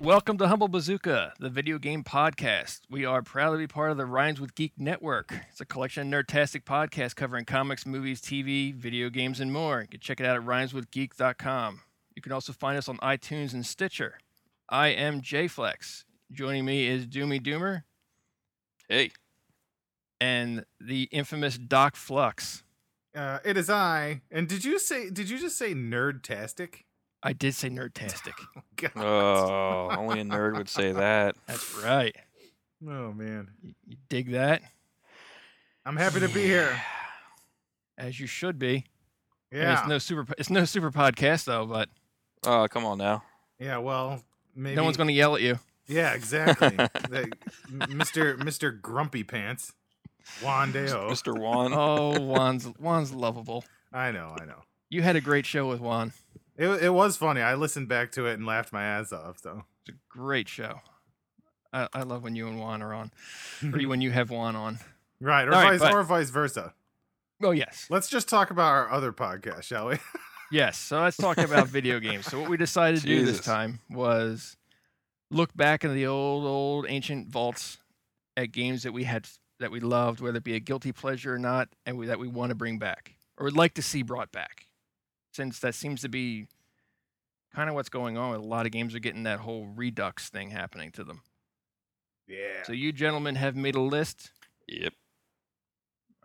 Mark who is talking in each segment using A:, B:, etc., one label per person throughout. A: Welcome to Humble Bazooka, the video game podcast. We are proud to be part of the Rhymes with Geek Network. It's a collection of nerdtastic podcasts covering comics, movies, TV, video games, and more. You can check it out at rhymeswithgeek.com. You can also find us on iTunes and Stitcher. I am JFlex. Joining me is Doomy Doomer
B: Hey,
A: and the infamous Doc Flux.
C: Uh, it is I. And did you say? Did you just say nerdtastic?
A: I did say nerdtastic.
C: God.
B: oh, only a nerd would say that.
A: That's right.
C: Oh man,
A: You- You dig that?
C: I'm happy to be here.
A: As you should be. I mean,
C: Yeah,
A: it's no super. It's no super podcast though, but
B: Oh, come on now.
C: yeah. Well, maybe.
A: no one's going to yell at you.
C: Yeah, exactly. That- Mr. Mr. Grumpy Pants, Wandeo.
B: Mr. Juan.
A: Oh, Juan's Juan's lovable.
C: I know, I know.
A: You had a great show with Juan.
C: It it was funny. I listened back to it and laughed my ass off. Though.
A: It's a great show. I, I love when you and Juan are on, or you- when you have Juan on.
C: Right, or
A: All right,
C: vice
A: but-
C: or vice versa.
A: Oh yes,
C: Let's just talk about our other podcast, shall we?
A: yes. So let's talk about video games. So what we decided to do this
B: Jesus.
A: time was look back into the old, old ancient vaults at games that we had that we loved, whether it be a guilty pleasure or not, and we, that we want to bring back or would like to see brought back, since that seems to be kind of what's going on. with A lot of games are getting that whole redux thing happening to them.
C: Yeah.
A: So you gentlemen have made a list.
B: Yep.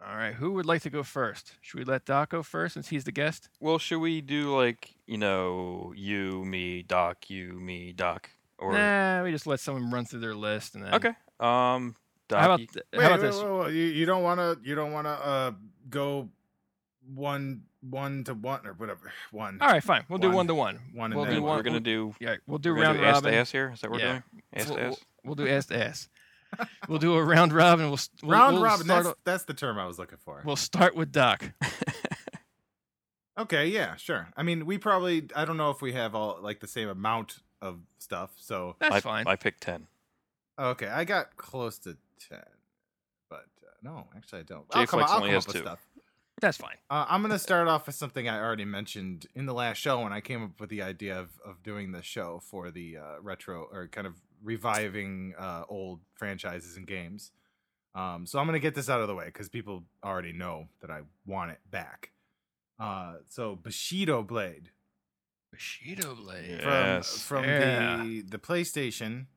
A: All right, who would like to go first? Should we let Doc go first since he's the guest?
B: Well, should we do like, you know, you, me, Doc, you, me, Doc? Or
A: nah, we just let someone run through their list and then.
B: Okay. Um Doc
A: How about,
B: you-
A: th-
C: Wait,
A: how about
C: wait,
A: this?
C: wait, wait, You, you don't want to. You don't want to uh, go one one to one or whatever. One.
A: All right, fine. We'll do
C: One.
A: one to one.
C: One and
A: We'll
B: and
C: then
A: do
B: we're
A: one.
B: gonna do
A: Yeah, we'll do
B: we're gonna
A: round
B: do ass
A: robin.
B: to ass here? Is that what we're
A: Yeah.
B: doing? Ass
A: we'll,
B: to ass?
A: we'll- we'll do ass to ass. We'll do a round robin. We'll, s- we'll
C: Round
A: we'll
C: robin.
A: Start,
C: That's, that's the term I was looking for.
A: We'll start with Doc.
C: okay. Yeah. Sure. I mean, we probably. I don't know if we have all like the same amount of stuff. So
A: That's
B: I,
A: fine.
B: I picked ten.
C: okay, I got close to ten, but uh, no, actually I don't. I'll come,
B: J-Flex
C: I'll
B: only
C: come
B: has
C: up with
B: two.
C: stuff.
A: That's fine.
C: Uh, I'm gonna start off with something I already mentioned in the last show when I came up with the idea of, of doing the show for the uh, retro or kind of reviving uh, old franchises and games. Um, so I'm gonna get this out of the way because people already know that I want it back. Uh, so Bushido Blade
A: Bushido Blade.
B: Yeah.
C: from
B: Yes.
C: from
A: Yeah.
C: the the PlayStation,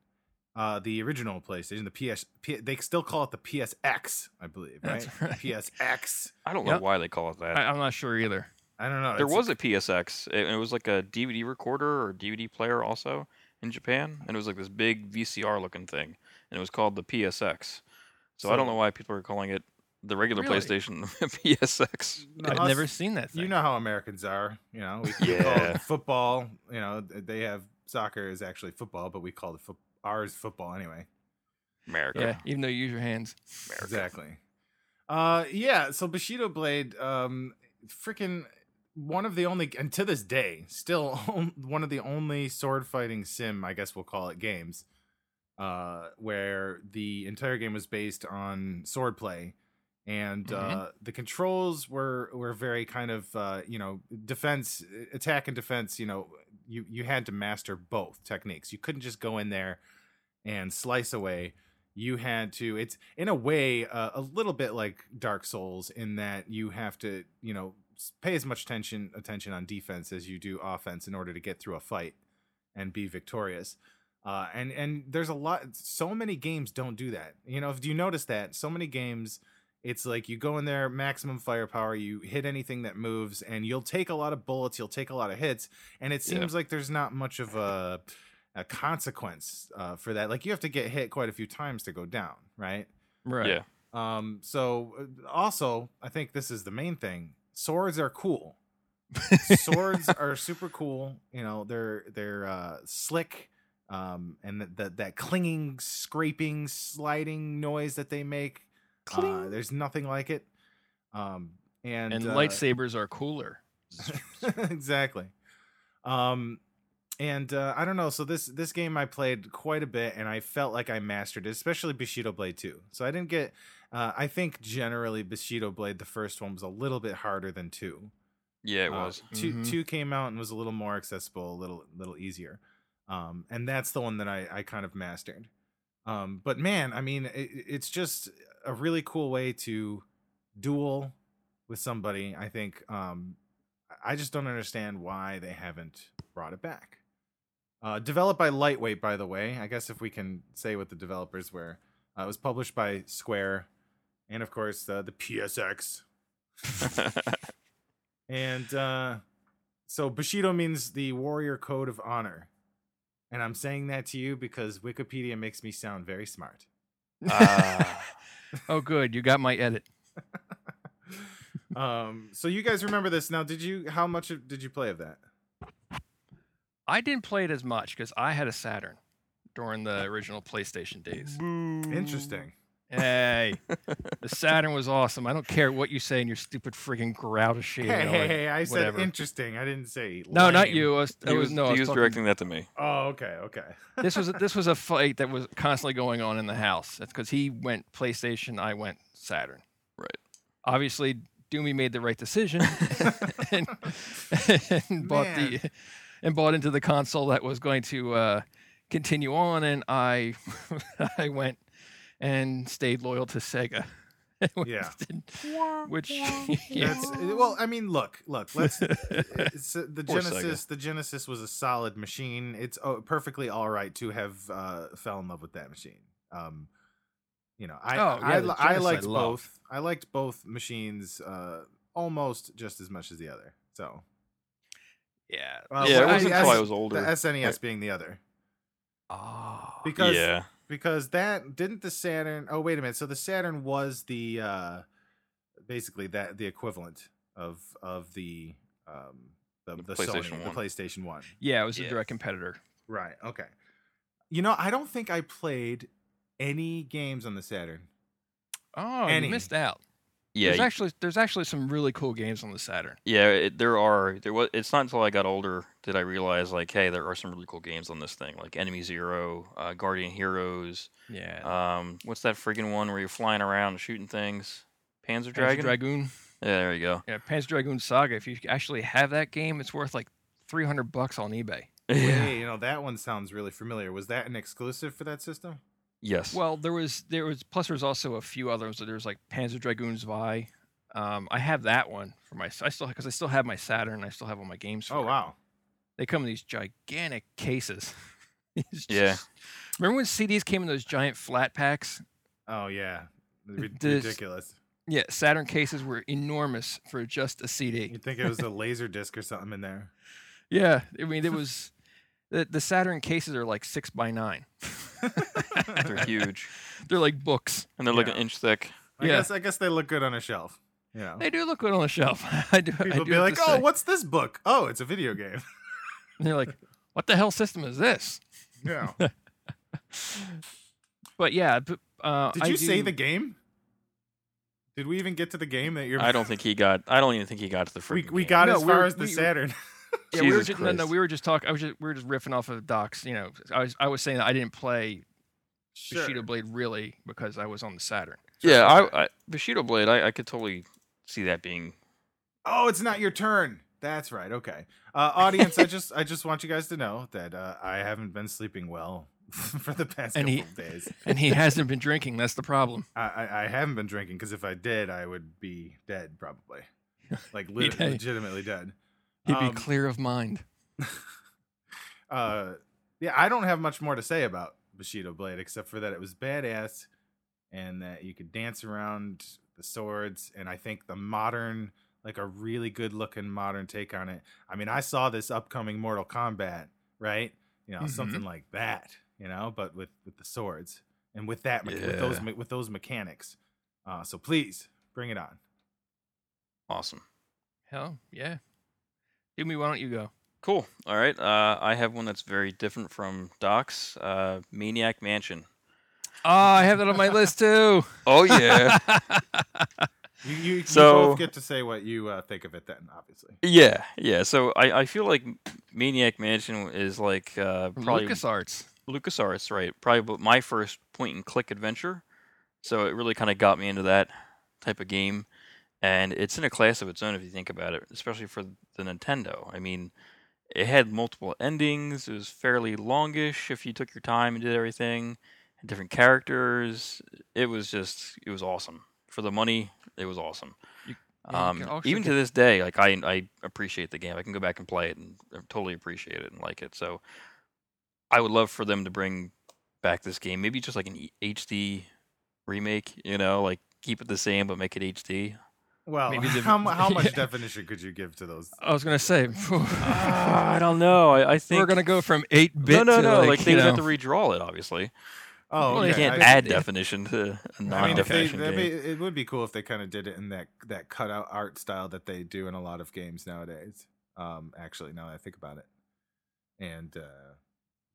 C: uh, the original PlayStation, the PS, P, they still call it the PSX, I believe,
A: That's right.
C: PSX.
B: I don't
A: Yep.
B: know why they call it that.
A: I, I'm not sure either.
C: I don't know.
B: there
C: it's-
B: was a PSX. It, it was like a DVD recorder or DVD player also in Japan, and it was like this big VCR looking thing, and it was called the PSX. So, I don't
C: So-
B: know why people are calling it the regular
A: Really?
B: PlayStation PSX.
C: No,
A: I've
C: us-
A: never seen that thing.
C: You know how Americans are. You know, we we call
B: Yeah.
C: it football. You know, th- they have soccer is actually football, but we call it foot ours football anyway.
B: America.
A: yeah, even though you use your hands.
B: America.
C: Exactly. Uh, yeah. So Bushido Blade, um, freaking one of the only, and to this day, still one of the only sword fighting sim, I guess we'll call it games, uh, where the entire game was based on swordplay, and uh, the controls were were very kind of uh, you know defense, attack and defense. You know, you you had to master both techniques. You couldn't just go in there and slice away you had to it's in a way uh, a little bit like dark souls in that you have to you know s- pay as much attention attention on defense as you do offense in order to get through a fight and be victorious uh, and and there's a lot so many games don't do that you know if you notice that so many games it's like you go in there maximum firepower you hit anything that moves and you'll take a lot of bullets you'll take a lot of hits and it
B: Yeah.
C: seems like there's not much of a a consequence uh, for that. Like you have to get hit quite a few times to go down, right?
A: Right.
B: Yeah.
C: Um, so uh, also, I think this is the main thing. Swords are cool. Swords are super cool. You know, they're they're uh, slick, um, and that that that clinging, scraping, sliding noise that they make. Uh, there's nothing like it. Um, and
A: and
C: uh,
A: lightsabers are cooler.
C: exactly. Um, and uh, I don't know. So this this game I played quite a bit, and I felt like I mastered it, especially Bushido Blade Two. So I didn't get. Uh, I think generally Bushido Blade, the first one, was a little bit harder than two.
B: Yeah, it
C: Uh,
B: was. Mm-hmm.
C: two.
A: Mhm.
C: Two came out and was a little more accessible, a little little easier. um, and that's the one that I, I kind of mastered. Um, but man, I mean, it, it's just a really cool way to duel with somebody. I think um, I just don't understand why they haven't brought it back. Uh, developed by Lightweight, by the way. I guess if we can say what the developers were, uh, it was published by Square, and of course uh, the PSX. And uh, so Bushido means the warrior code of honor, and I'm saying that to you because Wikipedia makes me sound very smart.
B: Ah.
A: oh, good. You got my edit.
C: um, so you guys remember this now? Did you? How much of- did you play of that?
A: I didn't play it as much because I had a Saturn during the original PlayStation days. Mm,
C: Interesting.
A: Hey, the Saturn was awesome. I don't care what you say in your stupid freaking grout of shit.
C: Hey,
A: you know,
C: hey,
A: like,
C: hey! I said
A: whatever.
C: interesting. I didn't say
A: No, not
C: lame.
A: you. I was, I
B: he
A: was-
B: was,
A: no, I
B: he
A: was
B: was
A: talking-
B: directing that to me.
C: Oh, okay, okay.
A: this was this was a fight that was constantly going on in the house. That's because he went PlayStation, I went Saturn.
B: Right.
A: Obviously, Doomy made the right decision and, and bought the and bought into the console that was going to uh, continue on. And I I went and stayed loyal to Sega.
C: Yeah.
A: Which yeah.
C: That's well. I mean, look, look. Let's it's, uh, the
B: Poor Sega.
C: Genesis. The Genesis was a solid machine. It's uh, perfectly all right to have uh, fell in love with that machine. Um, you know, I
A: Oh, yeah,
C: I,
A: the
C: li-
A: Genesis
C: I
A: I
C: liked
A: love.
C: both. I liked both machines uh, almost just as much as the other. So
A: yeah.
C: uh,
B: yeah,
C: well,
B: it wasn't
C: I-
B: until I
C: I-
B: was older.
C: the SNES
B: Right.
C: being the other
A: Ah.
C: because
B: yeah,
C: because that didn't the Saturn. Oh wait a minute. So the Saturn was the uh basically that the equivalent of of the um the, the,
B: The
C: Sony
B: PlayStation
C: the
B: one.
C: PlayStation One.
A: yeah, it was a
B: Yeah.
A: direct competitor.
C: Right. Okay. You know, I don't think I played any games on the Saturn.
A: Oh,
C: Any.
A: you missed out.
B: yeah,
A: There's actually there's actually some really cool games on the Saturn.
B: yeah. It, there are there was. It's not until I got older did I realize like, hey, there are some really cool games on this thing, like Enemy Zero, uh, Guardian Heroes.
A: Yeah.
B: Um, what's that freaking one where you're flying around and shooting things? Panzer
A: Panzer
B: Dragon.
A: Dragoon.
B: Yeah, there you go.
A: Yeah, Panzer Dragoon Saga. If you actually have that game, it's worth like 300 bucks on eBay.
C: Hey, you know that one sounds really familiar. Was that an exclusive for that system? Oh,
B: Yes.
A: Well, there was there was plus there was also a few others. There was like Panzer Dragoon Vi. Um, I have that one for my I still because I still have my Saturn. I still have all my games. For
C: Oh
A: it.
C: wow.
A: They come in these gigantic cases. It's
B: Yeah.
A: just- Remember when CDs came in those giant flat packs?
C: Oh yeah. Rid-
A: This-
C: ridiculous.
A: Yeah, Saturn cases were enormous for just a CD.
C: You'd think it was a laser disc or something in there.
A: Yeah, I mean it was the, the Saturn cases are like six by nine.
B: They're huge,
A: They're like books.
B: and they're like an
C: Yeah.
B: inch thick.
C: I
A: Yeah.
C: guess I guess they look good on a shelf. You know.
A: They do look good on the shelf. I do. I
C: Oh. People
A: do
C: be
A: have
C: like,
A: to
C: "Oh,
A: say."
C: what's this book? Oh, it's a video game."
A: And they're like, what the hell system is this?
C: Yeah.
A: But yeah, but, uh,
C: Did
A: I
C: you say
A: do-
C: the game? Did we even get to the game that you're?
B: I don't think he got. I don't even think he got to the freaking.
C: We, we
B: game.
C: got
A: No,
C: as
A: we're-
C: far as the
A: we-
C: Saturn.
A: Yeah, we were
B: Jesus
A: just, no, no,
B: Christ.
A: we were just talking. I was just we were just riffing off of Doc's. You know, I was I was saying that I didn't play Bushido Blade really because I was on the Saturn.
B: Yeah, I, I Bushido Blade. I, I could totally see that being.
C: Oh, it's not your turn. That's right. Okay, uh, audience, I just I just want you guys to know that uh, I haven't been sleeping well for the past
A: And
C: couple
A: he-
C: of days.
A: And he hasn't been drinking. That's the problem.
C: I, I, I haven't been drinking because if I did, I would be dead probably, like
A: He'd
C: lit
A: hang-
C: legitimately dead.
A: He'd
C: Um,
A: be clear of mind.
C: uh yeah i don't have much more to say about bushido blade except for that it was badass and that you could dance around the swords and i think the modern like a really good looking modern take on it i mean i saw this upcoming mortal kombat right you know
A: Mhm.
C: something like that you know but with with the swords and with that me- with
B: Yeah.
C: those me- with those mechanics uh so please bring it on
B: Awesome.
A: Hell yeah. Do me. Why don't you go?
B: Cool. All right. Uh, I have one that's very different from Doc's uh, Maniac Mansion.
A: Oh, I have that on my list too.
B: Oh yeah,
C: you you, you
B: So-
C: both get to say what you uh, think of it then obviously
B: yeah, yeah. So I, I feel like Maniac Mansion is like uh,
A: Hmm,
B: probably
A: LucasArts.
B: LucasArts, right? Probably my first point and click adventure. So it really kind of got me into that type of game. And it's in a class of its own if you think about it, especially for the Nintendo. I mean, It had multiple endings. It was fairly longish if you took your time and did everything. Had different characters. It was just it was awesome for the money. It was awesome.
A: You- yeah, you
B: um,
A: can also
B: even to
A: get-
B: this day, like I I appreciate the game. I can go back and play it and I totally appreciate it and like it. So I would love for them to bring back this game. Maybe just like an E- HD remake. You know, like keep it the same but make it HD.
C: Well,
A: Maybe the-
C: how, mu- how much
A: yeah.
C: definition could you give to those?
A: I was gonna say
B: Ah, I don't know. I, I think
A: we're gonna go from eight bit.
B: no, no,
A: to
B: no. Like,
A: Like,
B: they
A: you
B: would
A: know,
B: have to redraw it, obviously.
C: Oh,
A: Well,
B: you
A: yeah,
C: okay.
B: can't
A: I-
B: add
A: yeah.
B: definition to a
C: I mean, if they,
B: non-definition
C: that'd
B: game.
C: be- it would be cool if they kind of did it in that that cutout art style that they do in a lot of games nowadays. Um, actually, now that I think about it, and uh,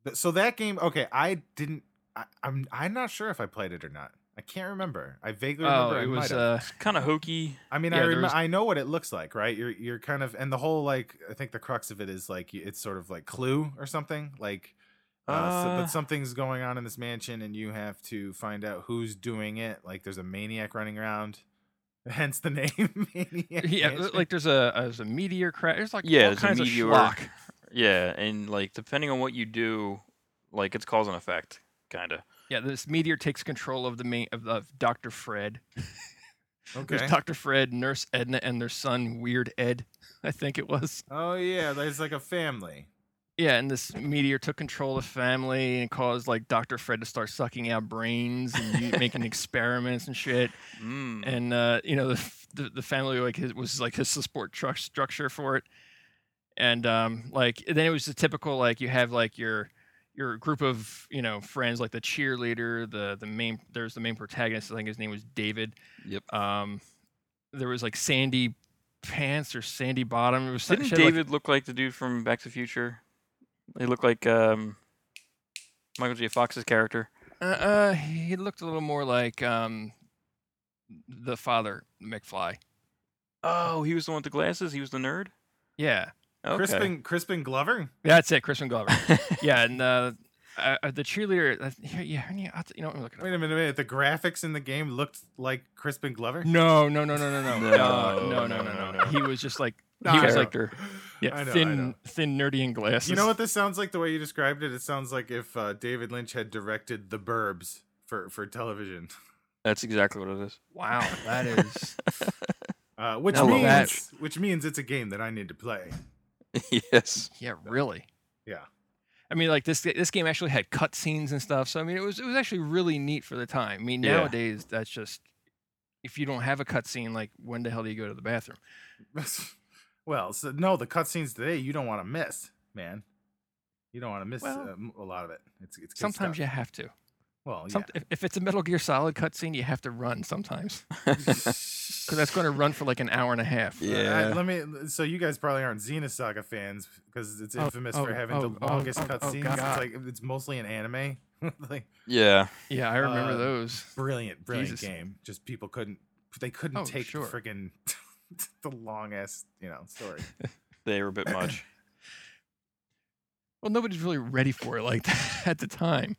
C: but, so that game, okay, I didn't. I, I'm I'm not sure if I played it or not. I can't remember. I vaguely
A: oh,
C: remember. I
A: it
C: might
A: was.
C: have.
A: Uh,
B: kind of hokey.
C: I mean, I
A: yeah, there
C: remember.
A: was-
C: I know what it looks like, right? You're you're kind of and the whole like I think the crux of it is like you- it's sort of like Clue or something like. Uh, so-
B: Uh,
C: but something's going on in this mansion, and you have to find out who's doing it. Like, there's a maniac running around, hence the name. maniac
A: uh, yeah,
C: Mansion.
A: like there's a there's a meteor crash. There's like
B: Yeah,
A: all
B: there's a
A: kinds of
B: meteor.
A: schlock.
B: Yeah, and like depending on what you do, like it's cause and effect, kind of.
A: Yeah, this meteor takes control of the main of, of Doctor Fred.
C: okay.
A: There's Doctor Fred, Nurse Edna, and their son Weird Ed. I think it was.
C: oh yeah, there's like a family.
A: Yeah, and this meteor took control of the family and caused like Dr. Fred to start sucking out brains and u- making experiments and shit.
B: Mm.
A: And uh, you know, the, f- the the family like his, was like his support tru- structure for it. And um, like then it was the typical like you have like your your group of you know friends like the cheerleader, the the main there's the main protagonist. I think his name was David.
B: Yep.
A: Um, there was like Sandy Pants or Sandy Bottom. It was
B: Didn't
A: she had, like,
B: David look like the dude from Back to the Future? He looked like um, Michael J. Fox's character.
A: Uh, uh, he looked a little more like um, the father McFly.
B: Oh, he was the one with the glasses. He was the nerd.
A: Yeah,
B: Okay.
C: Crispin Crispin Glover.
A: that's it, Crispin Glover. yeah, and uh, uh, uh, the cheerleader. Uh, yeah, yeah, her name- I'll t- you know what I'm looking
C: Wait a minute, wait, the graphics in the game looked like Crispin Glover.
A: at. No, no, no, no, no, no, no, no, no, no, no.
B: no.
A: He was just like
C: No,
A: he
C: I
A: was
C: know.
A: like
B: character.
A: yeah,
C: I know, I
A: thin,
C: know.
A: thin, nerdy, and glasses.
C: You know what this sounds like? The way you described it, it sounds like if uh, David Lynch had directed The Burbs for for television,
B: That's exactly what it is.
A: Wow, that is.
C: uh, which
B: No,
C: means
A: that-
C: which means it's a game that I need to play.
B: yes.
A: Yeah, really.
C: Yeah.
A: I mean, like this this game actually had cutscenes and stuff. So I mean, it was it was actually really neat for the time. I mean,
B: Yeah.
A: nowadays that's just if you don't have a cutscene, like when the hell do you go to the bathroom?
C: well, so no, the cutscenes today you don't want to miss, man. You don't want to miss
A: Well,
C: uh, m- a lot of it. It's it's good
A: sometimes
C: stuff.
A: you have to.
C: Well, yeah.
A: Some, if, if it's a Metal Gear Solid cutscene, you have to run sometimes because that's going to run for like an hour and a half.
C: Uh, I-
B: Yeah.
C: let me. So you guys probably aren't Xenosaga fans because it's
A: Oh,
C: infamous
A: oh,
C: for having
A: oh,
C: the
A: oh,
C: longest
A: oh, oh,
C: cutscenes.
A: God.
C: it's like it's mostly an anime. like
B: Yeah.
A: Yeah, I remember
C: Uh,
A: those.
C: brilliant, brilliant
A: Jesus.
C: game. Just people couldn't. They couldn't
A: Oh,
C: take
A: sure.
C: the freaking the long ass you know story.
B: They were a bit much.
A: Well, nobody's really ready for it like that at the time.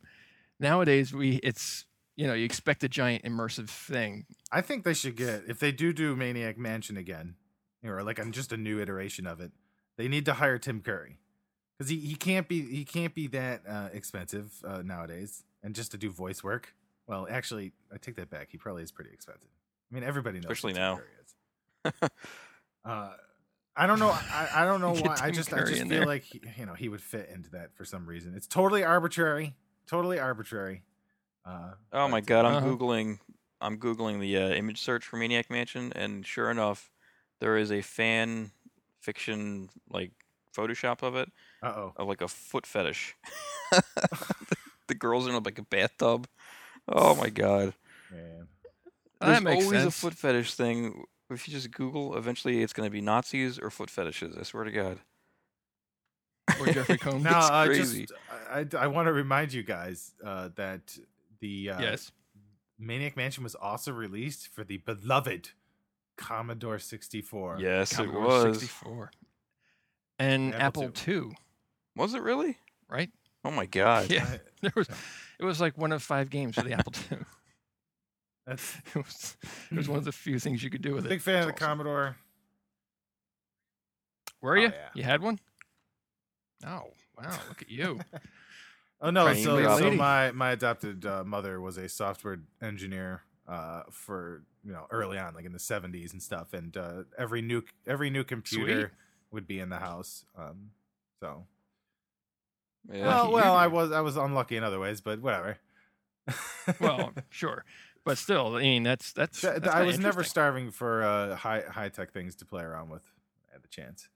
A: Nowadays, we it's you know you expect a giant immersive thing.
C: I think they should get if they do do Maniac Mansion again, or like on just a new iteration of it. They need to hire Tim Curry because he, he can't be he can't be that uh, expensive uh, nowadays. And just to do voice work, well, actually, I take that back. He probably is pretty expensive. I mean, everybody knows, who
B: Especially
C: Tim
B: now.
C: Curry is. uh, I don't know. I, I don't know
A: Get
C: why. I
A: Tim
C: just I
A: Curry
C: just
A: in
C: feel
A: there.
C: like he, you know he would fit into that for some reason. It's totally arbitrary. Totally arbitrary. Uh,
B: Oh my
C: but,
B: god, I'm
A: Uh-huh.
B: googling I'm googling the uh, image search for Maniac Mansion and sure enough there is a fan fiction like photoshop of it
C: Uh-oh.
B: of like a foot fetish. the, the girls in like a bathtub. Oh my god.
C: Man.
A: That
B: There's
A: makes
B: always a
A: sense.
B: foot fetish thing. If you just google, eventually it's going to be Nazis or foot fetishes. I swear to god.
A: Or Jeffrey Combs.
C: No,
B: It's
C: I
B: crazy.
C: just I, I- I want to remind you guys uh, that the uh,
A: yes.
C: Maniac Mansion was also released for the beloved Commodore 64.
B: Yes, it
A: Commodore
B: was.
A: 64. And
C: Apple
A: Apple, II,
B: Was it really?
A: right?
B: Oh my god.
A: Yeah.
C: I-
A: There was, it was like one of five games for the Apple II.
C: that's
A: It was, it was one of the few things you could do with
C: big
A: it.
C: fan of
A: It's
C: the
A: awesome.
C: Commodore.
A: Were
C: Oh,
A: you?
C: yeah.
A: You had one? Oh, wow. Look at you.
C: Oh no!
B: Train
C: So,
B: robber.
C: so
B: Lady.
C: my my adopted uh, mother was a software engineer uh, for you know early on, like in the seventies and stuff. And uh, every new every new computer would be in the house. Um, so
B: Yeah.
C: well,
A: you.
C: well, I was I was unlucky in other ways, but whatever.
A: well, sure. But still, I mean, that's, that's,
C: Th-
A: that's
C: I
A: kinda
C: was never
A: interesting.
C: starving for uh, high high tech things to play around with at the chance.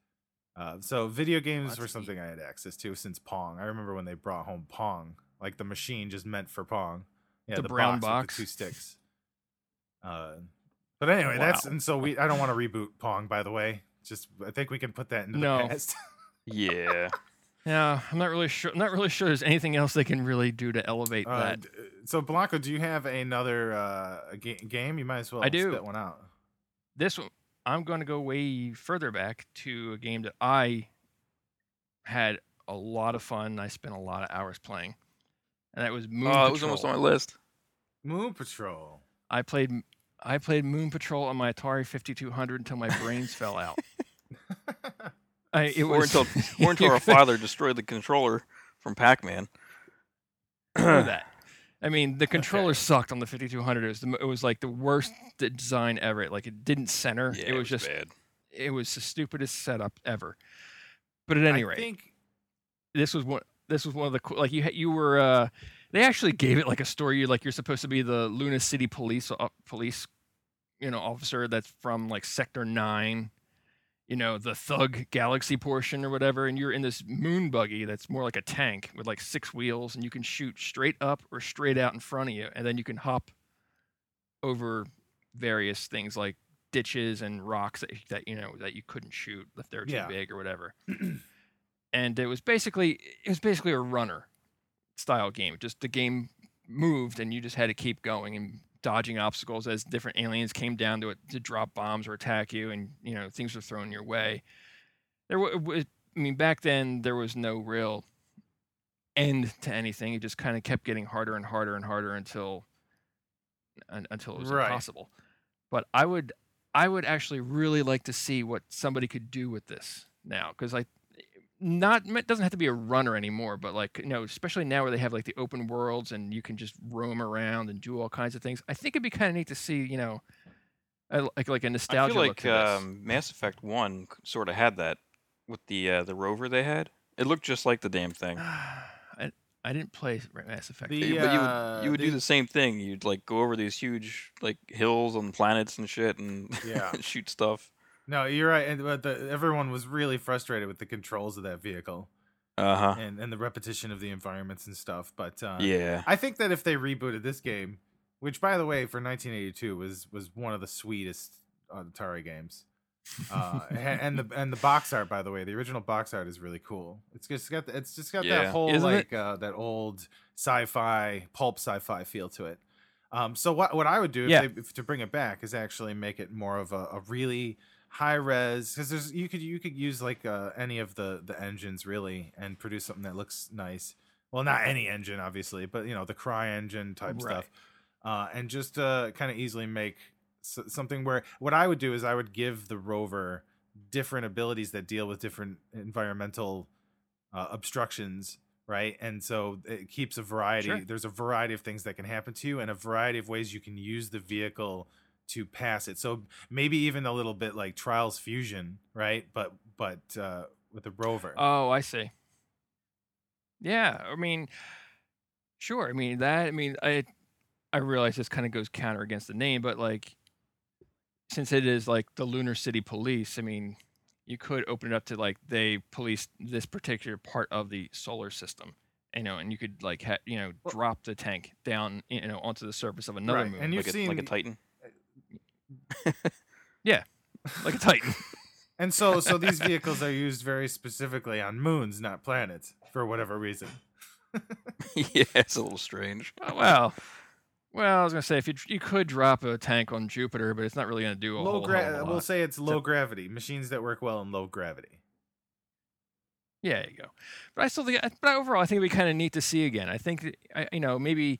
C: Uh, so
A: Oh,
C: video games
B: that's
C: were something I had access to since Pong. I remember when they brought home Pong, like the machine just meant for Pong. Yeah,
A: The brown box.
C: with the two sticks. Uh, but anyway, that's
A: Wow.
C: and so we. I don't want to reboot Pong, by the way. Just I think we can put that into
A: No.
C: the past.
B: yeah.
A: Yeah, I'm not really sure. I'm not really sure there's anything else they can really do to elevate
C: Uh,
A: that.
C: d- so Blanco, do you have another uh, ga- game? You might as well
A: I do.
C: spit one out.
A: This one, I'm going to go way further back to a game that I had a lot of fun. and I spent a lot of hours playing, and that was Moon.
B: Oh, it was almost on my
A: Patrol.
B: list.
C: Moon Patrol.
A: I played. I played Moon Patrol on my Atari 5200 until my brains fell out. I, it
B: or
A: was
B: until or until our
A: you
B: father destroyed the controller from Pac-Man.
A: couldn't do that. I mean, the controller sucked on the 5200. It was, the, mo- it was like the worst d- design ever. Like it didn't center.
B: Yeah,
A: it was just
B: bad.
A: it was the stupidest setup ever. But at any
C: I
A: rate,
C: think
A: this was one. This was one of the cool. Like you, ha- you were. Uh, they actually gave it like a story. you like you're supposed to be the Luna City police uh, police, you know, officer that's from like Sector Nine, you know, the Thug Galaxy portion or whatever. And you're in this moon buggy that's more like a tank with like six wheels, and you can shoot straight up or straight out in front of you, and then you can hop over various things like ditches and rocks that, that you know that you couldn't shoot if they're too
C: Yeah.
A: big or whatever. and it was basically it was basically a runner style game. Just the game moved and you just had to keep going and dodging obstacles as different aliens came down to it to drop bombs or attack you and you know things were thrown your way. There wa- wa- I mean back then there was no real end to anything. It just kind of kept getting harder and harder and harder until un, until it was
C: Right.
A: impossible. But I would I would actually really like to see what somebody could do with this now because I not it doesn't have to be a runner anymore, but like you know, especially now where they have like the open worlds and you can just roam around and do all kinds of things. I think it'd be kind of neat to see, you know, a, like like a
B: I
A: nostalgia
B: feel
A: look
B: like
A: to this.
B: um, Mass Effect One sort of had that with the uh, the rover they had. It looked just like the damn thing.
A: Uh, I, I didn't play Mass Effect.
C: The-
B: But
A: Yeah.
B: you
C: uh,
B: would you would do
C: the-
B: the same thing. You'd like go over these huge like hills on planets and shit and
C: Yeah.
B: shoot stuff.
C: No, you're right. And but the, everyone was really frustrated with the controls of that vehicle
B: Uh huh.
C: and, and the repetition of the environments and stuff. But uh,
B: yeah.
C: I think that if they rebooted this game, which by the way, for 1982 was was one of the sweetest Atari games. Uh, a- and, the and the box art, by the way, the original box art is really cool. It's just got the, it's just got that
B: Yeah.
C: whole
A: Isn't it?
C: like uh, that old sci-fi pulp sci-fi feel to it. Um, so what what I would do if
A: Yeah.
C: they, if, to bring it back is actually make it more of a, a really high res because there's you could you could use like uh, any of the the engines really and produce something that looks nice. Well, not any engine obviously, but you know the cry engine type
A: Right.
C: stuff, uh, and just uh, kind of easily make s- something where what I would do is I would give the rover different abilities that deal with different environmental uh, obstructions right and so it keeps a variety
A: Sure.
C: there's a variety of things that can happen to you and a variety of ways you can use the vehicle to pass it so maybe even a little bit like trials fusion right but but uh with a rover
A: Oh, I see. Yeah, I mean, sure. I mean that. I mean, I I realize this kind of goes counter against the name, but like, since it is like the Lunar City Police, I mean, you could open it up to like they police this particular part of the solar system, you know, and you could like ha- you know
C: Well-
A: drop the tank down, you know, onto the surface of another
C: Right,
A: moon,
C: and you've
B: Like a, like a
C: seen-
B: Titan.
A: like a Titan.
C: and so so these vehicles are used very specifically on moons not planets for whatever reason
B: yeah, it's a little strange.
A: Oh, well. Well, I was gonna say if you you could drop a tank on Jupiter, but it's not really gonna do a
C: low
A: whole hell of
C: gra-
A: a
C: we'll
A: lot.
C: say it's low gravity machines that work well in low gravity
A: Yeah, there you go. But I still think, I- but overall, I think it'd be kind of neat to see again. I think, that- I, you know, maybe,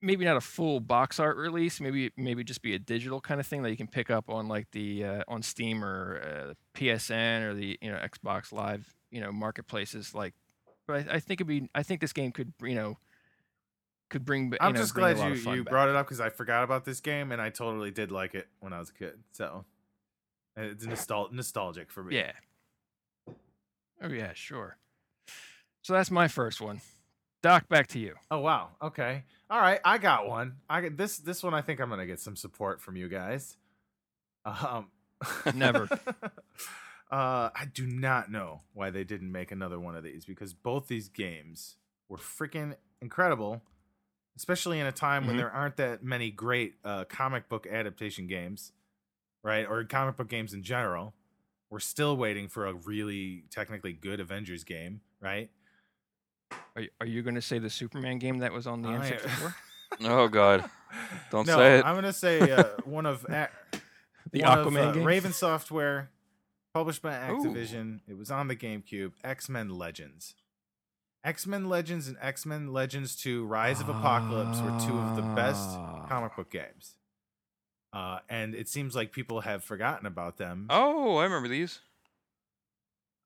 A: maybe not a full box art release. Maybe, maybe just be a digital kind of thing that you can pick up on like the uh, on Steam or uh, PSN or the you know Xbox Live you know marketplaces like. But I, I think it'd be. I think this game could you know could bring. ba- You
C: I'm
A: know,
C: just
A: bring a
C: glad
A: lot
C: you,
A: of fun
C: you
A: back.
C: brought it up because I forgot about this game and I totally did like it when I was a kid. So and it's nostal- nostalgic for me.
B: Yeah.
A: Oh yeah, sure. So that's my first one. Doc, back to you.
C: Oh wow. Okay. All right. I got one. I got this. This one. I think I'm gonna get some support from you guys. Um.
A: Never.
C: uh, I do not know why they didn't make another one of these because both these games were freaking incredible, especially in a time when
B: Mhm.
C: there aren't that many great uh, comic book adaptation games, right? Or comic book games in general. We're still waiting for a really technically good Avengers game, right?
A: Are you, are you going to say the Superman game that was on the
C: I- uh,
A: N64?
B: Oh God. Don't
C: no,
B: say it.
C: I'm gonna say uh, one of a-
A: The
C: one of,
A: Aquaman
C: uh,
A: game.
C: Raven Software, published by
B: Ooh.
C: Activision. It was on the GameCube. X Men Legends, X Men Legends, and X Men Legends Two: Rise of Apocalypse were two of the best
A: Ah.
C: comic book games. Uh, and it seems like people have forgotten about them.
B: Oh, I remember these.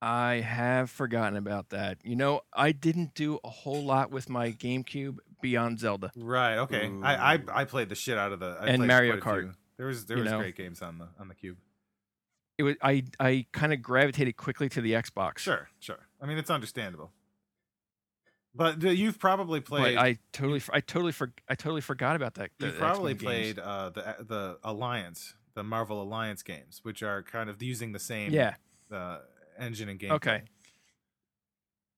A: I have forgotten about that. You know, I didn't do a whole lot with my GameCube beyond Zelda.
C: Right. Okay. I, I I played the shit out of the I
A: And
C: played
A: Mario
C: quite a
A: Kart,
C: few. There was there
A: you
C: was
A: know.
C: great games on the on the cube.
A: It was I I kind of gravitated quickly to the Xbox.
C: Sure, sure. I mean, it's understandable. But uh, you've probably played.
A: But I totally f- I totally for, I totally forgot about that. the
C: you've probably
A: X-Men games.
C: played uh, the the Alliance, the Marvel Alliance games, which are kind of using the same
A: Yeah.
C: uh, engine and game.
A: Okay.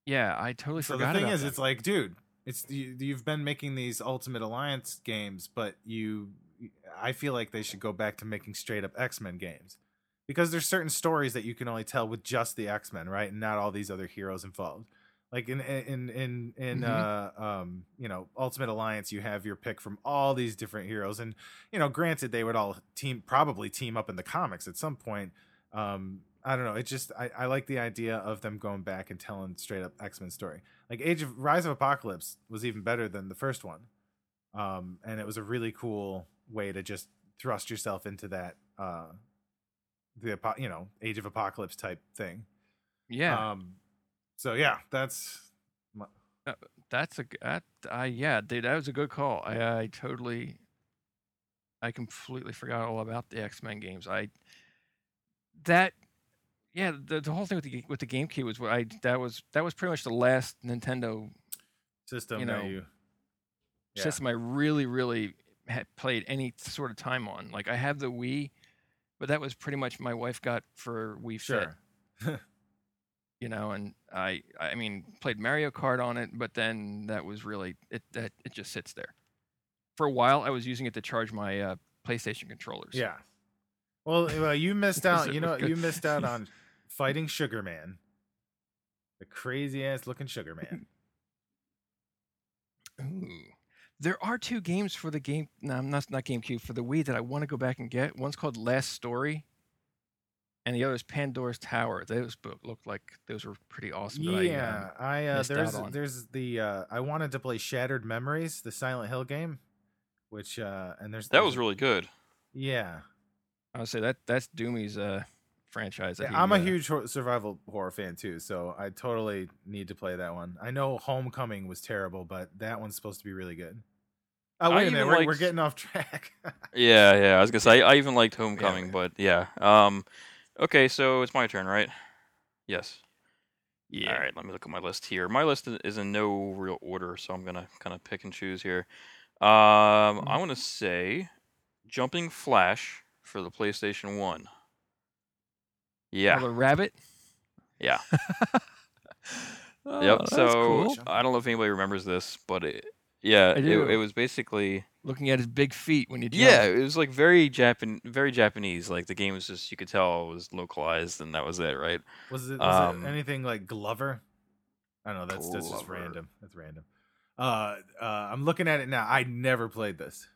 A: Yeah, I totally
C: So the
A: forgot
C: thing
A: about
C: is,
A: that.
C: it's like, dude, it's you, you've been making these Ultimate Alliance games, but you, I feel like they should go back to making straight up X Men games, because there's certain stories that you can only tell with just the X Men, right, and not all these other heroes involved. Like in in in in uh, um you know Ultimate Alliance, you have your pick from all these different heroes, and you know, granted, they would all team probably team up in the comics at some point. Um, I don't know. It just I, I like the idea of them going back and telling straight up X Men story. Like Age of Rise of Apocalypse was even better than the first one, um, and it was a really cool way to just thrust yourself into that uh, the apo- you know Age of Apocalypse type thing.
A: yeah.
C: Um, so yeah, that's
A: That's a g- that I yeah, dude, that was a good call. I, I totally, I completely forgot all about the X Men games. I that yeah, the, the whole thing with the g- with the GameCube was what I that was that was pretty much the last Nintendo
C: system
A: You
C: that
A: know,
C: you. Yeah.
A: system I really really had played any sort of time on. Like I have the Wii, but that was pretty much my wife got for Wii Fit.
C: sure.
A: you know and i i mean played mario kart on it but then that was really it that it just sits there for a while i was using it to charge my uh, playstation controllers
C: Yeah. Well, well, you missed out.
A: It
C: You know,
A: was good.
C: you missed out on fighting Sugar Man, the crazy ass looking Sugar Man.
A: Ooh. there are two games for the game no i'm not not gamecube for the wii that i want to go back and get one's called last story and the other is pandora's tower those book looked like those were pretty awesome but I, um,
C: yeah, I, uh,
A: missed out
C: there's
A: on.
C: there's the uh, I wanted to play Shattered Memories, the Silent Hill game, which uh, and there's
B: That
C: there's
B: was
C: a-
B: really good.
C: yeah.
A: i would say that that's doomy's uh franchise that
C: Yeah,
A: he,
C: I'm a
A: uh,
C: huge hor- survival horror fan too, so I totally need to play that one. I know Homecoming was terrible, but that one's supposed to be really good. Oh
B: I
C: wait a
B: even
C: minute, we're,
B: liked-
C: we're getting off track.
B: Yeah, yeah. I was gonna say I, I even liked Homecoming,
C: yeah.
B: but yeah. Um, okay, so it's my turn, right? Yes.
A: yeah
B: All right, let me look at my list here. My list i- is in no real order, so I'm gonna kind of pick and choose here. Um,
A: Mm-hmm.
B: I want to say Jumping Flash for the PlayStation One. Yeah,
A: Well, the rabbit
B: Yeah.
A: Oh,
B: yep.
A: that's
B: so
A: cool.
B: I don't know if anybody remembers this, but it, yeah,
A: I
B: it,
A: do.
B: it was basically
A: looking at his big feet when you jump.
B: yeah, it was like very Japan, very Japanese. Like the game was just you could tell it was localized, and that was it, right?
C: Was it, was
B: Um,
C: it anything like Glover? I don't know. That's that's just
B: Glover.
C: random. That's random. Uh, uh, I'm looking at it now. I never played this,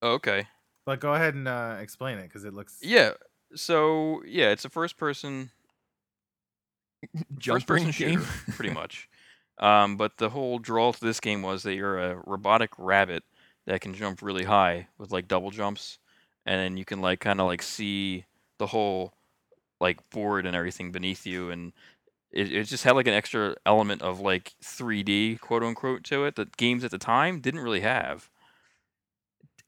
B: Oh, okay.
C: but go ahead and uh, explain it because it looks.
B: Yeah. So yeah, it's a first person
A: jump
B: first person
A: ring game.
B: shooter, pretty much. Um, but the whole draw to this game was that you're a robotic rabbit that can jump really high with like double jumps, and then you can like kind of like see the whole like board and everything beneath you, and it, it just had like an extra element of like 3D quote unquote to it that games at the time didn't really have.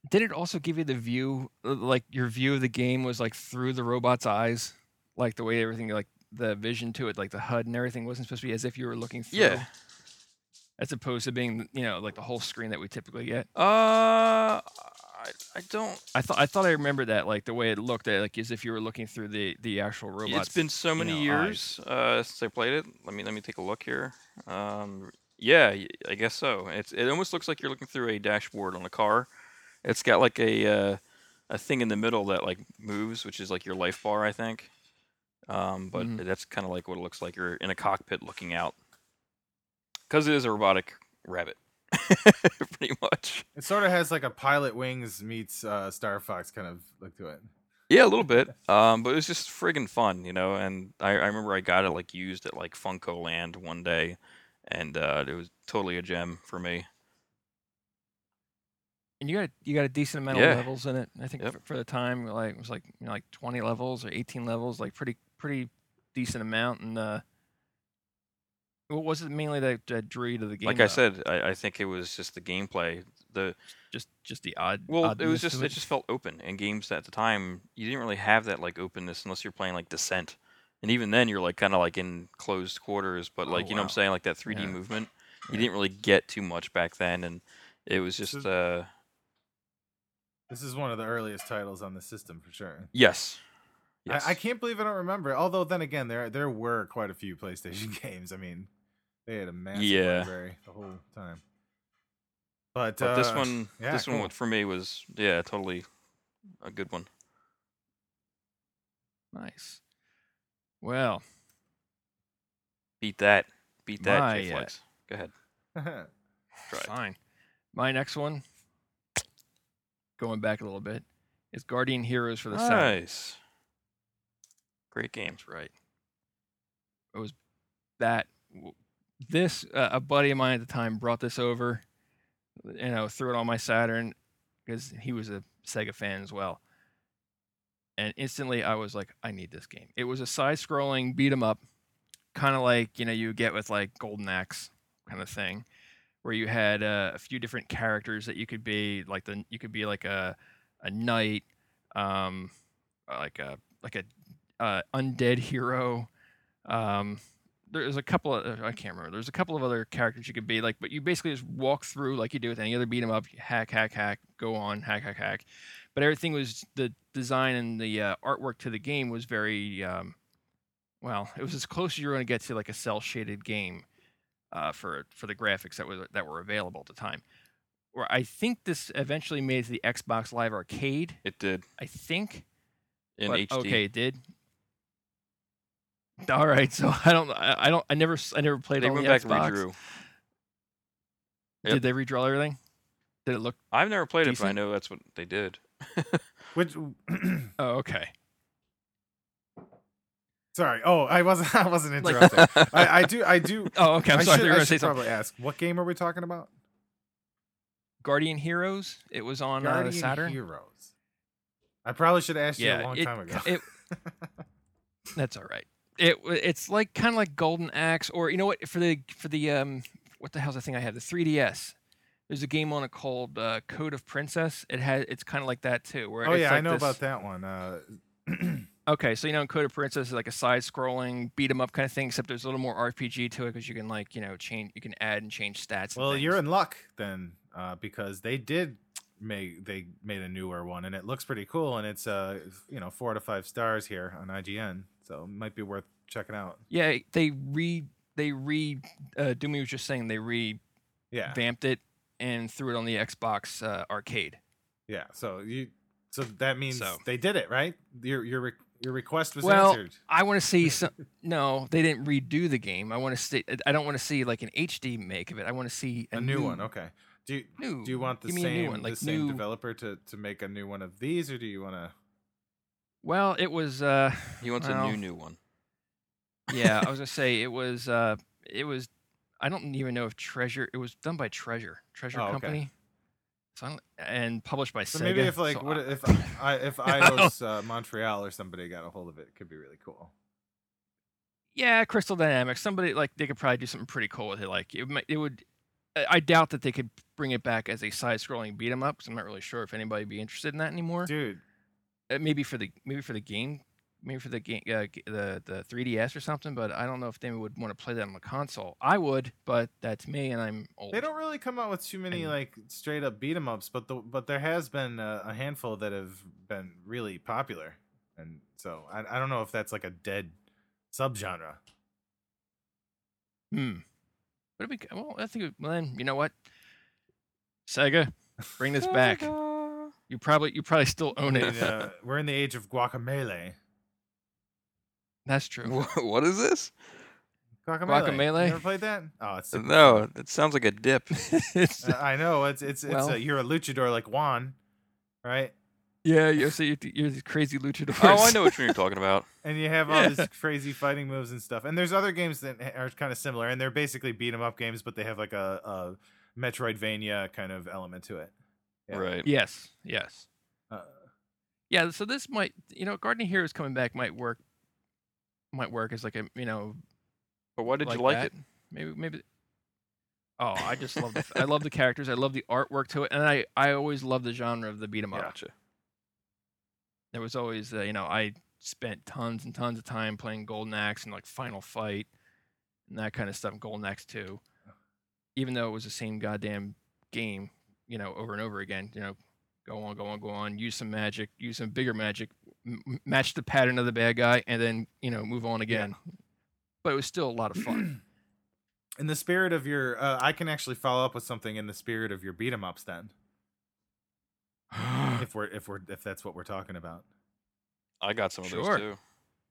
A: Did it also give you the view, uh, like your view of the game was like through the robot's eyes, like the way everything, like the vision to it, like the HUD and everything wasn't supposed to be as if you were looking through.
B: Yeah.
A: As opposed to being, you know, like the whole screen that we typically get.
B: Uh, I, I don't.
A: I thought I thought I remembered that, like the way it looked, uh, like as if you were looking through the the actual robot.
B: it's been so
A: you
B: many
A: know,
B: years uh, since I played it. Let me let me take a look here. Um, yeah, y- I guess so. It's it almost looks like you're looking through a dashboard on a car. It's got like a uh, a thing in the middle that like moves, which is like your life bar, I think. Um, but
A: Mhm.
B: that's kind of like what it looks like. You're in a cockpit looking out because it is a robotic rabbit, pretty much.
C: It sort of has like a pilot wings meets uh, Star Fox kind of look to it.
B: Yeah, a little bit. Um, but it was just friggin' fun, you know. And I, I remember I got it like used at like Funko Land one day, and uh, it was totally a gem for me.
A: and you got you got a decent amount
B: Yeah.
A: of levels in it. I think
B: Yep.
A: for, for the time, like it was like you know, like twenty levels or eighteen levels, like pretty pretty decent amount. And uh, what was it mainly that, that drew you to the game? Uh,
B: Like I
A: though?
B: said, I, I think it was just the gameplay. The
A: just just the odd.
B: well, it was
A: oddness to
B: just it. just felt open. And games at the time, you didn't really have that like openness unless you're playing like Descent, and even then you're like kind of like in closed quarters. But
A: Oh,
B: like you know
A: wow.
B: what I'm saying, like that 3D
A: Yeah.
B: movement, you
A: Yeah.
B: didn't really get too much back then, and it was
C: So-
B: just uh,
C: This is one of the earliest titles on the system for sure.
B: yes.
C: I- I, can't believe I don't remember. Although then again, there there were quite a few PlayStation games. I mean, they had a massive
B: Yeah.
C: library the whole time. But,
B: But this
C: uh,
B: one,
C: yeah,
B: this one
C: cool.
B: one for me was yeah, totally a good one.
A: nice. Well,
B: Beat that, beat that,
A: My,
B: J
A: uh,
B: Flex. Go ahead, try. it.
A: fine. My next one, going back a little bit, is Guardian Heroes for the Saturn.
B: Nice, great game.
A: That's right. It was that w- this uh, a buddy of mine at the time brought this over, you know, threw it on my Saturn because he was a Sega fan as well. And instantly, I was like, I need this game. It was a side-scrolling beat 'em up, kind of like you know you get with like Golden Axe kind of thing, where you had uh, a few different characters that you could be like the you could be like a a knight, um, like a like a uh, undead hero. Um, there's a couple of uh, I can't remember. There's a couple of other characters you could be like, but you basically just walk through like you do with any other beat 'em up. Hack, hack, hack. Go on, hack, hack, hack. But everything was the design and the uh, artwork to the game was very um, well. It was as close as you're going to get to like a cell shaded game uh, for for the graphics that was that were available at the time. Where I think this eventually made it to the Xbox Live Arcade.
B: It did
A: I think
B: in
A: but-
B: HD.
A: Okay, it did. All right, so I don't, I I don't, I never, s- I never played
B: they
A: on
B: went
A: the
B: back and
A: Xbox.
B: redrew.
A: Did
B: Yep.
A: they redraw everything? Did it look?
B: I've never played it, but I
A: Decent.
B: know that's what they did.
C: which
A: Oh, okay.
C: sorry, oh, I wasn't I wasn't
A: Like-
C: interrupting. I, I do I do.
A: Oh, okay. I'm
C: I
A: sorry.
C: should,
A: you were
C: I
A: gonna say
C: should
A: something.
C: probably ask what game are we talking about?
A: Guardian Heroes. It was on uh,
C: Guardian
A: Saturn.
C: Heroes. I probably should have asked you
A: Yeah,
C: a long
A: it-
C: time ago.
A: it- That's all right. It w- it's like kind of like Golden Axe, or you know what? For the for the um, what the hell's the thing I had? The 3DS. There's a game on it called uh, Code of Princess. It had it's kind of like that too. Where
C: oh
A: it's
C: yeah, I
A: like
C: know
A: this-
C: about that one. Uh,
A: Okay, so you know, in Code of Princess is like a side-scrolling beat 'em up kind of thing, except there's a little more RPG to it because you can like you know change, you can add and change stats. and
C: well, you're
A: things.
C: in luck then, uh, because they did make they made a newer one, and it looks pretty cool, and it's uh you know four to five stars here on IGN, so it might be worth checking out.
A: yeah. They re they re uh, Doomy was just saying they revamped
C: Yeah,
A: it and threw it on the Xbox uh, arcade.
C: yeah. So you so that means
A: So-
C: they did it, right? Your your re- your request was
A: Well,
C: answered.
A: I want to see some. no, they didn't redo the game. I want to see. I don't want to see like an HD make of it. I want to see a,
C: A new one, okay. Do you,
A: New.
C: do you want the
A: Give me
C: same
A: a new one, like
C: the same
A: new.
C: developer to to make a new one of these, or do you want to?
A: well, it was. uh
B: He wants
A: well,
B: a new new one.
A: yeah, I was gonna say it was uh it was I don't even know if Treasure it was done by Treasure Treasure
C: Oh, okay.
A: Company, so I don't- and published by
C: So
A: Sega.
C: maybe if like
A: so
C: what
A: I-
C: if I if Ios uh, Montreal or somebody got a hold of it, it could be really cool.
A: yeah, Crystal Dynamics. Somebody like they could probably do something pretty cool with it. Like it, might, it would. I I doubt that they could bring it back as a side-scrolling beat 'em up. Cause I'm not really sure if anybody would be interested in that anymore.
C: Dude,
A: Uh, maybe for the maybe for the game, maybe for the game, uh, g- the the 3DS or something. But I don't know if they would want to play that on the console. I would, but that's me, and I'm old.
C: they don't really come out with too many
A: And-
C: like straight up beat 'em ups, but the but there has been a, a handful that have been really popular, and so I, I don't know if that's like a dead subgenre.
A: Hmm. But it'd be g- well. I think it- well, then you know what, Sega, bring this back. You probably you probably still own
C: I
A: it.
C: mean, uh, we're in the age of guacamole.
A: That's true.
B: Wha- what is this?
C: Guacamole.
A: Guacamole?
C: You never played that? Oh, it's super
B: No, that sounds like a dip.
A: It's-
C: Uh, I know it's it's it's
A: Well-
C: a, you're a luchador like Juan, right?
A: yeah, you're so you're, you're these crazy luchadors.
B: oh, I know which one you're talking about.
C: And you have all
A: Yeah.
C: these crazy fighting moves and stuff. And there's other games that ha- are kind of similar, and they're basically beat 'em up games, but they have like a, a Metroidvania kind of element to it. Yeah.
B: Right.
A: Yes, yes,
C: Uh,
A: yeah. So this might you know, Garden of Heroes coming back might work. Might work as like a you know.
B: But why did you like it?
A: that. Maybe maybe. Oh, I just love the f- I love the characters. I love the artwork to it, and I I always love the genre of the beat 'em up.
B: Gotcha.
A: there was always uh, you know i spent tons and tons of time playing golden axe and like final fight and that kind of stuff golden axe 2 even though it was the same goddamn game you know over and over again you know go on go on go on use some magic use some bigger magic m- m- match the pattern of the bad guy and then you know move on again but it was still a lot of fun
C: in the spirit of your, uh, I can actually follow up with something in the spirit of your beat 'em ups. Then, if we're if we're if that's what we're talking about.
B: I got some of
A: Sure.
B: those too.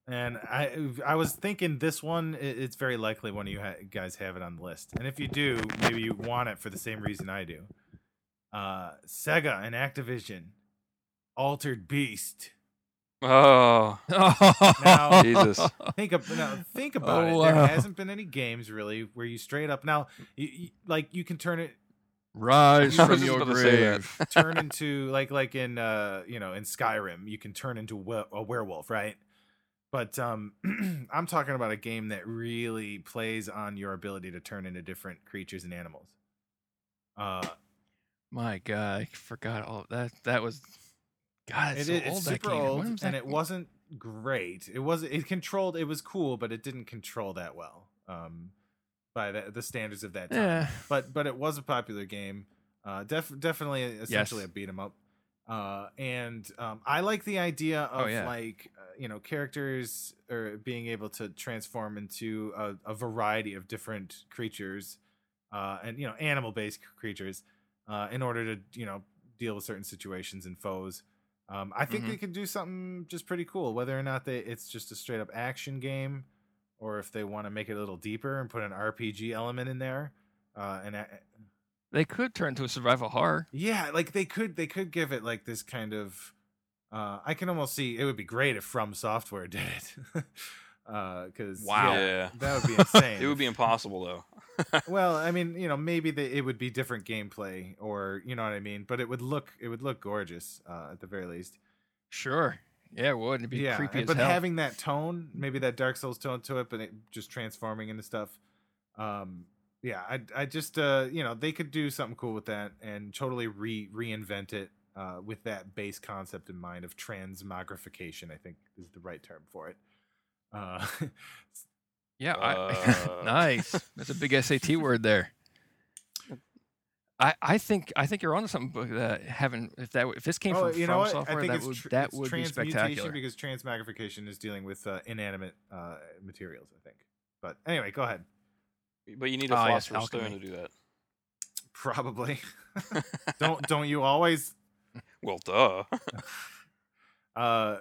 C: And I I was thinking this one i- it's very likely one of you ha- guys have it on the list. And if you do, maybe you want it for the same reason I do. Uh Sega and Activision Altered Beast.
B: Oh,
C: Now-
B: Jesus.
C: Think ab- now, think about
A: Oh,
C: it. There
A: wow.
C: hasn't been any games really where you straight up now you, you, like you can turn it
A: rise
C: I
A: from
C: was just
A: your
B: about to say that.
A: grave
C: turn into like like in uh you know in Skyrim you can turn into we- a werewolf right but um I'm talking about a game that really plays on your ability to turn into different creatures and animals uh
A: my god i forgot all that that was god it's,
C: it-
A: so
C: it's
A: old, that
C: super
A: game. When
C: old
A: was
C: and
A: that
C: it
A: game?
C: wasn't great it was it controlled it was cool but it didn't control that well um by the, the standards of that time
A: yeah
C: but but it was a popular game. Uh, def- definitely essentially a beat 'em up. Uh, and um, I like the idea
A: Oh,
C: of
A: yeah.
C: like uh, you know characters or being able to transform into a, a variety of different creatures, uh, and you know animal based creatures, uh, in order to you know deal with certain situations and foes. Um, I think
A: Mhm.
C: they could do something just pretty cool, whether or not they it's just a straight up action game, or if they want to make it a little deeper and put an RPG element in there. Uh, and I,
A: They could turn into a survival horror.
C: yeah, like they could they could give it like this kind of. Uh, I can almost see it would be great if From Software did it. uh, Because
A: Wow.
B: Yeah.
C: that would be insane.
B: It would be impossible though.
C: well, I mean, you know, maybe they, it would be different gameplay, or you know what I mean. But it would look it would look gorgeous uh, at the very least.
A: Sure. Yeah, it would. It'd be
C: yeah,
A: creepy
C: and-
A: as
C: but
A: hell.
C: having that tone, maybe that Dark Souls tone to it, but it just transforming into stuff. Um, yeah, I, I just, uh, you know, they could do something cool with that and totally re reinvent it uh, with that base concept in mind of transmogrification. I think is the right term for it. Uh,
A: yeah, I,
B: Uh.
A: nice. That's a big SAT word there. I, I think I think you're onto something but that having if that if this came
C: oh,
A: from,
C: you
A: from
C: know what?
A: software
C: I think
A: that
C: it's,
A: would
C: tr-
A: that
C: it's
A: would be
C: transmutation
A: spectacular.
C: because transmogrification is dealing with uh, inanimate uh, materials. I think. But anyway, go ahead.
B: But you need a
A: Ah, yes,
B: philosopher's stone to
A: alchemy.
B: do that.
C: Probably. don't don't you always?
B: Well, duh.
C: Uh,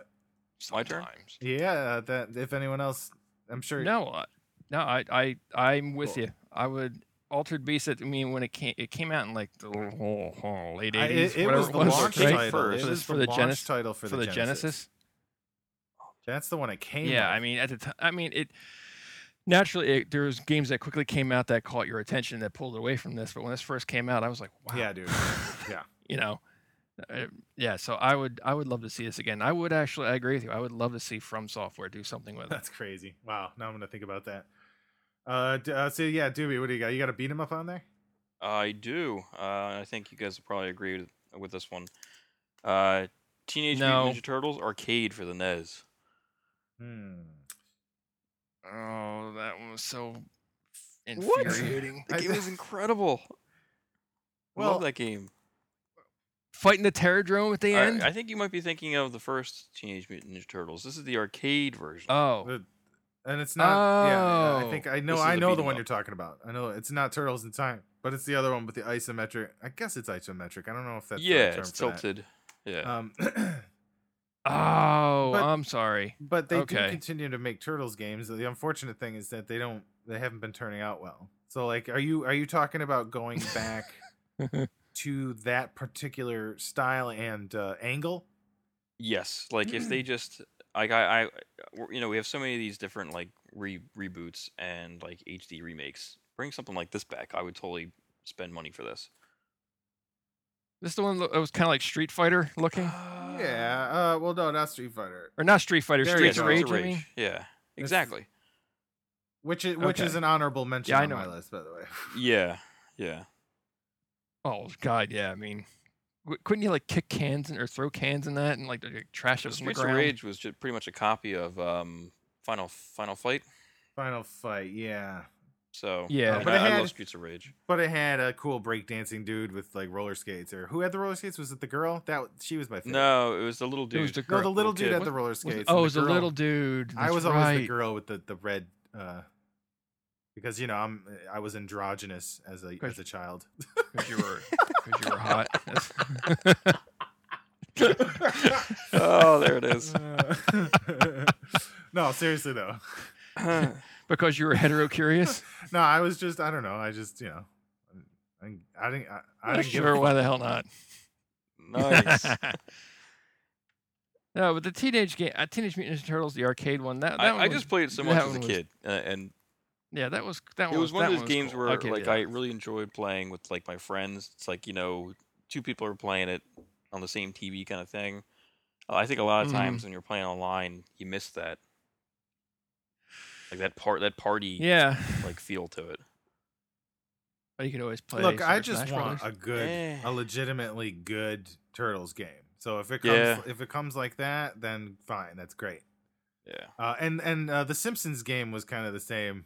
B: It's my turn.
A: Sometimes.
C: Yeah, that if anyone else, I'm sure.
A: No, I- no, I I I'm with
C: Cool.
A: you. I would altered beast. At, I mean, when it came it came out in like the late
C: I-
A: eighties,
C: it, it
A: whatever
C: was
A: it
C: the
A: was,
C: launch
B: right?
C: title.
B: First.
C: It
A: For
C: was
A: for
C: the,
A: the
C: launch
A: Genesis.
C: title for,
A: For the Genesis.
C: That's the one it came.
A: Yeah,
C: with.
A: I mean, at the time, I mean, it naturally it, there was games that quickly came out that caught your attention that pulled away from this. But when this first came out, I was like, wow,
C: yeah, dude. Yeah.
A: you know, Uh, yeah, so I would I would love to see this again. I would actually I agree with you. I would love to see From Software do something with it.
C: That's crazy. Wow. Now I'm gonna think about that. Uh, d- uh so yeah, Doobie, what do you got? You got a beat 'em up on there?
B: I do. Uh, I think you guys will probably agree with, with this one. Uh, Teenage
A: No.
B: Mutant Ninja Turtles arcade for the E NES.
C: Hmm.
A: Oh, that one was so
B: What?
A: infuriating.
C: I-
B: That game was incredible.
C: Well,
B: Love that game.
A: Fighting the Terror Drome at the
B: I-
A: end.
B: I, think you might be thinking of the first Teenage Mutant Ninja Turtles. This is the arcade version.
A: oh,
C: the- and it's not. Yeah, I
A: Oh.
C: think I know.
B: This is
C: I
B: a
C: know
B: beat
C: the
B: 'em
C: one
B: up.
C: you're talking about. I know it's not Turtles in Time, but it's the other one with the isometric. I guess it's isometric. I don't know if that's the
B: yeah,
C: right term
B: it's
C: for that.
B: tilted. Yeah.
C: Um,
A: oh,
C: but-
A: I'm sorry.
C: But they do
A: Okay.
C: continue to make Turtles games. The unfortunate thing is that they don't they haven't been turning out well. So like are you are you talking about going back to that particular style and uh, angle?
B: yes. Like if
A: Mm.
B: they just like I, I we're- you know we have so many of these different like re reboots and like HD remakes. Bring something like this back. I would totally spend money for this.
A: This is the one that was kind of like Street Fighter looking,
C: Yeah. Uh, well no, not Street Fighter.
A: or not Street Fighter,
C: There
A: Street
C: Streets
B: yeah,
C: you
A: of
C: go.
A: Rage. I
B: Streets of
A: mean?
B: Yeah. Exactly.
C: Which is which is
A: Okay.
C: an honorable mention
A: Yeah, I
C: on
A: know
C: my
A: it.
C: list, by the way.
B: Yeah. Yeah.
A: Oh God, yeah. I mean, w- couldn't you like kick cans and, or throw cans in that and like, like trash
B: So
A: those on the
B: Streets of
A: ground?
B: Rage was just pretty much a copy of um, Final Final Fight.
C: Final fight, yeah.
B: So
A: Yeah.
B: I, mean,
C: But it
B: I- I
C: had-
B: love Streets of Rage.
C: But it had a cool breakdancing dude with like roller skates or who had the roller skates? Was it the girl? That she was my favorite.
B: No, it was the little dude.
A: It was the
C: No,
A: girl.
C: the little dude
B: kid.
C: had the roller
A: was
C: skates.
A: it-
C: and
A: oh,
C: the
A: it was a
C: girl-
A: little dude.
C: I
A: that's
C: was
A: right.
C: always the girl with the the red uh because you know I'm I was androgynous as a
A: Question.
C: as a child.
A: Because you were, 'cause you were hot. That's-
B: oh, there it is.
C: no, seriously though.
A: because you were hetero curious.
C: No, I was just I don't know. I just you know I, I didn't I, I didn't give
A: sure,
C: a,
A: why the hell not?
B: nice. I,
A: no, but the teenage game, uh, Teenage Mutant Ninja Turtles, the arcade one. That, that one
B: I
A: was-
B: just played it so much
A: that
B: as a
A: one was-
B: kid, uh, and
A: yeah, that was that
B: it
A: one.
B: was one
A: Oh, that
B: of those
A: was
B: games
A: cool.
B: where
A: Okay,
B: like
A: yeah.
B: I really enjoyed playing with like my friends. It's like you know, two people are playing it on the same TV kind of thing. Uh, I think a lot of
A: Mhm.
B: times when you're playing online, you miss that, like that part, that party
A: yeah.
B: like feel to it.
A: But you could always play.
C: look. I
A: Super
C: just
A: Smash
C: want
A: Brothers.
C: a good,
B: Eh.
C: a legitimately good turtles game. So if it comes
B: Yeah.
C: if it comes like that, then fine, that's great.
B: Yeah.
C: Uh, and and uh, the Simpsons game was kind of the same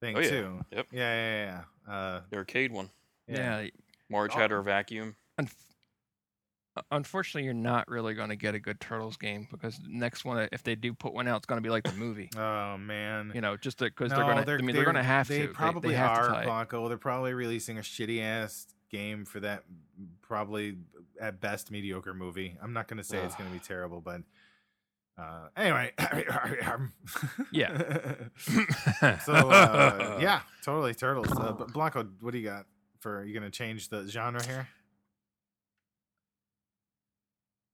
C: thing
B: Oh, yeah.
C: too.
B: Yep.
C: Yeah, yeah, yeah. Uh,
B: The arcade one.
A: yeah.
B: Marge
C: Oh.
B: had her vacuum.
A: Unf- uh, unfortunately, you're not really going to get a good Turtles game because the next one, if they do put one out, it's going to be like the movie.
C: Oh man.
A: You know, just because they're going to. I mean, they're, going to have
C: they
A: to.
C: Probably
A: they, have
C: are,
A: to tie it.
C: Paco. They're probably releasing a shitty ass game for that probably at best mediocre movie. I'm not gonna say it's
B: Ugh.
C: gonna be terrible, but uh anyway.
A: Yeah.
C: so uh, yeah, totally turtles. Uh, but Blanco, what do you got for you gonna change the genre here?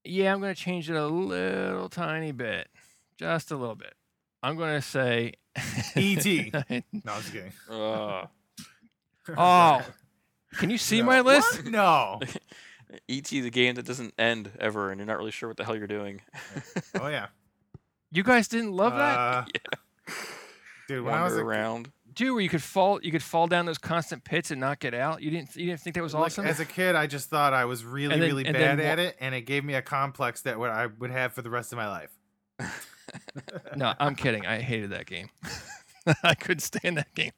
A: Yeah, I'm going to change it a little tiny bit, just a little bit. I'm going to say
C: E.T..
A: oh,
C: No, I'm just kidding.
B: Uh,
A: can you Oh, see
C: No.
A: my list?
C: What? No.
B: ET, the game that doesn't end ever, and you're not really sure what the hell you're doing.
C: Oh yeah.
A: You guys didn't love that,
C: Uh, Dude, when I was
B: Wander
C: a
B: around.
A: dude. Where you could fall, you could fall down those constant pits and not get out. You didn't, you didn't think that was
C: Like,
A: awesome.
C: As a kid, I just thought I was really,
A: And then-
C: really
A: and
C: bad
A: then
C: at it, and it gave me a complex that what I would have for the rest of my life.
A: No, I'm kidding. I hated that game. I couldn't stand that game.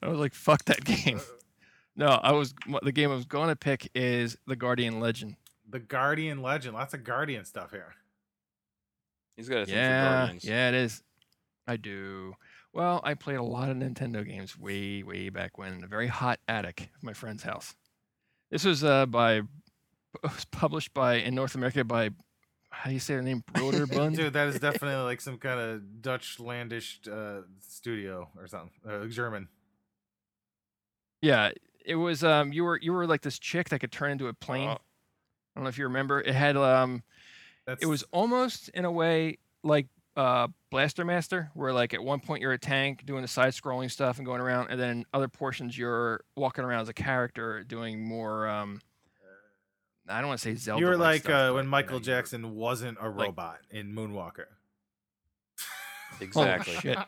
A: I was like, fuck that game. No, I was the game I was going to pick is the Guardian Legend.
C: The Guardian Legend, lots of Guardian stuff here.
B: He's got a thing for
A: Yeah,
B: Guardians.
A: yeah, it is. I do. Well, I played a lot of Nintendo games way, way back when in a very hot attic of my friend's house. This was uh, by it was published by in North America by how do you say their name? Broderbund.
C: Dude, that is definitely like some kind of Dutch landish uh, studio or something, uh, German.
A: Yeah, it was. Um, you were you were like this chick that could turn into a plane. I
B: Oh.
A: don't know if you remember. It had um,
C: That's
A: it was almost in a way like uh, Blaster Master, where like at one point you're a tank doing the side scrolling stuff and going around, and then other portions you're walking around as a character doing more um, I don't want to say Zelda.
C: you were like
A: stuff,
C: uh,
A: but,
C: when
A: you know,
C: Michael
A: you were-
C: Jackson wasn't a
B: like-
C: robot in Moonwalker.
B: Exactly.
A: shit.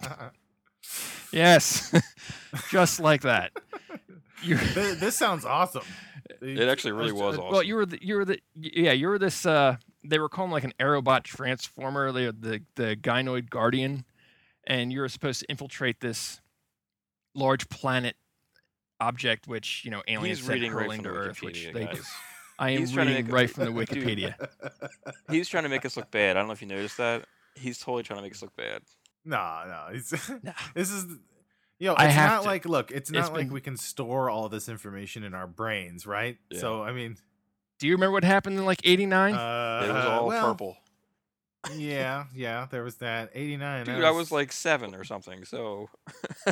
A: Yes, just like that. You.
C: Th- this sounds awesome.
B: It actually really was awesome.
A: Well, you were the, you were the yeah you were this uh they were calling like an Aerobot Transformer the the the Gynoid Guardian, and you were supposed to infiltrate this large planet object which you know aliens
B: He's
A: sent
B: reading right
A: hurling
B: from the
A: to Earth, which
B: Wikipedia,
A: they do.
B: guys.
A: I am
B: He's trying to
A: reading
B: make a-
A: right from the
B: dude.
A: Wikipedia.
B: He's trying to make us look bad. I don't know if you noticed that. He's totally trying to make us look bad.
C: Nah, nah. It's,
A: Nah.
C: this is, you know, it's
A: I have
C: not
A: to.
C: like, look, it's not
A: It's
C: like
A: been-
C: we can store all this information in our brains, right?
B: Yeah.
C: So, I mean,
A: Do you remember what happened in like '89?
C: uh,
B: It was all
C: well,
B: purple.
C: Yeah, yeah, there was that. 89. that
B: Dude, I was like seven or something. So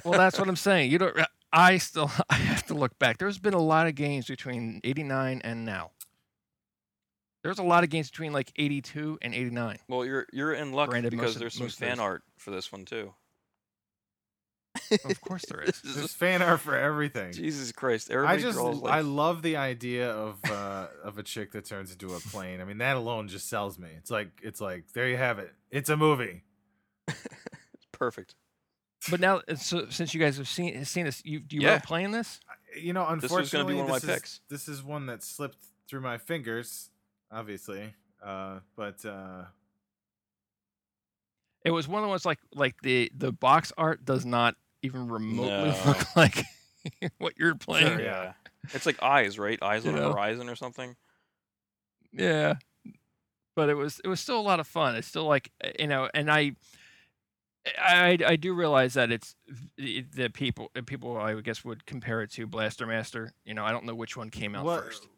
A: well, that's what I'm saying. You don't. I still I have to look back. There's been a lot of games between '89 and now. There's a lot of games between like '82 and '89.
B: well, you're you're in luck
A: Granted, most
B: because
A: of-
B: there's some
A: most of those-
B: fan art for this one too.
A: Of course there is.
B: This
C: there's
B: is-
C: fan art for everything.
B: Jesus Christ! Everybody
C: I just
B: draws
C: I
B: like
C: love the idea of uh of a chick that turns into a plane. I mean that alone just sells me. It's like it's like there you have it. It's a movie.
B: perfect.
A: But now, uh, so, since you guys have seen has seen this, you do you
B: Yeah.
A: remember playing this?
C: You know,
B: This was gonna
C: unfortunately
B: be one of my
C: this is-
B: picks.
C: This is one that slipped through my fingers, obviously. Uh but uh
A: It was one of the ones like like the the box art does not even remotely
B: No.
A: look like what you're playing.
C: Sure, yeah.
B: It's like eyes, right? Eyes on
A: You
B: the
A: know?
B: horizon or something.
A: Yeah. But it was it was still a lot of fun. It's still like uh, you know, and I I I do realize that it's it, the people the people I would guess would compare it to Blaster Master. You know, I don't know which one came out
C: what,
A: first.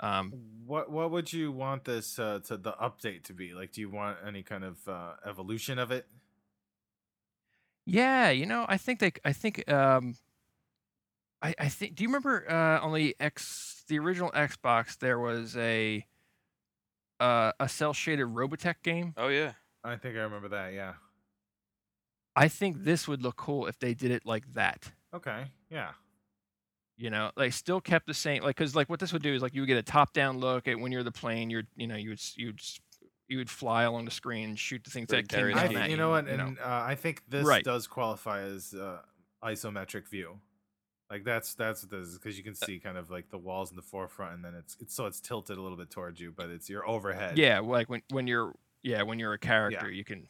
A: Um
C: what what would you want this uh to the update to be? Like do you want any kind of uh evolution of it?
A: yeah, you know, I think they I think um I I think do you remember uh on the X the original Xbox there was a uh a cell shaded Robotech game?
B: Oh yeah.
C: I think I remember that, yeah.
A: I think this would look cool if they did it like that.
C: Okay, yeah.
A: you know like still kept the same like because like what this would do is like you would get a top down look at when you're the plane you're you know you would s- you'd s- you would fly along the screen and shoot the things
B: Very
A: that came
B: Terry
A: down
C: I,
B: Scott.
A: at
C: th- you know what,
A: you know.
C: and uh, I think this
A: Right.
C: does qualify as uh, isometric view. Like that's that's what this is because you
A: Uh
C: can see kind of like the walls in the forefront, and then it's, it's so it's tilted a little bit towards you, but it's your overhead.
A: yeah well, like when when you're yeah when you're a character you can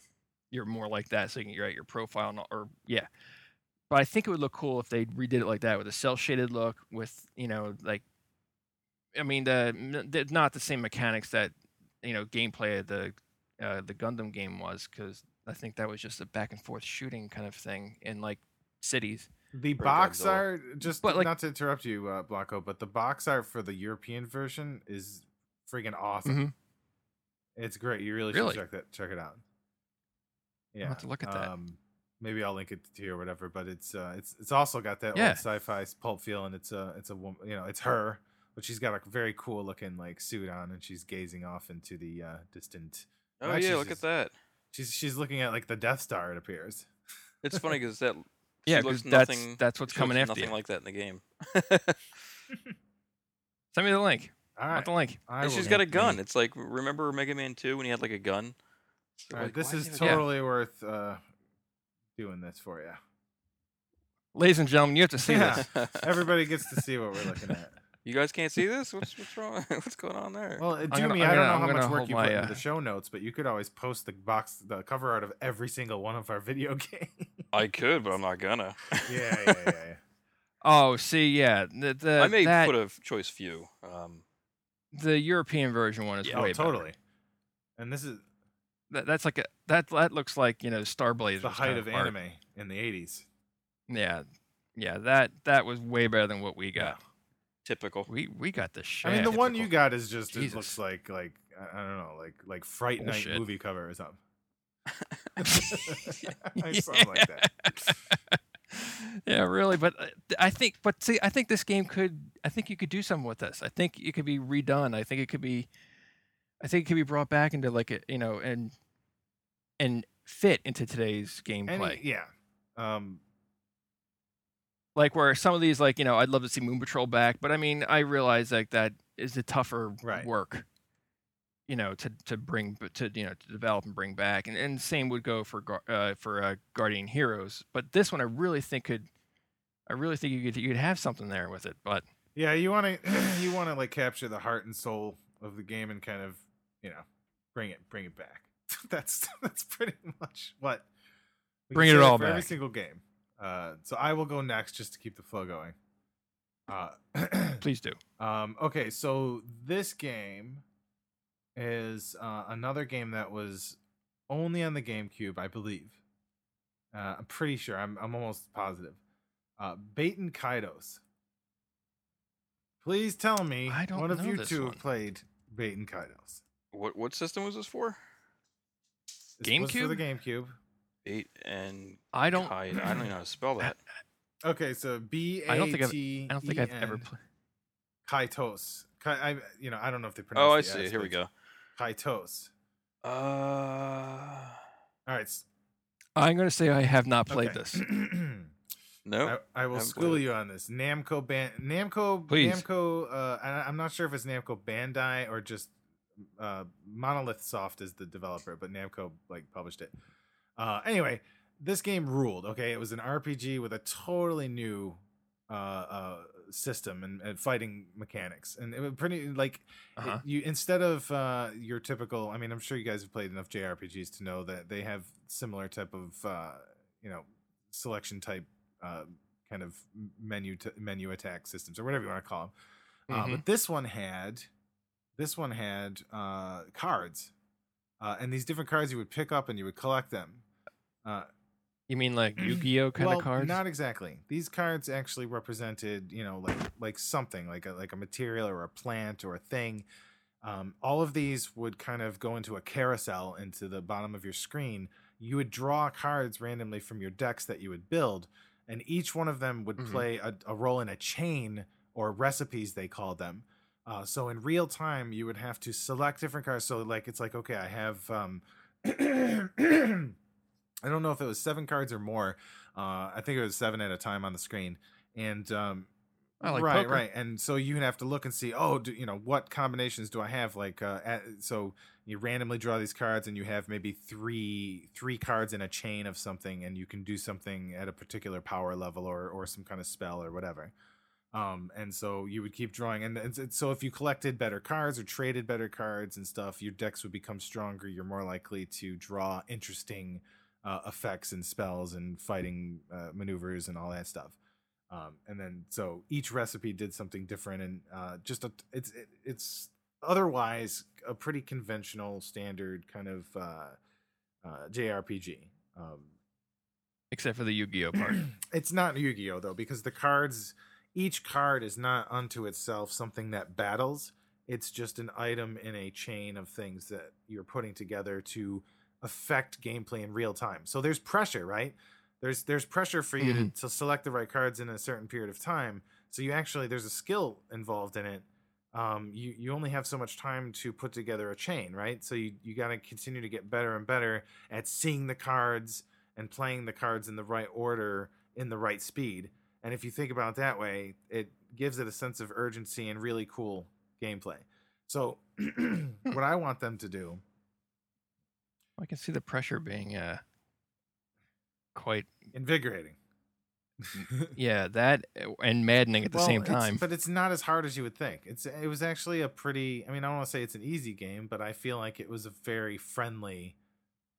A: you're more like that so you can you're at your profile and all, or yeah but i think it would look cool if they redid it like that with a cell shaded look with you know like i mean the, n- the not the same mechanics that you know gameplay of the uh, the gundam game was because i think that was just a back and forth shooting kind of thing in like cities
C: The
B: Pretty
C: box
B: Godzilla.
C: art, just
A: But, like-
C: not to interrupt you, uh, Blocko, but the box art for the European version is freaking awesome.
A: Mhm.
C: It's great. You really,
A: Mm-hmm. Really?
C: should check that check it out. Yeah,
A: have to look at that.
C: Um, maybe I'll link it to you or whatever. But it's uh, it's it's also got that
A: Yeah.
C: old sci-fi s- pulp feel, and it's a it's a woman, you know, it's her, but she's got a very cool looking like suit on, and she's gazing off into the uh, distant.
B: Oh
C: Actually,
B: yeah.
C: it's
B: Look at
C: just-
B: that.
C: She's she's looking at like the Death Star. It appears.
B: It's funny because that.
A: yeah
B: she looks
A: 'cause that's
B: nothing.
A: that's what's
B: she
A: coming
B: looks
A: after
B: Nothing
A: you
B: like that in the game.
A: send me the link
C: All
A: I
C: right,
A: want the link
C: I
B: And
C: will
B: she's got a
C: link the-
B: gun. It's like remember Mega Man Two when he had like a gun. So,
C: All right,
B: like,
C: this
B: why does
C: is
B: he have a gun?
C: totally worth uh, doing this for you.
A: ladies and gentlemen you have to see
C: Yeah.
A: this
C: Everybody gets to see what we're looking at.
B: You guys can't see this? What's what's wrong? what's going on there?
C: Well, uh,
A: gonna-
C: Jimmy,
A: I'm gonna-
C: I don't know
A: I'm
C: how much
A: gonna
C: work
A: hold
C: you
A: my,
C: put into
A: uh,
C: the show notes, but you could always post the box, the cover art of every single one of our video games.
B: I could, but I'm not gonna.
C: yeah, yeah, yeah, yeah.
A: oh see yeah the, the,
B: I may
A: that,
B: put a choice few. Um,
A: the European version one is
B: Yeah,
A: way
C: oh,
A: better.
C: totally. And this is
A: That, that's like a that that looks like you know Star Blazer.
C: the height of anime in the '80s.
A: Yeah, yeah. That that was way better than what we got.
B: typical.
A: We we got the shit.
C: I mean, the one you
B: typical.
C: got is just it
A: Jesus.
C: looks like like I- I don't know, like like Fright Night
A: Bullshit.
C: movie cover or something.
A: Yeah.
C: Something like that.
A: yeah, really. But uh, th- I think, but see, I think this game could. I think you could do something with this. I think it could be redone. I think it could be. I think it could be brought back into like a you know and and fit into today's
C: Any-
A: gameplay.
C: yeah. Um,
A: like where some of these like you know i'd love to see moon patrol back but i mean i realize like that is the tougher
C: Right.
A: work. You know, to to bring to you know to develop and bring back, and and same would go for Gar- uh, for uh, Guardian Heroes. But this one, I really think could, I really think you could you could have something there with it. But
C: Yeah, you want to you want to like capture the heart and soul of the game and kind of you know bring it bring it back. that's that's pretty much what. we can
A: Bring it
C: say that
A: all
C: for every
A: back.
C: single game. Uh, so I will go next just to keep the flow going. Uh,
A: please do.
C: um, okay, so this game is uh, another game that was only on the GameCube, I believe. Uh, I'm pretty sure. I'm I'm almost positive. Uh, Baton Kaidos. Please tell me
A: I don't
C: one of
A: know
C: you
A: this
C: two
A: one.
C: played Baton Kaidos.
B: What what system was this for?
C: This was for the GameCube.
B: Eight and
A: I don't.
B: Kai- I don't even know how to spell that.
C: Okay, so B A T E N.
A: I don't think I've- I don't think I've ever played.
C: Kaitos. Kai, I you know I don't know if they pronounce.
B: Oh,
C: the
B: I see.
C: S,
B: Here we
C: but
B: go.
C: it's Kaitos.
B: Uh,
C: All right. s-
A: I'm going to say I have not played
C: okay.
A: this. um,
B: no.
C: I, I will
B: haven't
C: school
B: played it.
C: you on this. Namco Ban Namco
A: Please.
C: Namco. Uh, I, I'm not sure if it's Namco Bandai or just uh, Monolith Soft is the developer, but Namco like published it. Uh, anyway, this game ruled. Okay, it was an RPG with a totally new uh, uh, system and, and fighting mechanics, and it was pretty like it-
A: Uh-huh.
C: you instead of uh, your typical i mean i'm sure you guys have played enough jrpgs to know that they have similar type of uh, you know selection type uh, kind of m- menu t- menu attack systems or whatever you want to call them uh,
A: Mhm.
C: but this one had this one had uh, cards uh, and these different cards you would pick up and you would collect them uh,
A: You mean like Yu-Gi-Oh kind
C: well,
A: of cards?
C: Not exactly. These cards actually represented, you know, like like something, like a like a material or a plant or a thing. Um, all of these would kind of go into a carousel into the bottom of your screen. You would draw cards randomly from your decks that you would build, and each one of them would
A: Mhm.
C: play a, a role in a chain or recipes they called them. Uh, so in real time, you would have to select different cards. So like it's like okay, I have um, I don't know if it was seven cards or more. Uh, I think it was seven at a time on the screen, and um,
A: I like
C: right,
A: poker.
C: right, and so you have to look and see. Oh, do, you know what combinations do I have? Like, uh, at, so you randomly draw these cards, and you have maybe three three cards in a chain of something, and you can do something at a particular power level or or some kind of spell or whatever. Um, and so you would keep drawing, and, and s- so if you collected better cards or traded better cards and stuff, your decks would become stronger. You're more likely to draw interesting uh, effects and spells and fighting uh, maneuvers and all that stuff um, and then so each recipe did something different and uh, just a, it's it, it's otherwise a pretty conventional standard kind of uh, uh, jrpg um,
A: Except for the Yu-Gi-Oh part.
C: it's not yu-gi-oh though because the cards each card is not unto itself something that battles it's just an item in a chain of things that you're putting together to affect gameplay in real time so there's pressure right there's there's pressure for you to, to select the right cards in a certain period of time so you actually there's a skill involved in it um, you, you only have so much time to put together a chain right so you, you got to continue to get better and better at seeing the cards and playing the cards in the right order in the right speed and if you think about it that way it gives it a sense of urgency and really cool gameplay so what i want them to do
A: I can see the pressure being uh, quite.
C: invigorating
A: Yeah, that uh, and maddening at the
C: Well,
A: same
C: it's-
A: time.
C: but it's not as hard as you would think. It's it was actually a pretty. I mean, I don't want to say it's an easy game, but I feel like it was a very friendly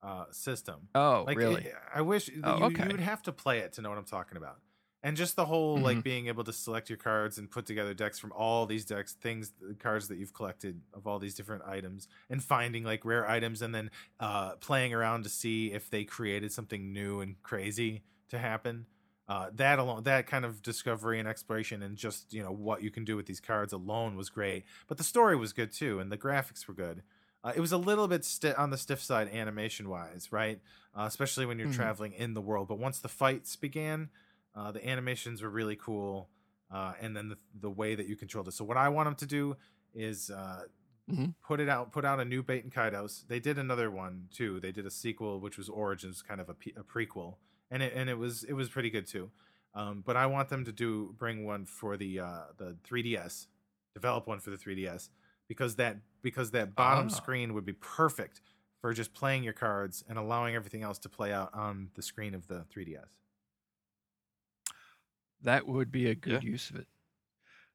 C: uh, system.
A: oh,
C: like
A: really?
C: it- I wish that
A: Oh,
C: you,
A: okay.
C: you would have to play it to know what I'm talking about. And just the whole
A: Mm-hmm.
C: like being able to select your cards and put together decks from all these decks, things, the cards that you've collected of all these different items, and finding like rare items, and then uh, playing around to see if they created something new and crazy to happen. Uh, that alone, that kind of discovery and exploration, and just you know what you can do with these cards alone was great. But the story was good too, and the graphics were good. Uh, it was a little bit sti- on the stiff side animation wise, right? Uh, especially when you're
A: Mhm.
C: traveling in the world. But once the fights began, uh, the animations were really cool, uh, and then the the way that you controlled it. So what I want them to do is uh,
A: Mhm.
C: put it out, put out a new Bait and Kaidos. They did another one too. They did a sequel, which was Origins, kind of a, pe- a prequel, and it and it was it was pretty good too. Um, but I want them to do bring one for the uh, the 3DS develop one for the 3DS because that because that bottom
B: Ah.
C: screen would be perfect for just playing your cards and allowing everything else to play out on the screen of the 3DS.
A: That would be a good use of it.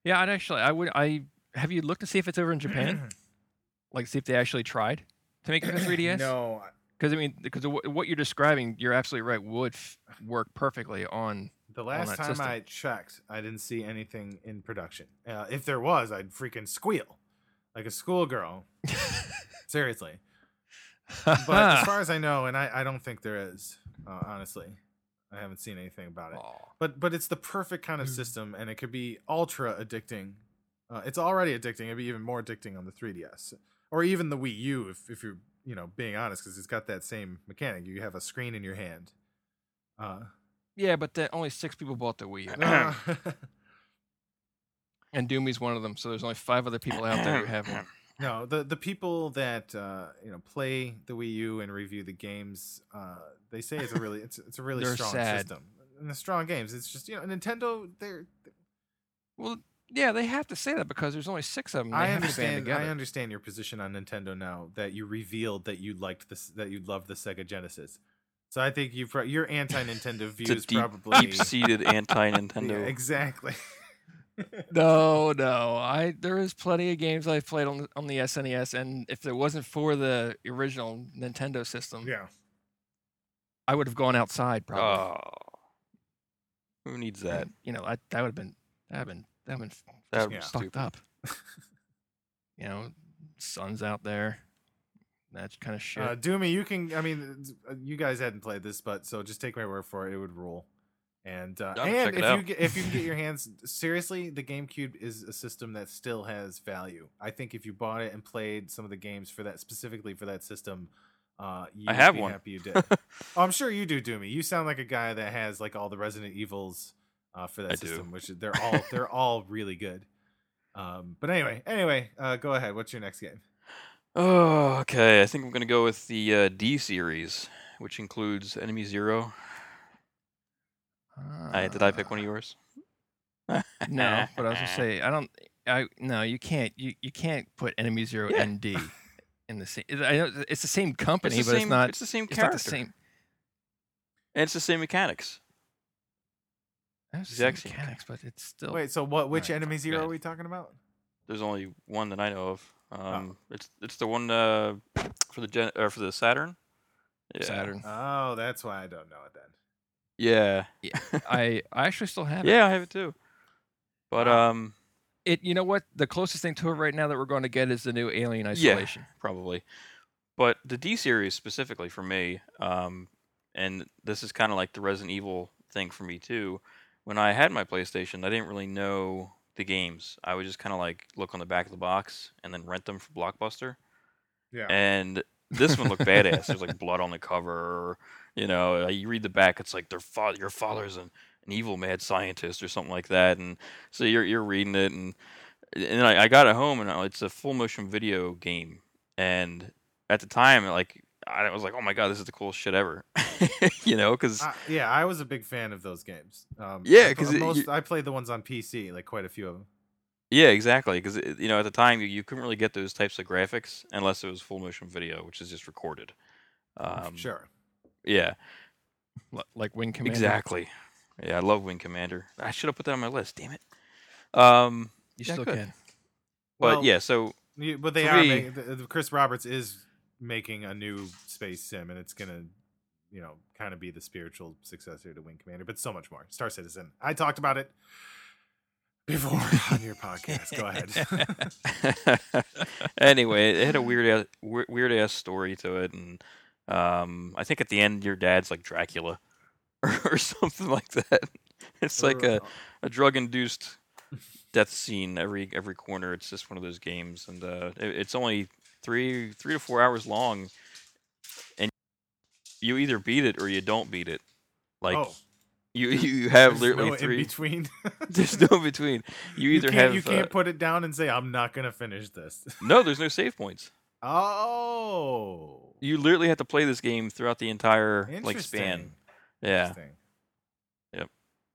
A: Yeah, I'd actually. I would. I have you looked to see if it's over in Japan? like, see if they actually tried to make it for 3DS.
C: No,
A: Because I mean, because what you're describing, you're absolutely right. Would f- work perfectly on.
C: The
A: on
C: last
A: that
C: time
A: system.
C: I checked, I didn't see anything in production. Uh, if there was, I'd freaking squeal like a schoolgirl. Seriously. But as far as I know, and I, I don't think there is, uh, honestly. I haven't seen anything about it.
A: Aw.
C: But but it's the perfect kind of
A: Mm.
C: system, and it could be ultra addicting. Uh, it's already addicting. It'd be even more addicting on the 3DS or even the Wii U, if if you're you know being honest, because it's got that same mechanic. You have a screen in your hand. Uh,
A: yeah, but that only six people bought the Wii, U,
C: uh,
A: and Doomy's one of them. So there's only five other people out there who have one.
C: No, the the people that uh, you know play the Wii U and review the games, uh, they say it's a really it's it's a really
A: They're
C: strong
A: sad.
C: system and the strong games. It's just you know Nintendo. They're
A: Well, yeah, they have to say that because there's only six of them. They
C: I
A: have to band
C: understand.
A: together.
C: I understand your position on Nintendo now that you revealed that you liked this that you loved the Sega Genesis. So I think you pro- your anti Nintendo
B: It's a
C: view is
B: deep,
C: probably
B: deep-seated
C: Yeah,
B: anti-Nintendo.
C: exactly.
A: No, no. I there is plenty of games I've played on the- on the SNES, and if it wasn't for the original Nintendo system,
C: yeah.
A: I would have gone outside probably.
B: Oh. who needs that?
A: you know, I, that would have been that would have been that would have been
B: That would
C: Yeah.
B: be
A: fucked
B: stupid.
A: up. you know, sun's out there, that kind of shit.
C: Uh, Doomy, you can. I mean, uh, you guys hadn't played this, but so just take my word for it. It would rule. And uh,
B: Yeah, check it
C: and if you
B: out.
C: get, if you can get your hands seriously, the GameCube is a system that still has value. I think if you bought it and played some of the games for that specifically for that system, uh, you
B: I
C: would
B: have
C: be
B: one.
C: Happy you did. oh, I'm sure you do, Doomy. You sound like a guy that has like all the Resident Evils uh, for that
B: I do.
C: system, which is- they're all they're all really good. Um, but anyway, anyway, uh, go ahead. What's your next game?
B: Oh, okay. I think I'm gonna go with the uh, D series, which includes Enemy Zero.
A: Ah.
B: I, did I pick one of yours?
A: No, but I was gonna say I don't. I no, you can't. You you can't put Enemy Zero
B: Yeah.
A: and D in the same. I know it's the same company,
B: it's the
A: but
B: same.
A: it's not.
B: it's the same
A: it's
B: character.
A: not the same.
B: And it's the same mechanics.
A: It's the
B: Exact
A: same
B: same
A: mechanics, but it's still.
C: Wait, so what? Which
A: Alright,
C: Enemy
B: go
C: Zero
B: ahead.
C: are we talking about?
B: There's only one that I know of. Um, it's it's the one uh, for the gen or for the Saturn. Yeah.
A: Saturn.
C: Oh, that's why I don't know it then.
B: Yeah.
A: I I actually still have it.
B: Yeah, I have it too. But
C: Wow.
B: um,
A: It. You know what? The closest thing to it right now that we're going to get is the new Alien Isolation.
B: probably. But the D series specifically for me, um, and this is kind of like the Resident Evil thing for me too. When I had my PlayStation, I didn't really know the games. I would just kind of like look on the back of the box and then rent them for Blockbuster.
C: Yeah.
B: And this one looked badass. There's like blood on the cover. You know, uh, you read the back. It's like their father, your father's an, an evil mad scientist or something like that. And so you're you're reading it, and and then I, I got it home, and uh, it's a full motion video game. And at the time, like I was like, oh my god, this is the coolest shit ever. you know, because
C: I, yeah, I was a big fan of those games. Um,
B: Yeah,
C: I pl-
B: 'cause it-
C: most
B: you-
C: I played the ones on PC, like quite a few of them.
B: Yeah, exactly. Because you know, at the time, you, you couldn't really get those types of graphics unless it was full motion video, which is just recorded. Um,
C: sure.
B: Yeah,
A: Li- Like Wing Commander.
B: exactly. Yeah, I love Wing Commander. I should have put that on my list. Damn it. Um,
A: You
B: Yeah,
A: still
B: good.
A: can.
B: but
C: Well,
B: yeah, so
C: you- but they
B: for
C: are.
B: me-
C: Making, the, the- Chris Roberts is making a new space sim, and it's gonna, you know, kind of be the spiritual successor to Wing Commander, but so much more. Star Citizen. I talked about it before on your podcast. Go ahead.
B: anyway, it had a weird ass, weir- weird ass story to it, and um, I think at the end, your dad's like Dracula or something like that. It's like a a drug induced death scene every every corner. It's just one of those games, and uh, it, it's only three three to four hours long, and you either beat it or you don't beat it. Like
C: oh,
B: you you have
C: there's
B: literally
C: no
B: three.
C: in between.
B: There's no in between. You either
C: can't,
B: have
C: you can't
B: uh,
C: put it down and say I'm not gonna finish this.
B: no. There's no save points.
C: Oh,
B: You literally have to play this game throughout the entire like span. Yeah.
C: Interesting.
B: Yep.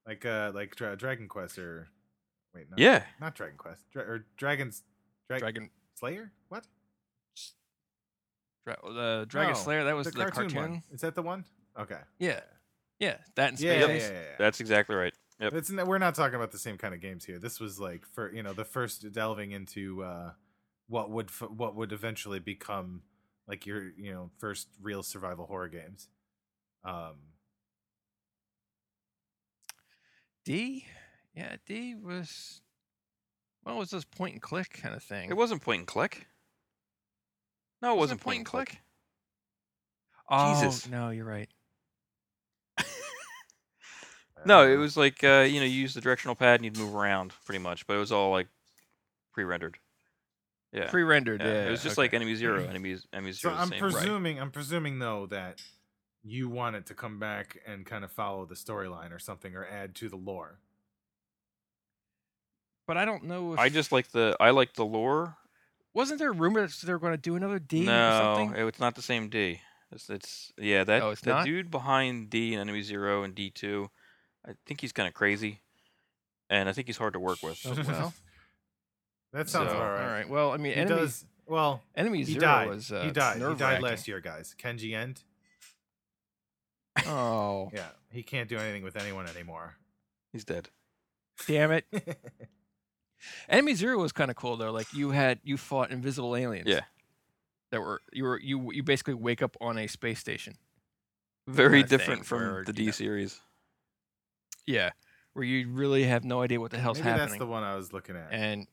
C: Like uh, like Dra- Dragon Quest or Wait, no,
B: Yeah,
C: not Dragon Quest Dra- or Dragon's Dra-
A: Dragon,
C: Slayer. What?
A: Dra- uh, Dragon
C: No,
A: Slayer. That was the,
C: cartoon, one. Is that the one? Okay.
A: Yeah, yeah, that in
C: Yeah,
A: space.
C: yeah, yeah, yeah, yeah.
B: that's exactly right. Yep.
C: It's n- we're not talking about the same kind of games here. This was like for you know the first delving into uh, what would f- what would eventually become like your you know first real survival horror games. Um,
A: D, yeah, D was. Well, it was this point and click kind of thing.
B: It wasn't point and click. No, it wasn't point and click.
A: Oh,
B: Jesus.
A: no, you're right.
C: I
B: No,
C: don't
B: it
C: know.
B: was like uh, you know, you use the directional pad and you'd move around pretty much, but it was all like pre-rendered. Yeah,
A: Pre-rendered. Yeah,
B: yeah, it was just like
A: okay.
B: enemy zero, enemies, enemy
C: So
B: zero. the
C: I'm
B: same.
C: presuming I'm presuming though that you wanted to come back and kind of follow the storyline or something or add to the lore.
A: But I don't know if
B: I just like the I like the lore.
A: wasn't there a rumor that they were going to do another D or
B: no,
A: something.
B: it- it's not the same D. It's, it's yeah that
A: Oh, it's
B: the
A: not?
B: dude behind D and enemy zero and D two. I think he's kind of crazy, and I think he's hard to work with.
A: Oh, well.
C: that sounds
B: So,
C: all right.
A: All right. Well, I mean,
C: He
A: enemy
C: does well.
A: enemy
C: He
A: zero
C: died.
A: was uh,
C: he died. He died
A: nerve-wracking.
C: last year, guys. Kenji End.
A: Oh,
C: Yeah, he can't do anything with anyone anymore.
B: He's dead.
A: damn it! Enemy Zero was kind of cool though. Like you had you fought invisible aliens.
B: Yeah.
A: That were you were you you basically wake up on a space station.
B: Very
A: kinda thing
B: different from
A: where,
B: the
A: you
B: D
A: know-
B: series.
A: Yeah, where you really have no idea what the hell's
C: Maybe that's
A: happening,
C: the one I was looking at.
A: and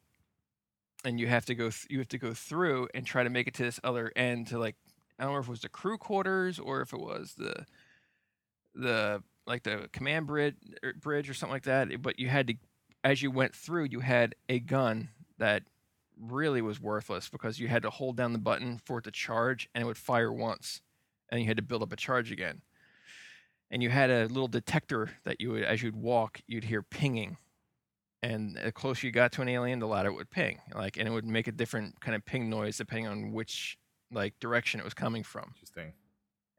A: and you have to go th- you have to go through and try to make it to this other end to like I don't know if it was the crew quarters or if it was the the like the command bridge or bridge or something like that. But you had to as you went through, you had a gun that really was worthless because you had to hold down the button for it to charge and it would fire once and you had to build up a charge again and you had a little detector that you would as you'd walk you'd hear pinging and the closer you got to an alien the louder it would ping like and it would make a different kind of ping noise depending on which like direction it was coming from
C: Interesting.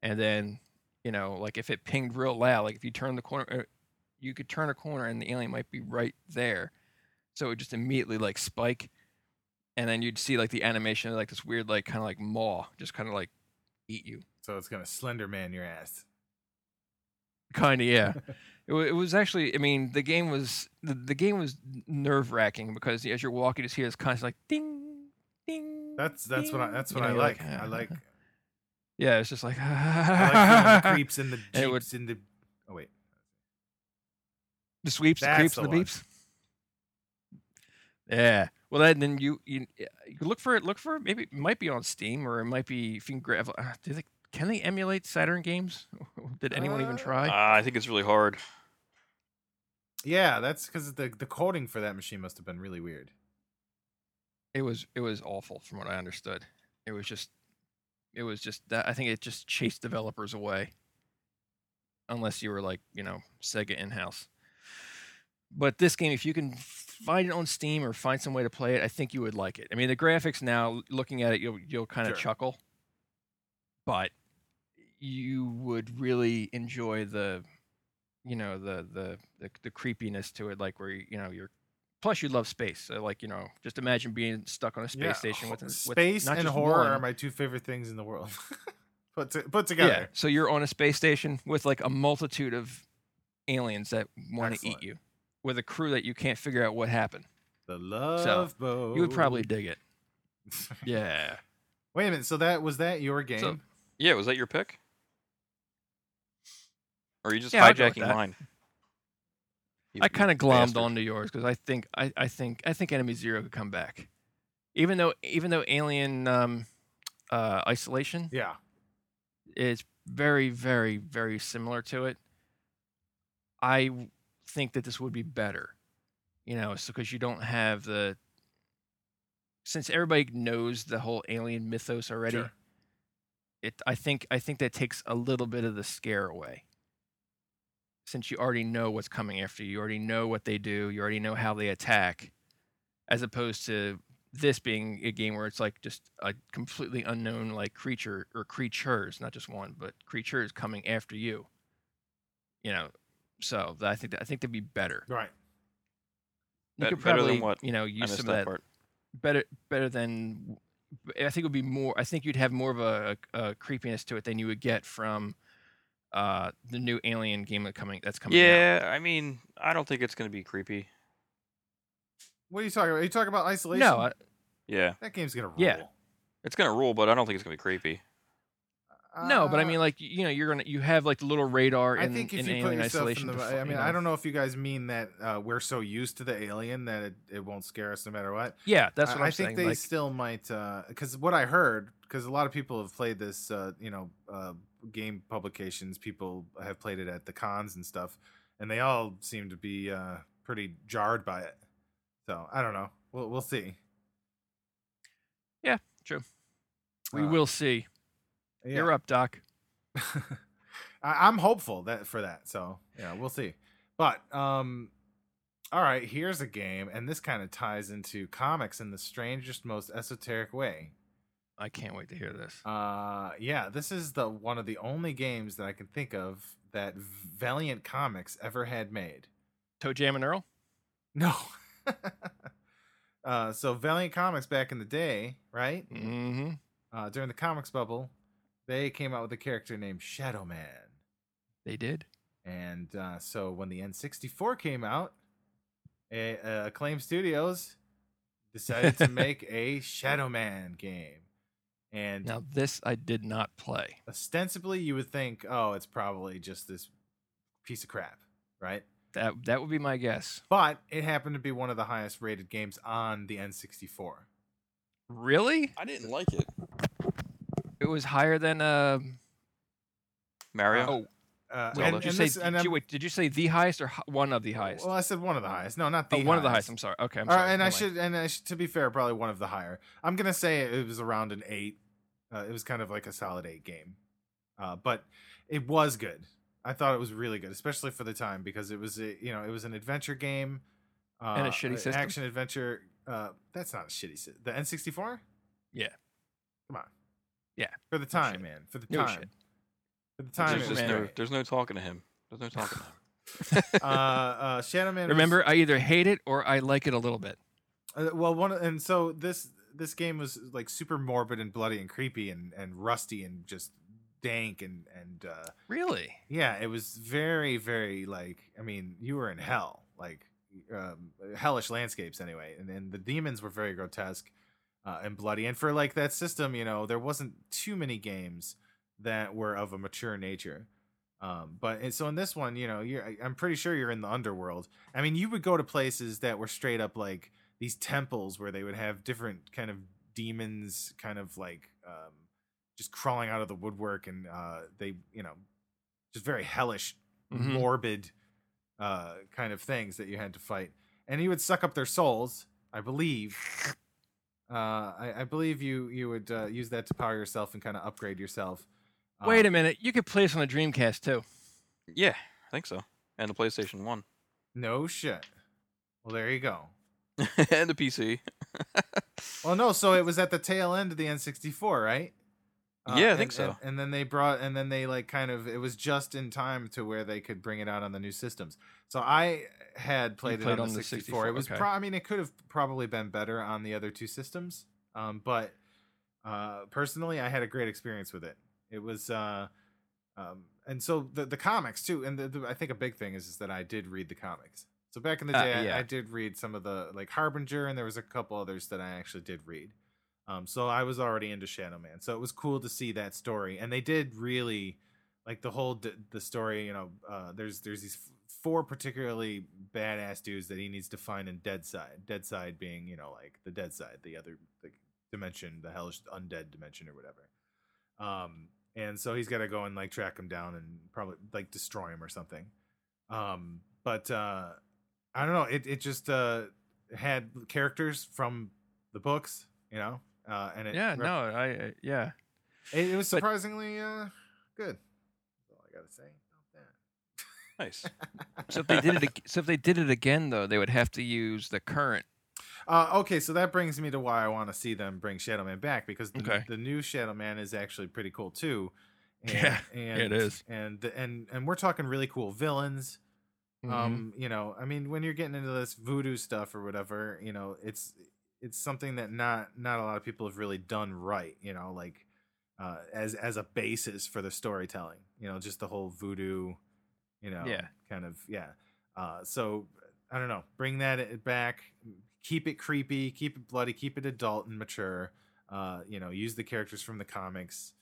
A: and then you know like if it pinged real loud like if you turn the corner er, you could turn a corner and the alien might be right there so it would just immediately like spike and then you'd see like the animation of, like this weird like kind of like maw just kind of like eat you
C: So it's gonna Slender Man your ass.
A: kind of yeah it, wa- it was actually i mean the game was the, the game was nerve wracking because as you're walking you just hear this constant like ding ding
C: That's that's what I that's
A: ding.
C: what
A: You know,
C: I
A: you're
C: like. I like
A: yeah it's just like,
C: I like feeling the creeps in the
A: It would-
C: jeeps in the. Oh wait,
A: The sweeps, the
C: That's
A: creeps,
C: the
A: and the
C: one.
A: beeps. Yeah. Well, then, then you, you you look for it. Look for it. Maybe it might be on Steam or it might be if you can grab. Uh, do they can they emulate Saturn games? Did anyone even
C: Uh,
B: Uh,
A: try?
B: I think it's really hard.
C: yeah, that's because the the coding for that machine must have been really weird.
A: It was it was awful from what I understood. It was just it was just that I think it just chased developers away. Unless you were like you know Sega in house. But this game, if you can find it on Steam or find some way to play it, I think you would like it. I mean, the graphics now, looking at it, you'll you'll kind of
C: Sure.
A: chuckle, but you would really enjoy the, you know, the the the, the creepiness to it, like where you, you know you're. Plus, you love space, so like you know, just imagine being stuck on a space
C: Yeah,
A: station
C: ho-
A: with, a- with
C: space
A: not
C: and
A: just
C: horror
A: one,
C: are my two favorite things in the world. put to, put together.
A: so you're on a space station with like a multitude of aliens that want to eat
C: Excellent.
A: you, with a crew that you can't figure out what happened.
C: The love boat.
A: You would probably dig it. Yeah.
C: Wait a minute. So that was that your game?
B: Yeah, was that your pick? Or are you just
A: Yeah, I'll go with
B: hijacking
A: that.
B: mine? You-
A: I
B: you
A: kind of glommed
B: bastard.
A: onto yours because I think I, I think I think Enemy Zero could come back, even though even though Alien um, uh, Isolation
C: yeah.
A: is very very very similar to it. I w- think that this would be better, you know, so because you don't have the since everybody knows the whole alien mythos already.
C: Sure.
A: It I think I think that takes a little bit of the scare away. Since you already know what's coming after you, you already know what they do, you already know how they attack, as opposed to this being a game where it's like just a completely unknown like creature or creatures, not just one, but creatures coming after you. You know, so that- I think that, I think that'd be better.
C: Right.
B: Bet-
A: you could
B: better than
A: probably
B: what?
A: you know
B: I
A: use
B: missed
A: some
B: that,
A: of that
B: part.
A: better better than I think it would be more. I think you'd have more of a, a creepiness to it than you would get from uh, the new Alien game that coming that's coming. out.
B: Yeah, I mean, I don't think it's gonna be creepy.
C: What are you talking about? Are you talking about isolation?
A: No, I,
B: Yeah,
C: that game's gonna rule.
A: Yeah.
B: it's gonna rule, but I don't think it's gonna be creepy.
A: no, but I
C: Uh,
A: mean, like you know, you're gonna you have like the little radar
C: I
A: in,
C: think if
A: in
C: you put
A: Alien
C: yourself in
A: Isolation.
C: the,
A: to fi-
C: I
A: you
C: mean,
A: know.
C: I don't know if you guys mean that uh, we're so used to the alien that it, it won't scare us no matter what.
A: Yeah, that's
C: I-
A: what
C: I
A: I'm
C: think
A: saying.
C: they
A: like,
C: still might, because what I heard, because a lot of people have played this, uh, you know, uh, game publications. People have played it at the cons and stuff, and they all seem to be uh, pretty jarred by it. So I don't know. We'll we'll see.
A: Yeah, true. we
C: Uh,
A: will see.
C: yeah.
A: You're up, Doc.
C: I, I'm hopeful that for that. So yeah, we'll see. But um, all right, here's a game, and this kind of ties into comics in the strangest, most esoteric way.
A: I can't wait to hear this.
C: Uh, yeah, this is the one of the only games that I can think of that Valiant Comics ever had made.
A: Toe Jam and Earl.
C: No. uh, so Valiant Comics back in the day, right?
A: Mm-hmm.
C: Uh, during the comics bubble, they came out with a character named Shadow Man.
A: They did.
C: And uh, so when the N64 came out, a, uh, Acclaim Studios decided to make a Shadow Man game. And
A: Now this I did not play.
C: ostensibly, you would think, oh, it's probably just this piece of crap, right?
A: That that would be my guess.
C: But it happened to be one of the highest rated games on the N64.
A: Really?
B: I didn't like it.
A: It was higher than um
B: Mario.
A: oh
C: Uh,
A: Wait,
B: and-
A: did you
B: and
A: say
C: this- and
A: did you,
C: I'm-
A: wait? Did you say the highest or hi- one of the highest?
C: Well, I said one of the highest. No, not the
A: oh, one of the
C: highest.
A: highest. I'm sorry. Okay, I'm
C: All right,
A: sorry.
C: and
A: Never
C: I
A: mind.
C: should, and I should, to be fair, probably one of the higher. I'm gonna say it was around an eight. Uh, it was kind of like a solid eight game, uh, but it was good. I thought it was really good, especially for the time because it was, a, you know, it was an adventure game uh,
A: And a shitty system?
C: action adventure. Uh, that's not a shitty system. The N64.
A: Yeah.
C: Come on.
A: Yeah,
C: For the time, man. For the
A: No
C: time.
A: shit.
C: For the time.
B: there's
C: it
A: is
B: just
C: was
A: man.
B: no,
C: great.
B: there's no talking to him. There's no talking to him.
C: uh, uh, Shadow Man. was-
A: Remember, I either hate it or I like it a little bit.
C: Uh, well, one and so this this game was like super morbid and bloody and creepy and and rusty and just dank and and uh
A: Really?
C: yeah, it was very very like I mean, you were in hell. Like um, hellish landscapes anyway and, and the demons were very grotesque uh, and bloody and for like that system you know there wasn't too many games that were of a mature nature um, but and so in this one you know you're I- i'm pretty sure you're in the underworld i mean you would go to places that were straight up like these temples where they would have different kind of demons kind of like um, just crawling out of the woodwork and uh, they you know just very hellish
A: Mhm.
C: morbid uh, kind of things that you had to fight. And you would suck up their souls, I believe. Uh, I, I believe you you would uh, use that to power yourself and kind of upgrade yourself. Uh,
A: Wait a minute. You could play this on the Dreamcast too.
B: Yeah, I think so. And the PlayStation One
C: No shit. Well, there you go.
B: and the PC.
C: Well, no, so it was at the tail end of the N64, right? Uh,
B: Yeah, I think
C: and-
B: so.
C: And, and then they brought, and then they like kind of, it was just in time to where they could bring it out on the new systems. So I had played,
A: played
C: it on,
A: on
C: the
A: the
C: 64.
A: 64,
C: It was,
A: okay.
C: pro- I mean, it could have probably been better on the other two systems, um, but uh, personally, I had a great experience with it. It was, uh, um, and so the the comics too, and the, the, I think a big thing is, is that I did read the comics. So back in the
A: Uh,
C: day, I-
A: yeah.
C: I, did read some of the like Harbinger, and there was a couple others that I actually did read. Um, so I was already into Shadow Man, so it was cool to see that story, and they did really like the whole d- the story. You know, uh, there's there's these f- four particularly badass dudes that he needs to find in Dead Side. Dead Side being you know like the Dead Side, the other the dimension, the hellish undead dimension or whatever. Um, and so he's got to go and like track him down and probably like destroy him or something. Um, but uh, I don't know. It it just uh had characters from the books, you know. Uh, and it
A: Yeah.
C: rep-
A: No. I. I- yeah.
C: it, it was
A: but-
C: surprisingly uh good. That's all I gotta say about
B: Nice.
C: that.
A: So if they did it. ag- So if they did it again, though, they would have to use the current.
C: Uh, okay, so that brings me to why I want to see them bring Shadow Man back because the,
A: Okay.
C: the new Shadow Man is actually pretty cool too. And,
A: Yeah,
C: and,
A: it is.
C: and the- and and we're talking really cool villains.
A: Mm-hmm.
C: um you know i mean when you're getting into this voodoo stuff or whatever you know it's it's something that not not a lot of people have really done right you know like uh as as a basis for the storytelling you know just the whole voodoo you know
A: Yeah.
C: kind of yeah uh so i don't know bring that i- back keep it creepy keep it bloody keep it adult and mature uh you know use the characters from the comics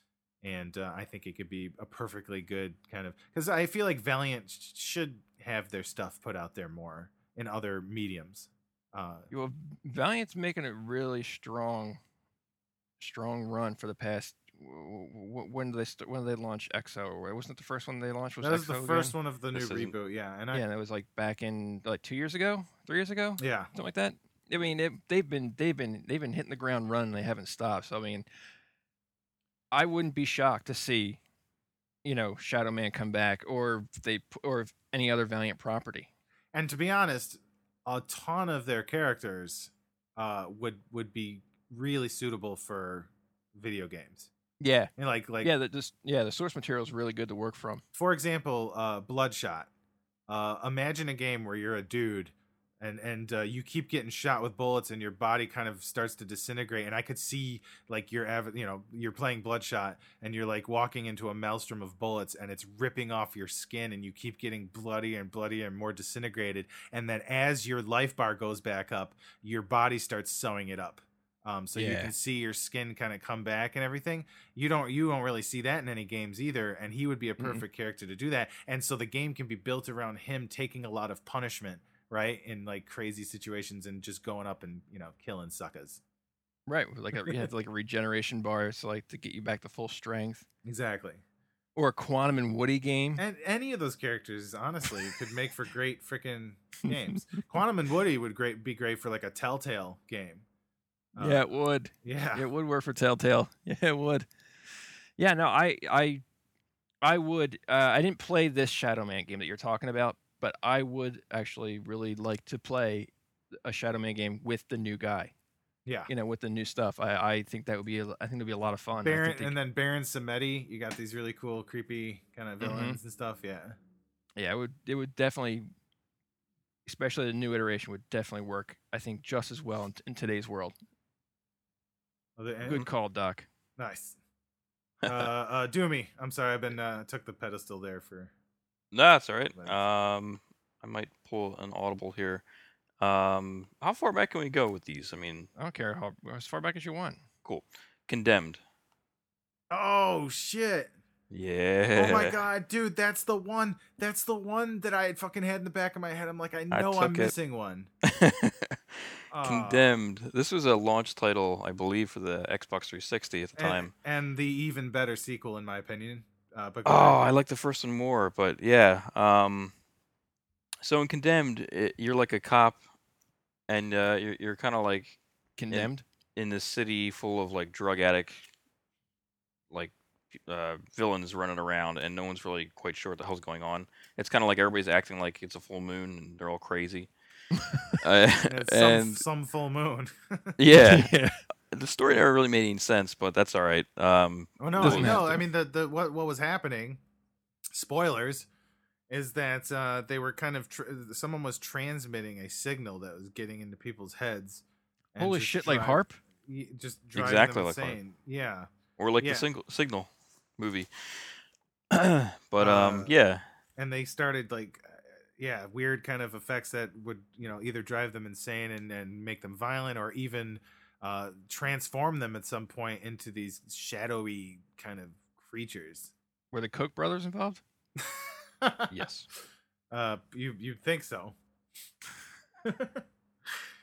C: and uh, I think it could be a perfectly good kind of because I feel like Valiant sh- should have their stuff put out there more in other mediums. Uh,
A: You know, Valiant's making a really strong, strong run for the past. w- w- When did they st- when did they launch EXO? It wasn't the first one they launched. Was
C: that was
A: EXO
C: the
A: again?
C: first one of the new
B: This isn't-
C: reboot, yeah, and I
A: Yeah,
C: yeah,
A: that was like back in like two years ago, three years ago, something like that. I mean, it, they've been they've been they've been hitting the ground running. They haven't stopped. So I mean, I wouldn't be shocked to see, you know, Shadow Man come back, or if they p- or if any other Valiant property.
C: and to be honest, a ton of their characters uh, would would be really suitable for video games.
A: Yeah,
C: And like like
A: yeah, that just yeah, the source material is really good to work from.
C: for example, uh, Bloodshot. Uh, imagine a game where you're a dude and and uh, you keep getting shot with bullets and your body kind of starts to disintegrate. And I could see like you're av- you know you're playing Bloodshot and you're like walking into a maelstrom of bullets and it's ripping off your skin and you keep getting bloodier and bloodier and more disintegrated. And then as your life bar goes back up, your body starts sewing it up. Um, so you
B: Yeah.
C: can see your skin kind of come back and everything you don't you don't really see that in any games either and he would be a
A: Mm-mm.
C: perfect character to do that and so the game can be built around him taking a lot of punishment right in like crazy situations and just going up and you know killing suckers
A: Right, with like a, you have like a regeneration bar, so like to get you back to full strength,
C: exactly
A: or a Quantum and Woody game.
C: and any of those characters honestly could make for great freaking games quantum and woody would great be great for like a telltale game Uh,
A: yeah, it would.
C: yeah
A: It would work for Telltale. Yeah, it would. Yeah, no, I, I, I would. Uh, I didn't play this Shadow Man game that you're talking about, but I would actually really like to play a Shadow Man game with the new guy.
C: yeah
A: You know, with the new stuff. I, I think that would be. a- I think it'd be a lot of fun. I think
C: Baron
A: they
C: and then Baron Samedi, you got these really cool, creepy kind of villains and stuff. Yeah,
A: yeah, it would it would definitely, especially the new iteration would definitely work. I think just as well in, in today's world.
C: Other- and-
A: Good call, Doc.
C: Oh, Nice. uh, uh, Doomy. I'm sorry, I've been uh, took the pedestal there for.
B: No, that's all right.
C: Right.
B: Um, I might pull an audible here. Um, how far back can we go with these? I mean,
A: I don't care how as far back as you want.
B: condemned.
C: Oh shit!
B: Yeah.
C: Oh my god, dude, that's the one. That's the one that I had fucking had in the back of my head. I'm like, I know I am
B: took it.
C: missing one. Uh,
B: condemned. This was a launch title, I believe, for the Xbox 360 at the
C: and-
B: time.
C: and, the even better sequel, in my opinion. Uh, but go
B: Oh, I
C: ahead.
B: like the first one more, but yeah. Um, so in condemned, it, you're like a cop, and uh, you're you're kind of like
A: Condemned.
B: in this city full of like drug addict like uh, villains running around and no one's really quite sure what the hell's going on it's kind of like everybody's acting like it's a full moon and they're all crazy uh,
C: And it's some,
B: and
C: some full moon.
B: yeah the story never really made any sense but that's all right um
C: Oh no,
A: Doesn't
C: no.
A: have to.
C: I mean, the the what what was happening? Spoilers is that uh, they were kind of tr- someone was transmitting a signal that was getting into people's heads. and
A: Holy
C: just
A: shit! Like
C: dri-
A: Harp.
C: y- just driving
B: Exactly
C: them
B: like Harp.
C: insane. yeah,
B: or like
C: Yeah.
B: the single signal movie but um
C: Uh,
B: yeah
C: and they started like, uh, yeah, weird kind of effects that would you know either drive them insane and and make them violent, or even uh, transform them at some point into these shadowy kind of creatures.
A: Were the Koch brothers involved?
B: yes
C: Uh, you you'd think so.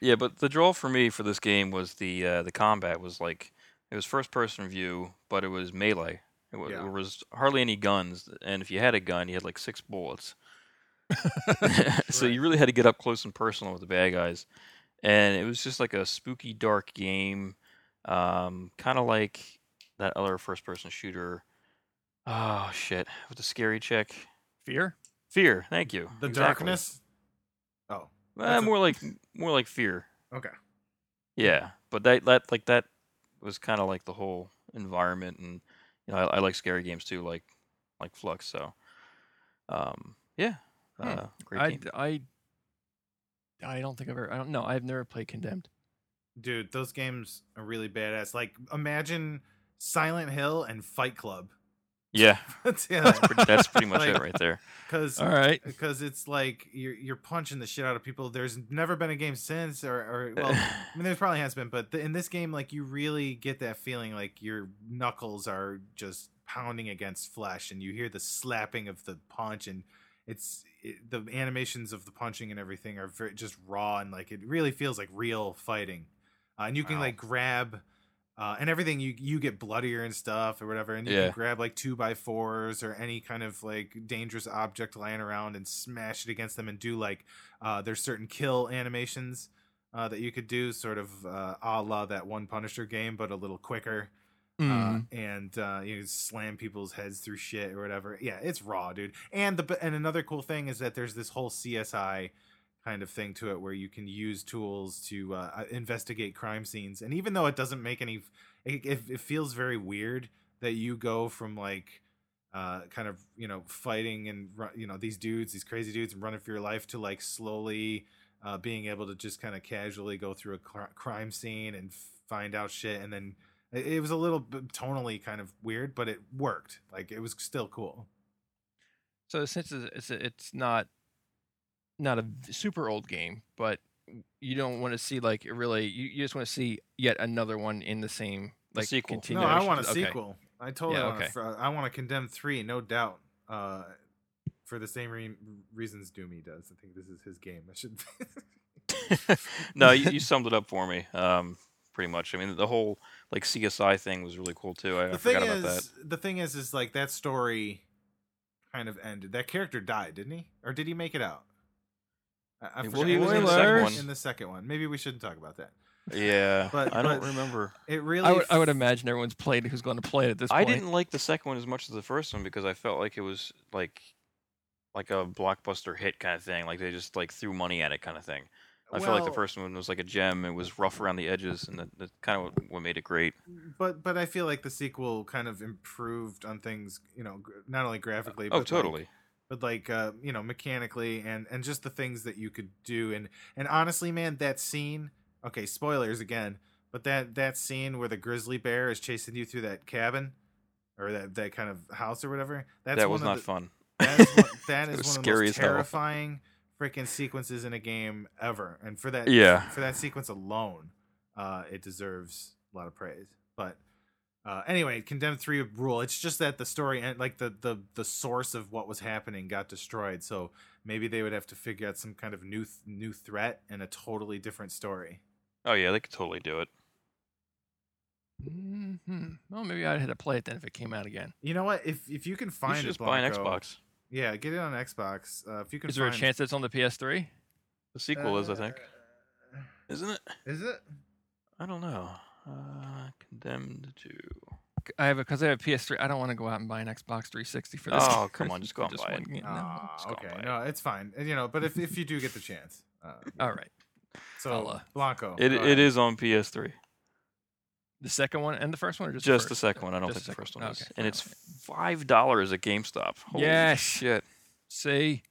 B: Yeah, but the draw for me for this game was the uh, the combat was like it was first person view, but it was melee. It wa-
C: Yeah.
B: There was hardly any guns, and if you had a gun, you had like six bullets. so
C: Right.
B: you really had to get up close and personal with the bad guys, and it was just like a spooky, dark game, um, kind of like that other first person shooter. Oh shit! With the scary chick,
A: Fear.
B: fear. Thank you.
C: The
B: Exactly.
C: darkness. Oh,
B: Eh,
C: That's a-
B: more like more like fear.
C: okay.
B: Yeah, but that that like that was kind of like the whole environment, and you know, I, I like scary games too, like like Flux. So, um, yeah,
A: Hmm,
B: uh, Great
A: I,
B: game.
A: I I don't think I've ever. I don't know. I've never played Condemned.
C: Dude, those games are really badass. Like imagine Silent Hill and Fight Club.
B: Yeah,
C: yeah,
B: that's pretty, that's pretty much it
C: Like-
B: right there.
C: because
A: All right.
C: because it's like you're you're punching the shit out of people. There's never been a game since, or or well, I mean, there probably has been, but th in this game, like you really get that feeling like your knuckles are just pounding against flesh, and you hear the slapping of the punch, and it's it, the animations of the punching and everything are very, just raw, and like it really feels like real fighting. Uh, and you can
B: Wow.
C: like grab uh, and everything you you get bloodier and stuff or whatever, and you
B: Yeah.
C: can grab like two by fours or any kind of like dangerous object lying around and smash it against them and do like uh, there's certain kill animations uh, that you could do, sort of uh, a la that one Punisher game, but a little quicker. Uh,
A: Mhm.
C: and uh, you know, slam people's heads through shit or whatever. Yeah, it's raw, dude. And the and another cool thing is that there's this whole CSI kind of thing to it where you can use tools to uh, investigate crime scenes. And even though it doesn't make any, it, it, it feels very weird that you go from like. Uh, kind of you know fighting and ru- you know these dudes these crazy dudes and running for your life to like slowly uh, being able to just kind of casually go through a cr- crime scene and find out shit and then it, it was a little b- tonally kind of weird, but it worked. Like it was still cool.
A: so since it's it's, it's not not a v- super old game, but you don't want to see like it really. You, you just want to see yet another one in the same like
B: sequel. No,
C: No,
A: continuation.
C: I want a
A: Okay.
C: sequel. I totally
A: Yeah,
C: want.
A: okay.
C: to Fr- I want to condemn three, no doubt. Uh, for the same re- reasons Doomy does. I think this is his game. I should.
B: no, you, you summed it up for me. Um, pretty much. I mean, the whole like CSI thing was really cool too. I, I
C: the thing
B: forgot about that.
C: is, the thing is, is like that story kind of ended. That character died, didn't he? Or did he make it out? I, I
B: He-
C: forgot.
B: well,
A: he was in the
C: the
A: second
C: second
A: one.
C: in the second one. Maybe we shouldn't talk about that.
B: Yeah,
C: But-
B: I don't
C: but-
B: remember.
C: It really.
A: I would, I would imagine everyone's played who's going to play it at this
B: I
A: point.
B: didn't like the second one as much as the first one because I felt like it was like like a blockbuster hit kind of thing. Like they just like threw money at it kind of thing. I felt like the
C: well-
B: first one was like a gem. It was rough around the edges, and that, that's kind of what made it great.
C: but but I feel like the sequel kind of improved on things, you know, gr- not only graphically, but
B: Oh,
C: like-
B: totally.
C: but like uh, you know, mechanically and and just the things that you could do. And and honestly, man, that scene. Okay, spoilers again, but that that scene where the grizzly bear is chasing you through that cabin or that that kind of house or whatever. That's
B: that
C: one
B: was
C: of
B: not
C: the-
B: fun.
C: That is one, that
B: It
C: is
B: was
C: one of the
B: scary as
C: most
B: hell.
C: terrifying freaking sequences in a game ever. And for that,
B: Yeah.
C: for that sequence alone, uh, it deserves a lot of praise. But uh, anyway, Condemned Three rule. It's just that the story and like the the the source of what was happening got destroyed. So maybe they would have to figure out some kind of new th- new threat and a totally different story.
B: Oh yeah, they could totally do it.
A: hmm Well, maybe I'd have to play it then if it came out again.
C: You know what? If if you can
B: You
C: find
B: should
C: it,
B: just buy an
C: Blanco-
B: Xbox.
C: Yeah, get it on Xbox. Uh, if you can,
A: Is there a
C: find-
A: chance that's on the PS3?
B: The sequel is, I think,
C: Uh,
B: isn't it?
C: Is it?
B: I don't know. Uh, condemned to.
C: Oh,
A: C- I have a because I have a PS3. I don't want to go out and buy an Xbox 360 for this.
B: Oh, come on, just
A: for
B: go out and buy it.
A: one game. No,
C: Ah,
A: just go out and
C: okay.
A: buy it.
C: No, it's fine. And, You know, but if, if you do get the chance, uh,
A: All right,
C: So
A: I'll, uh,
C: Blanco,
B: It
C: go
B: it
C: ahead.
B: is on PS3.
A: the second one and the first one are just
B: Just, the
A: first?
B: second one. I don't
A: Just
B: think
A: the
B: the first
A: second
B: one
A: one.
B: is.
A: Okay,
B: And it's
A: alright.
B: five dollars at GameStop. Holy
A: Yes.
B: shit.
A: See,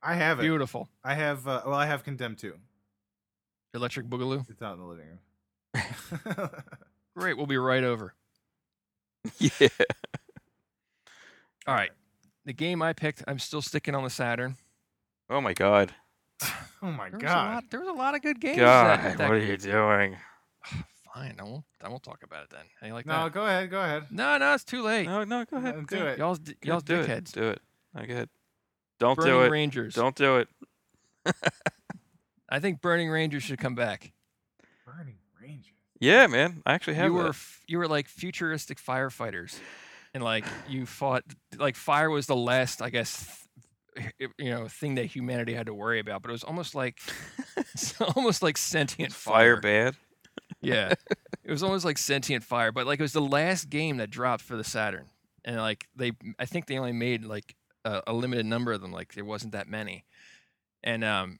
C: I have it.
A: beautiful
C: I have. Uh, well, I have condemned too.
A: electric boogaloo.
C: It's out in the living room.
A: Great, we'll be right over.
B: Yeah.
A: All right, the game I picked, I'm still sticking on the Saturn.
B: Oh my god.
C: oh my
A: There was a
C: god!
A: lot. There was a lot of good games.
B: God,
A: that, that
B: what are you doing?
A: Fine, I won't. I won't talk about it then. How you like
C: No,
A: that?
C: go ahead. Go ahead.
A: No, no, it's too late.
B: No, no, go ahead.
C: Uh,
B: go
C: do
B: ahead.
C: it.
A: Y'all's d-
B: Go ahead,
A: y'all's
B: do it.
A: dickheads.
B: Do it. No, go ahead. Don't
A: Burning
B: do it.
A: Rangers.
B: Don't do it.
A: I think Burning Rangers should come back.
C: Burning Ranger.
B: Yeah, man. I actually have
A: You were
B: that.
A: f- you were like futuristic firefighters, and like you fought like fire was the last I guess th- i- you know thing that humanity had to worry about, but it was almost like it's almost like sentient
B: fire
A: fire.
B: bad.
A: yeah, it was almost like sentient fire, but like it was the last game that dropped for the Saturn, and like they I think they only made like a, a limited number of them, like there wasn't that many, and um,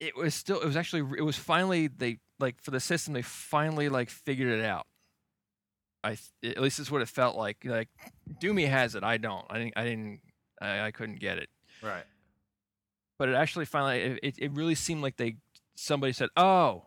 A: it was still it was actually it was finally they like for the system they finally like figured it out. I th- at least that's what it felt like. Like Doomy has it, I don't. I didn't. I didn't. I, I couldn't get it.
C: Right.
A: but it actually finally it, it, it really seemed like they somebody said, "Oh,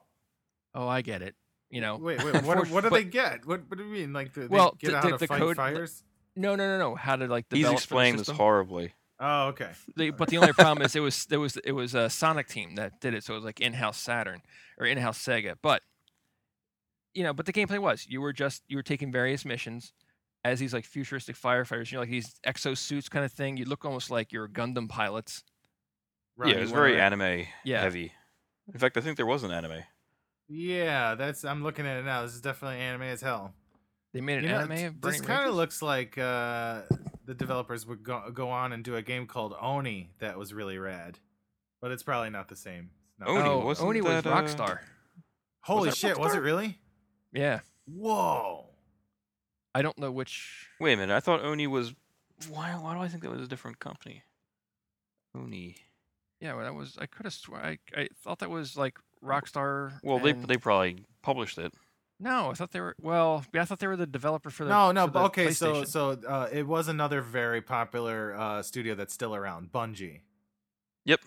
A: oh, I get it." You know,
C: Wait, wait. What,
A: Unfortunate-
C: what do
A: Oh. but-
C: they get? What, what do you mean? Like, do they
A: Well,
C: get
A: the-
C: out
A: the-
C: of
A: the
C: fight
A: code-
C: fires?
A: no, no, no, no. How did like the
B: He's explaining this horribly.
C: Oh, okay.
A: They, but the only problem is it was there was it was a Sonic team that did it, so it was like in-house Saturn or in-house Sega. But you know, but the gameplay was you were just you were taking various missions as these like futuristic firefighters, you know, like these exosuits kind of thing. You look almost like you're Gundam pilots.
C: Right.
B: yeah, it was
C: you
B: very
C: wanna-
B: anime
A: Yeah.
B: heavy. In fact, I think there was an anime.
C: Yeah, that's. I'm looking at it now. This is definitely anime as hell.
A: They made an
C: You know,
A: anime
C: th-
A: of
C: this
A: Burning
C: kind
A: Rangers.
C: of looks like uh, the developers would go, go on and do a game called Oni that was really rad, but it's probably not the same. It's not-
B: Oni,
A: oh,
B: wasn't
A: Oni was
B: that, uh,
A: Rockstar.
C: Holy
B: that
C: shit! Was it
B: Rockstar?
C: really?
A: Yeah,
C: Whoa!
A: I don't know which.
B: Wait a minute, I thought Oni was. Why? Why do I think that was a different company? Oni.
A: Yeah, well, that was I could have sworn I, I thought that was like Rockstar.
B: Well, they
A: and-
B: they probably published it.
A: no, I thought they were well, yeah, I thought they were the developer for the
C: No, no.
A: for the
C: but Okay, so
A: PlayStation.
C: so uh, it was another very popular uh, studio that's still around, Bungie.
B: Yep,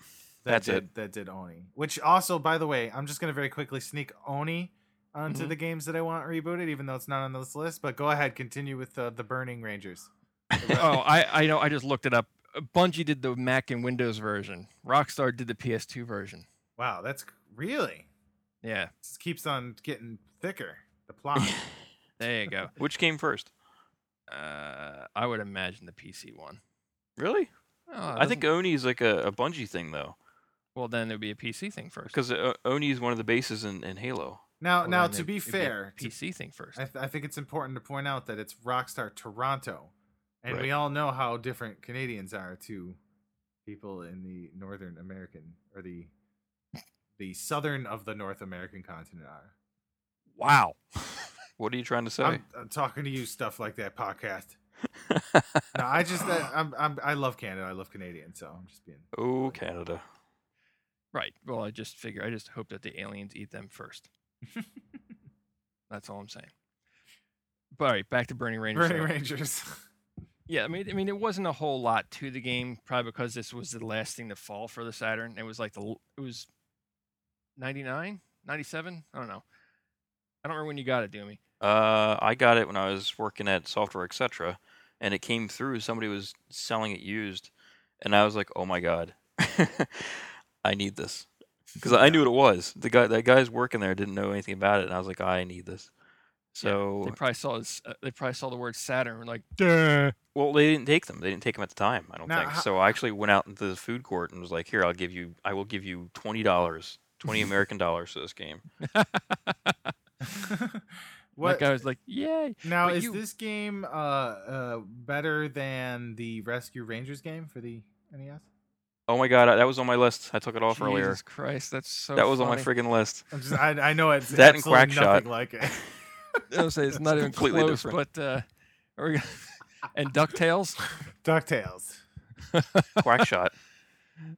C: that
B: that's
C: did,
B: it.
C: That did Oni. Which also, by the way, I'm just gonna very quickly sneak Oni onto
A: Mhm.
C: the games that I want rebooted, even though it's not on this list. But go ahead, continue with uh, the Burning Rangers.
A: oh, I I know. I just looked it up. Uh, Bungie did the Mac and Windows version. Rockstar did the PS2 version.
C: Wow, that's c- really
A: Yeah,
C: this keeps on getting thicker. The plot.
A: there you go.
B: Which came first?
A: Uh, I would imagine the PC one.
B: Really?
A: Oh, that
B: I think
A: doesn't-
B: Oni is like a, a Bungie thing though,
A: well, then it would be a PC thing first.
B: because uh, Oni is one of the bases in, in Halo.
C: now,
A: Well,
C: now
A: then
C: to
A: it-
C: be
A: it'd a
C: fair, to-
A: PC thing first.
C: I, th- I think it's important to point out that it's Rockstar Toronto, and
B: Right.
C: we all know how different Canadians are to people in the Northern American or the the southern of the North American continent are.
A: Wow.
B: What are you trying to say?
C: I'm, I'm talking to you stuff like that podcast. No, I just I, I'm, I'm I love Canada. I love Canadian, so I'm just being.
B: oh, Canada.
A: Right. Well, I just figure. I just hope that the aliens eat them first. That's all I'm saying. But all right, back to Burning Rangers.
C: Burning
A: though.
C: Rangers.
A: Yeah, I mean, I mean, it wasn't a whole lot to the game, probably because this was the last thing to fall for the Saturn. It was like the l- it was 99, 97? I don't know. I don't remember when you got it, Doomy.
B: Uh, I got it when I was working at Software Etc. And it came through. Somebody was selling it used, and I was like, "Oh my god, I need this," because I knew what it was. The guy, that guy's working there, didn't know anything about it, and I was like, "I need this." So,
A: They probably saw this, uh, they probably saw the word Saturn and like, duh.
B: well, they didn't take them. They didn't take them at the time. I don't
C: Now,
B: think.
C: ho-
B: So I actually went out into the food court and was like, "Here, I'll give you. I will give you twenty dollars, twenty American dollars for this game."
A: That
C: what
A: guy was like, yay.
C: now
A: but
C: is
A: you-
C: this game uh uh better than the Rescue Rangers game for the E NES?
B: Oh my god, I- that was on my list. I took it off earlier.
A: Jesus Christ, that's so.
B: That was on my
A: funny.
B: friggin' list.
C: I'm just, I, I know it's
B: That and
C: absolutely
B: Quackshot.
C: nothing like it.
A: I was saying, it's not even
B: completely
A: close,
B: different.
A: but uh, are we- and Ducktales.
C: Ducktales.
B: Quackshot.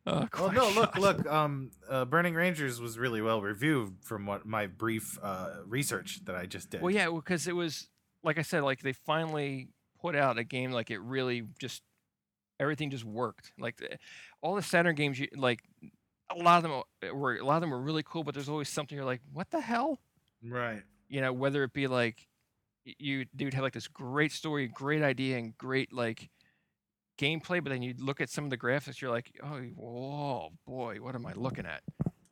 A: Uh,
C: Well, no, look, look. Um, uh, Burning Rangers was really well reviewed from what my brief uh, research that I just did.
A: Well, yeah, because it was like I said, like they finally put out a game like it really just everything just worked. Like the- all the Saturn games, you like a lot of them o- were a lot of them were really cool, but there's always something you're like, what the hell?
C: right.
A: You know, whether it be like y- you dude have like this great story, great idea, and great like gameplay, but then you look at some of the graphics, you're like, oh, whoa, boy, what am I looking at?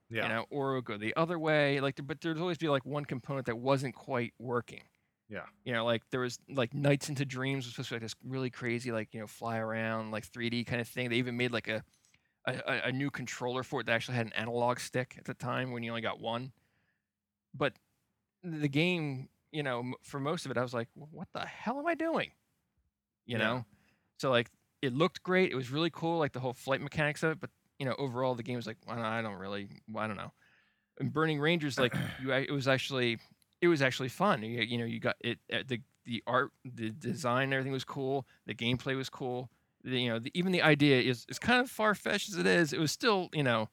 C: Yeah.
A: You know, or it would go the other way. Like, there- but there'd always be like one component that wasn't quite working.
C: Yeah.
A: You know, like there was like Nights into Dreams was supposed to be like this really crazy, like you know, fly around like 3D kind of thing. They even made like a a, a- a new controller for it that actually had an analog stick at the time when you only got one. But the game, you know, m- for most of it, I was like, "Wh- what the hell am I doing? You
C: Yeah.
A: know, so like it looked great. It was really cool, like the whole flight mechanics of it. But you know, overall, the game was like, well, I don't really, I don't know. And Burning Rangers, like you, ac- it was actually, it was actually fun. You, you know, you got it. uh, The the art, the design, and everything was cool. The gameplay was cool. The, you know, the, even the idea is is kind of far fetched as it is. It was still, you know,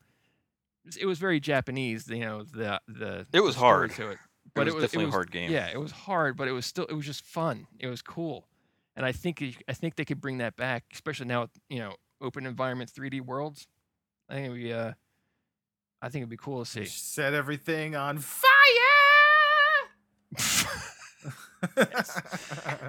A: it's- it was very Japanese. You know, the the
B: It was
A: the story
B: hard.
A: to it,
B: But it was definitely a hard game.
A: yeah, it was hard, but it was still it was just fun. It was cool, and I think you- I think they could bring that back, especially now with you know open environment 3D worlds. I think it'd be uh, I think it'd be cool to see.
C: Set everything on fire.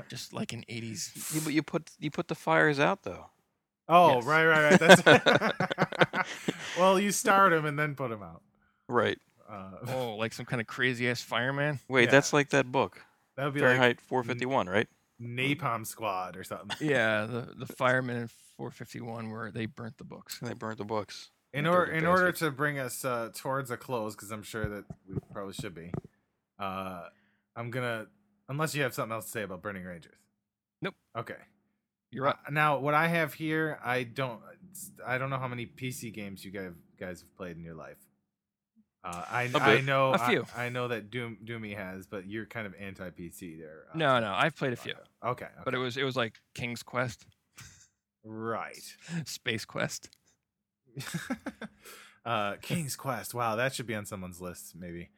A: Just like in eighties.
B: You, but you put you put the fires out though.
C: oh,
A: Yes.
C: right, right, right. That's well, you start him and then put him out.
B: Right.
C: Uh,
A: Oh, like some kind of crazy ass fireman.
B: Wait,
C: Yeah.
B: that's like that book
C: that would be like
B: Fahrenheit 451, right?
C: Napalm Squad or something.
A: Yeah, the the firemen in 451 where they burnt the books.
B: And they burnt the books.
C: in
B: Yeah,
C: order
B: dirty
C: in order
B: bastards.
C: to bring us uh, towards a close because i'm sure that we probably should be uh, i'm gonna unless you have something else to say about burning rangers
A: Nope.
C: okay Uh,
A: You're up.
C: now what i have here i don't i don't know how many pc games you guys guys have played in your life uh, I,
B: A
C: I
B: bit.
C: know
A: A
C: I-
A: few.
C: I, know that Doom Doomy has, but you're kind of anti PC there. uh,
A: No, no, I've played a few,
C: Rocco. Okay, okay.
A: but it was it was like King's Quest,
C: right.
A: Space Quest.
C: uh King's Quest. Wow, that should be on someone's list maybe.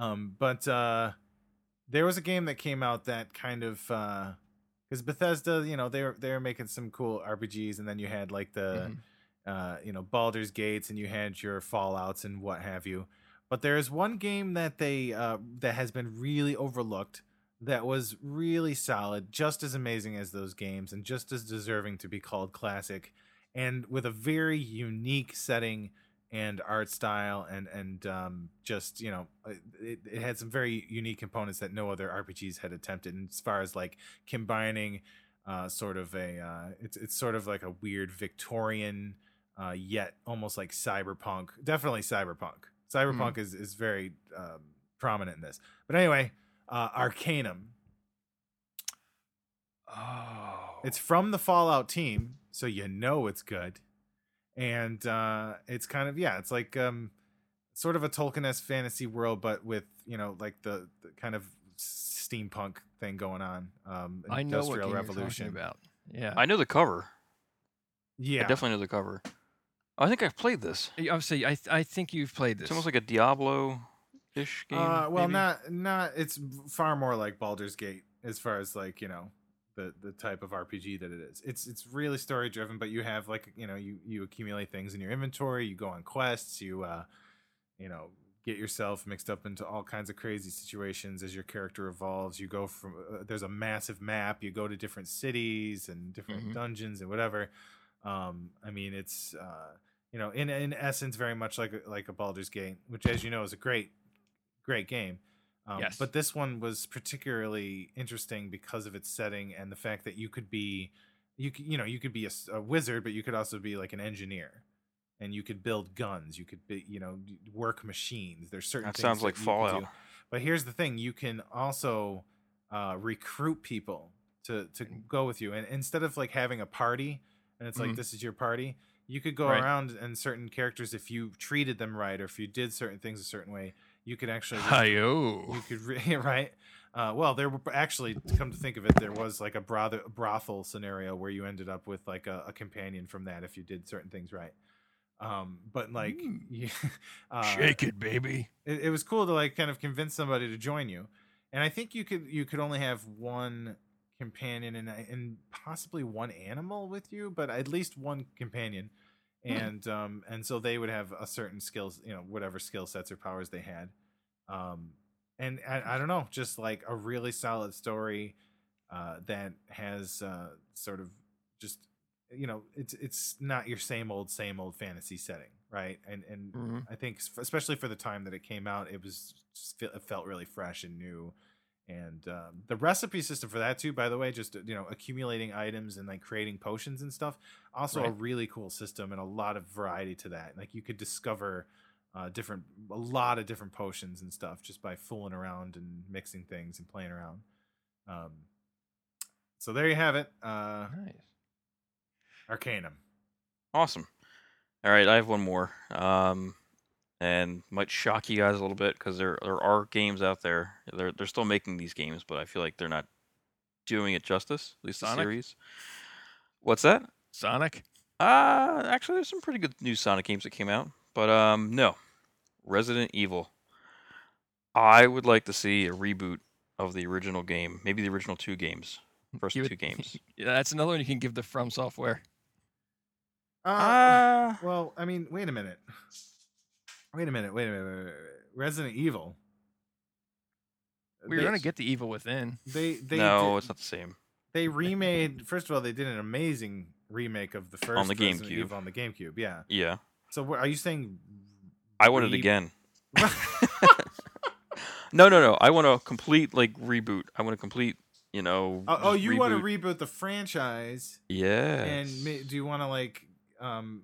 C: Um but uh there was a game that came out that kind of uh cuz Bethesda, you know, they were they were making some cool RPGs and then you had like the
A: Mhm.
C: uh you know, Baldur's Gates and you had your Fallouts and what have you. But there is one game that they uh that has been really overlooked that was really solid, just as amazing as those games and just as deserving to be called classic and with a very unique setting and art style and and um, just you know it, it had some very unique components that no other RPGs had attempted and as far as like combining uh, sort of a uh, it's it's sort of like a weird Victorian uh, yet almost like cyberpunk definitely cyberpunk cyberpunk is is very um, prominent in this but anyway uh, Arcanum
A: Oh,
C: It's from the Fallout team, so you know it's good. And uh, it's kind of yeah, it's like um, sort of a Tolkien-esque fantasy world, but with you know like the, the kind of steampunk thing going on. Um,
A: Mm-hmm. I know what
C: Industrial
A: game
C: Revolution.
A: you're talking about. Yeah,
B: I know the cover.
C: Yeah,
B: I definitely know the cover. I think I've played this.
A: I- obviously I I think you've played this.
B: It's almost like a Diablo ish game.
C: Uh, well,
B: maybe?
C: not not. It's far more like Baldur's Gate as far as like you know the the type of RPG that it is. It's it's really story driven, but you have like you know you you accumulate things in your inventory. You go on quests. You uh, you know get yourself mixed up into all kinds of crazy situations as your character evolves. You go from uh, there's a massive map. You go to different cities and different
B: Mhm.
C: dungeons and whatever. Um, I mean it's. Uh, you know, in in essence, very much like a- like a Baldur's Gate, which, as you know, is a great great game. Um,
A: Yes.
C: But this one was particularly interesting because of its setting and the fact that you could be, you c- you know, you could be a, s- a wizard, but you could also be like an engineer, and you could build guns. You could be, you know, d- work machines. There's certain.
B: that
C: things
B: sounds like
C: you could do.
B: Fallout.
C: But here's the thing: you can also uh, recruit people to to
A: Mm.
C: go with you, and instead of like having a party, and it's like
A: Mhm.
C: this is your party, you could go
A: Right.
C: around and certain characters, if you treated them right or if you did certain things a certain way, you could actually re-
A: Hi-yo.
C: you could re- right. Uh, well, there were actually, to come to think of it, there was like a brother, brothel scenario where you ended up with like a, a companion from that if you did certain things right. Um, but like,
A: Mm.
C: you, uh,
A: Shake it, baby.
C: it, it was cool to like kind of convince somebody to join you and i think you could you could only have one companion and and possibly one animal with you but at least one companion
A: Hmm.
C: and um and so they would have a certain skills you know whatever skill sets or powers they had um and I, I don't know just like a really solid story uh that has uh sort of just you know it's it's not your same old same old fantasy setting right and and
A: Mhm.
C: I think, s- especially for the time that it came out, it was just fe- it felt really fresh and new. And um, the recipe system for that too, by the way, just you know, accumulating items and like creating potions and stuff, also a
A: Right.
C: really cool system and a lot of variety to that. Like you could discover uh, different, a lot of different potions and stuff just by fooling around and mixing things and playing around. Um, so there you have it, uh,
A: Nice.
C: Arcanum.
B: Awesome. All right, I have one more, um, and might shock you guys a little bit because there there are games out there. They're they're still making these games, but I feel like they're not doing it justice. At least the
A: Sonic?
B: series. What's that?
A: Sonic.
B: Uh, actually, there's some pretty good new Sonic games that came out, but um, no, Resident Evil. I would like to see a reboot of the original game, maybe the original two games, first
A: You would-
B: two games.
A: Yeah, that's another one you can give the From Software. Ah.
B: Uh,
C: Well, I mean, wait a minute. Wait a minute. Wait a minute. wait a minute, wait a minute. Resident Evil.
A: We were
C: They-
A: gonna get the evil within.
C: They they
B: no,
C: did-
B: it's not the same.
C: they remade. First of all, they did an amazing remake of the first
B: the
C: Resident
B: GameCube.
C: Evil on the GameCube. Yeah.
B: Yeah,
C: So wh- are you saying?
B: I want it
C: re-
B: again. No, no, no. I want a complete like reboot. I want a complete, you know.
C: oh, oh,
B: just
C: you want to
B: reboot.
C: reboot the franchise,
B: yeah.
C: and ma- do you want to like um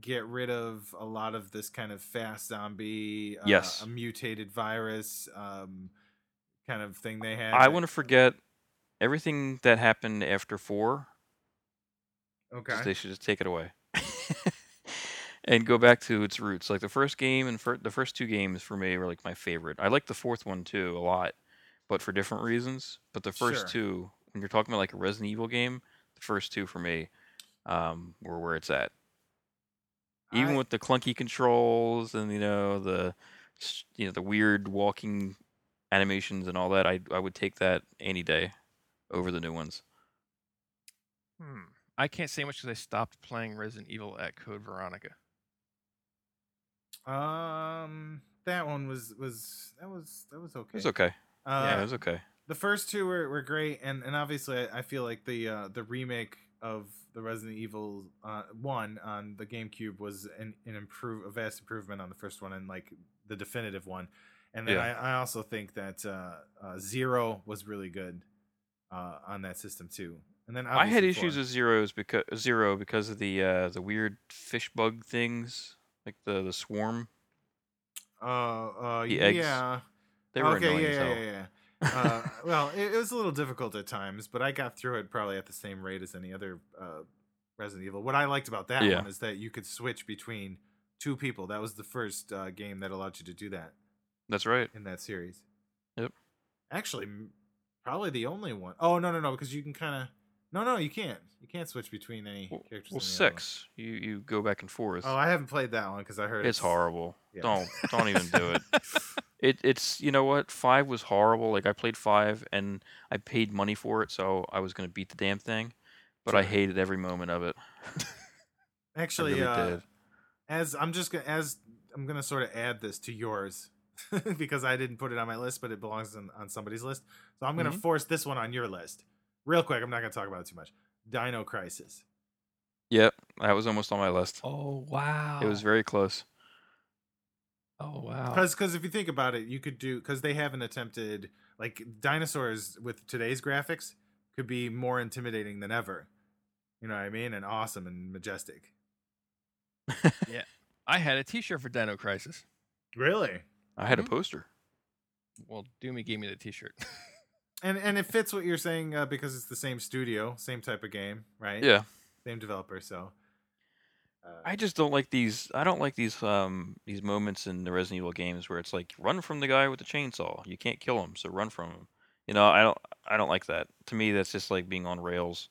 C: get rid of a lot of this kind of fast zombie? Uh,
B: Yes.
C: A mutated virus, um, kind of thing they had.
B: I want to forget everything that happened after four.
C: to. Okay.
B: just- They should just take it away and go back to its roots. Like the first game and fir- the first two games for me were like my favorite. I like the fourth one too a lot, but for different reasons. But the first
C: Sure.
B: two, when you're talking about like a Resident Evil game, the first two for me um, were where it's at. Even
C: I-
B: with the clunky controls and you know the s- you know the weird walking animations and all that, I I would take that any day over the new ones.
A: Hmm. I can't say much because I stopped playing Resident Evil at Code Veronica.
C: Um, that one was was that was that was okay.
B: It was okay.
C: Uh,
B: yeah, it was okay.
C: the first two were, were great, and and obviously I, I feel like the uh, the remake of the Resident Evil uh, one on the GameCube was an an improve a vast improvement on the first one and like the definitive one. And then
B: Yeah.
C: I, I also think that uh, uh, Zero was really good uh, on that system too. And then
B: I had
C: obviously
B: issues
C: four.
B: with zeros because zero because of the uh, the weird fish bug things, like the the swarm.
C: uh, uh,
B: the eggs.
C: yeah.
B: They were
C: okay,
B: annoying
C: yeah,
B: as
C: yeah,
B: hell.
C: yeah, yeah. uh, well, it, it was a little difficult at times, but I got through it probably at the same rate as any other uh, Resident Evil. What I liked about that
B: Yeah.
C: one is that you could switch between two people. That was the first uh, game that allowed you to do that
B: That's right.
C: in that series.
B: Yep.
C: Actually, m- probably the only one. Oh no, no, no, because you can kind of. No, no, you can't. You can't switch between any
B: Well,
C: characters.
B: well,
C: in the other one.
B: six. You you go back and forth.
C: Oh, I haven't played that one because I heard
B: it's horrible.
C: yeah.
B: Don't don't even do it. It it's you know what five was horrible. Like I played five and I paid money for it, so I was gonna beat the damn thing, but I
C: Sure.
B: hated every moment of it.
C: Actually,
B: really
C: uh,
B: did.
C: as I'm just gonna as I'm gonna sort of add this to yours because I didn't put it on my list, but it belongs on, on somebody's list. So I'm gonna
B: Mhm.
C: force this one on your list, real quick. I'm not gonna talk about it too much. Dino Crisis.
B: Yep, that was almost on my list.
A: Oh wow!
B: It was very close.
A: oh wow.
C: Because if you think about it, you could do because they haven't attempted like dinosaurs with today's graphics could be more intimidating than ever. You know what I mean? And awesome and majestic.
A: I had a T-shirt for Dino Crisis.
C: Really?
B: I had a
A: Mhm.
B: poster.
A: Well, Doomy gave me the T-shirt.
C: And and it fits what you're saying uh, because it's the same studio, same type of game, right?
B: Yeah.
C: Same developer. So. Uh,
B: I just don't like these. I don't like these um these moments in the Resident Evil games where it's like run from the guy with the chainsaw. You can't kill him, so run from him. You know, I don't. I don't like that. To me, that's just like being on rails.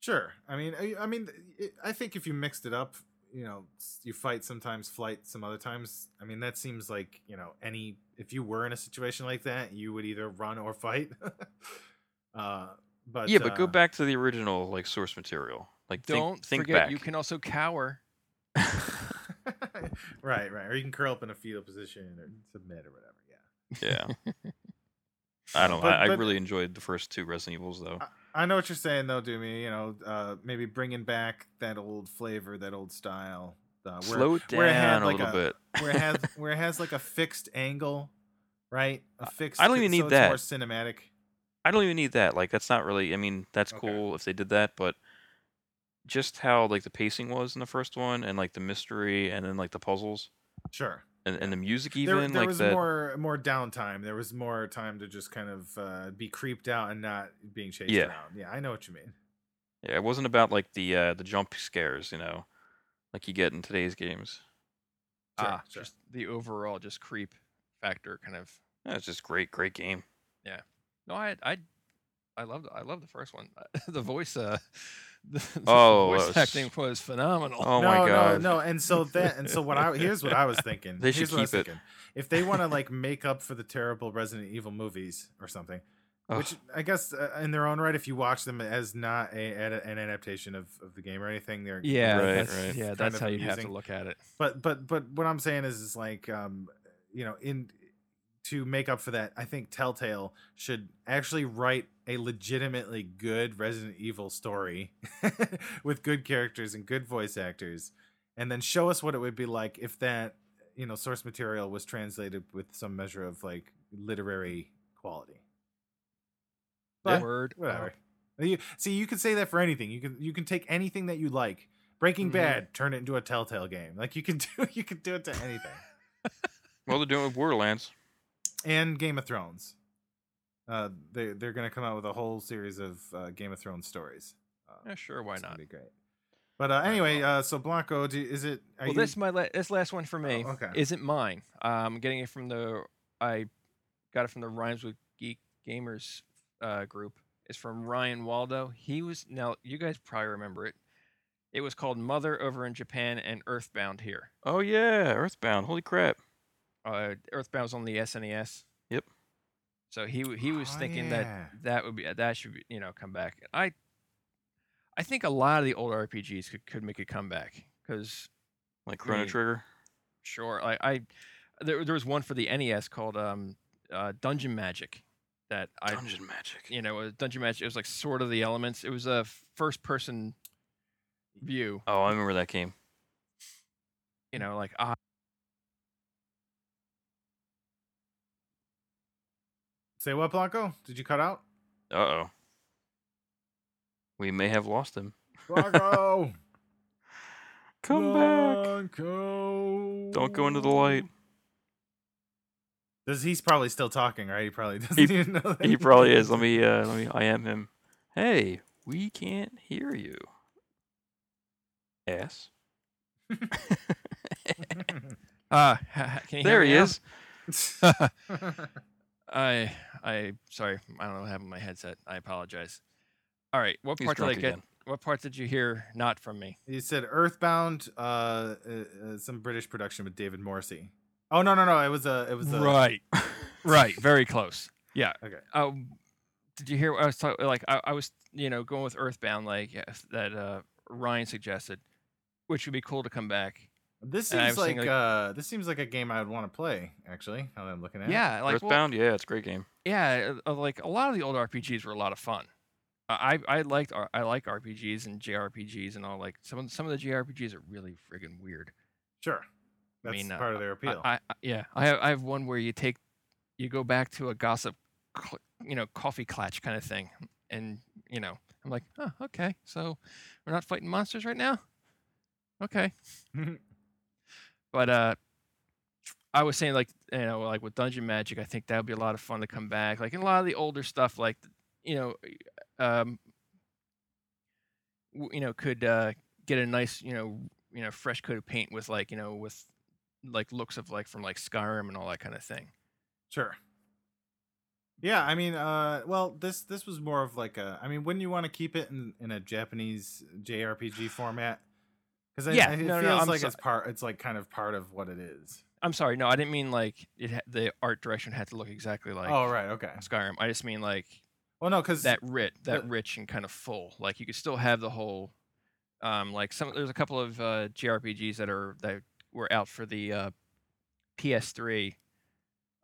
C: Sure. I mean, I, I mean, it, I think if you mixed it up, you know, s- you fight sometimes, flight some other times. I mean, that seems like you know, any if you were in a situation like that, you would either run or fight. uh, but
B: yeah, but
C: uh,
B: go back to the original like source material. Like think-
A: Don't
B: think,
A: forget,
B: back.
A: you can also cower.
C: right, right. Or you can curl up in a fetal position or submit or whatever. Yeah.
B: yeah. I don't. know.
C: But-
B: I, I
C: but- Uh,
B: really enjoyed the first two Resident Evils though.
C: I know what you're saying though, Doomy. You know, uh, maybe bringing back that old flavor, that old style. Uh, where-
B: Slow it down
C: where it had,
B: a
C: like,
B: little
C: a-
B: bit.
C: where it has where it has like a fixed angle, right? A fixed.
B: I don't even
C: so
B: need
C: it's
B: that.
C: More cinematic.
B: I don't even need that. Like that's not really. I mean, that's
C: Okay.
B: cool if they did that, but just how like the pacing was in the first one, and like the mystery, and then like the puzzles,
C: Sure.
B: and, and the music even
C: There, there
B: like
C: was
B: that.
C: more more downtime. There was more time to just kind of uh, be creeped out and not being chased
B: Yeah.
C: around. Yeah, I know what you mean.
B: Yeah, it wasn't about like the uh, the jump scares, you know, like you get in today's games.
C: Sure,
A: ah,
C: sure.
A: just the overall just creep factor kind of.
B: Yeah, it's just great, great game.
A: No, I I I loved I loved the first one. the voice uh the, the
B: Oh, that
A: voice
B: was-
A: acting was phenomenal.
B: Oh
C: no,
B: my god!
C: no, no. And so that and so what I here's what I was thinking.
B: They should
C: here's what I was
B: keep it.
C: thinking. If they want to like make up for the terrible Resident Evil movies or something,
B: Ugh.
C: which I guess uh, in their own right, if you watch them as not a, ad- an adaptation of, of the game or anything, they're
A: Yeah,
B: Right,
A: that's,
B: right.
A: yeah,
C: kind
A: that's
C: of
A: how you have to
C: amusing.
A: look at it.
C: But but but what I'm saying is is like um you know in to make up for that, I think Telltale should actually write a legitimately good Resident Evil story with good characters and good voice actors, and then show us what it would be like if that you know source material was translated with some measure of like literary quality. But
A: Word.
C: whatever. You, see, you can say that for anything. You can you can take anything that you like. Breaking
A: Mhm.
C: Bad, turn it into a Telltale game. Like you can do, you can do it to anything.
B: Well, they're doing it with Borderlands.
C: and Game of Thrones, uh, they they're gonna come out with a whole series of uh, Game of Thrones stories. Uh,
B: Eh,
A: Yeah, sure, why
C: it's gonna
A: not?
C: Be great. But uh, anyway,
A: well.
C: uh, so Blanco, do, is it? Are
A: well,
C: you, Oh,
A: this my la- this last one for me
C: okay.
A: isn't mine. I'm getting it from the I got it from the Rhymes with Geek Gamers uh, group. It's from Ryan Waldo. He was now you guys probably remember it. It was called Mother over in Japan and Earthbound here.
B: Oh yeah, Earthbound. Holy crap.
A: Uh, Earthbound was on the SNES.
B: Yep.
A: So he w- he was
C: Oh,
A: thinking
C: yeah.
A: that that would be that should be, you know come back. I I think a lot of the old RPGs could, could make a comeback because
B: Like Chrono
A: Great.
B: Trigger.
A: Sure. I, I there, there was one for the NES called um, uh, Dungeon Magic that I
B: Dungeon Magic.
A: you know uh, Dungeon Magic. It was like Sword of the Elements. It was a first person view.
B: Oh, I remember that game.
A: You
B: Hmm.
A: know, like ah,
C: say what, Blanco? Did you cut out?
B: Uh oh. We may have lost him.
C: Blanco,
B: Come back.
C: Blanco.
B: Don't go into the light.
C: Does he's probably still talking, right? He probably doesn't
B: He-
C: even know. That
B: He probably is. Let me uh let me I am him. Hey, we can't hear you. Ass.
A: ah ha- ha- can you hear
B: There
A: me
B: he
A: now?
B: is.
A: I I sorry, I don't know what happened to my headset. I apologize. All right, what
B: He's
A: part did I
B: drunk
A: get?
B: again.
A: What part did you hear not from me?
C: You said Earthbound, uh, uh, uh, some British production with David Morrissey. Oh no, no, no! It was a, it was a.
A: right, right, very close. Yeah.
C: Okay.
A: Um, did you hear what I was talking? Like I, I was, you know, going with Earthbound, like yeah, f- that uh, Ryan suggested, which would be cool to come back.
C: This
A: And I
C: seems
A: was
C: like,
A: thinking,
C: uh, this seems like a game I would want to play. Actually, now that I'm looking at it.
A: yeah, like well,
B: Earthbound, yeah, it's a great game.
A: yeah, uh, uh, like a lot of the old RPGs were a lot of fun. I I I liked R- I like RPGs and JRPGs and all like some of- some of the JRPGs are really friggin' weird.
C: sure.
A: I
C: That's
A: mean, uh,
C: part of their
A: I,
C: appeal.
A: I, I yeah, I have, I have one where you take you go back to a gossip, cl- you know, coffee clatch kind of thing, and you know, I'm like, oh, okay, so we're not fighting monsters right now, okay. But uh, I was saying like you know like with Dungeon Magic, I think that would be a lot of fun to come back. Like in a lot of the older stuff, like you know, um, w- you know, could uh, get a nice you know you know fresh coat of paint with like you know with like looks of like from like Skyrim and all that kind of thing.
C: sure. Yeah, I mean, uh, well, this this was more of like a. I mean, wouldn't you want to keep it in, in a Japanese JRPG format? Because
A: Yeah,
C: it
A: no, no,
C: feels
A: I'm
C: like
A: so-
C: it's part. It's like kind of part of what it is.
A: I'm sorry, no, I didn't mean like it. Ha- the art direction had to look exactly like
C: oh right, okay.
A: Skyrim. I just mean like
C: Well, no, because
A: that rich, that
C: the-
A: rich and kind of full. Like you could still have the whole, um, like some. There's a couple of uh, JRPGs that are that were out for the uh, PS3.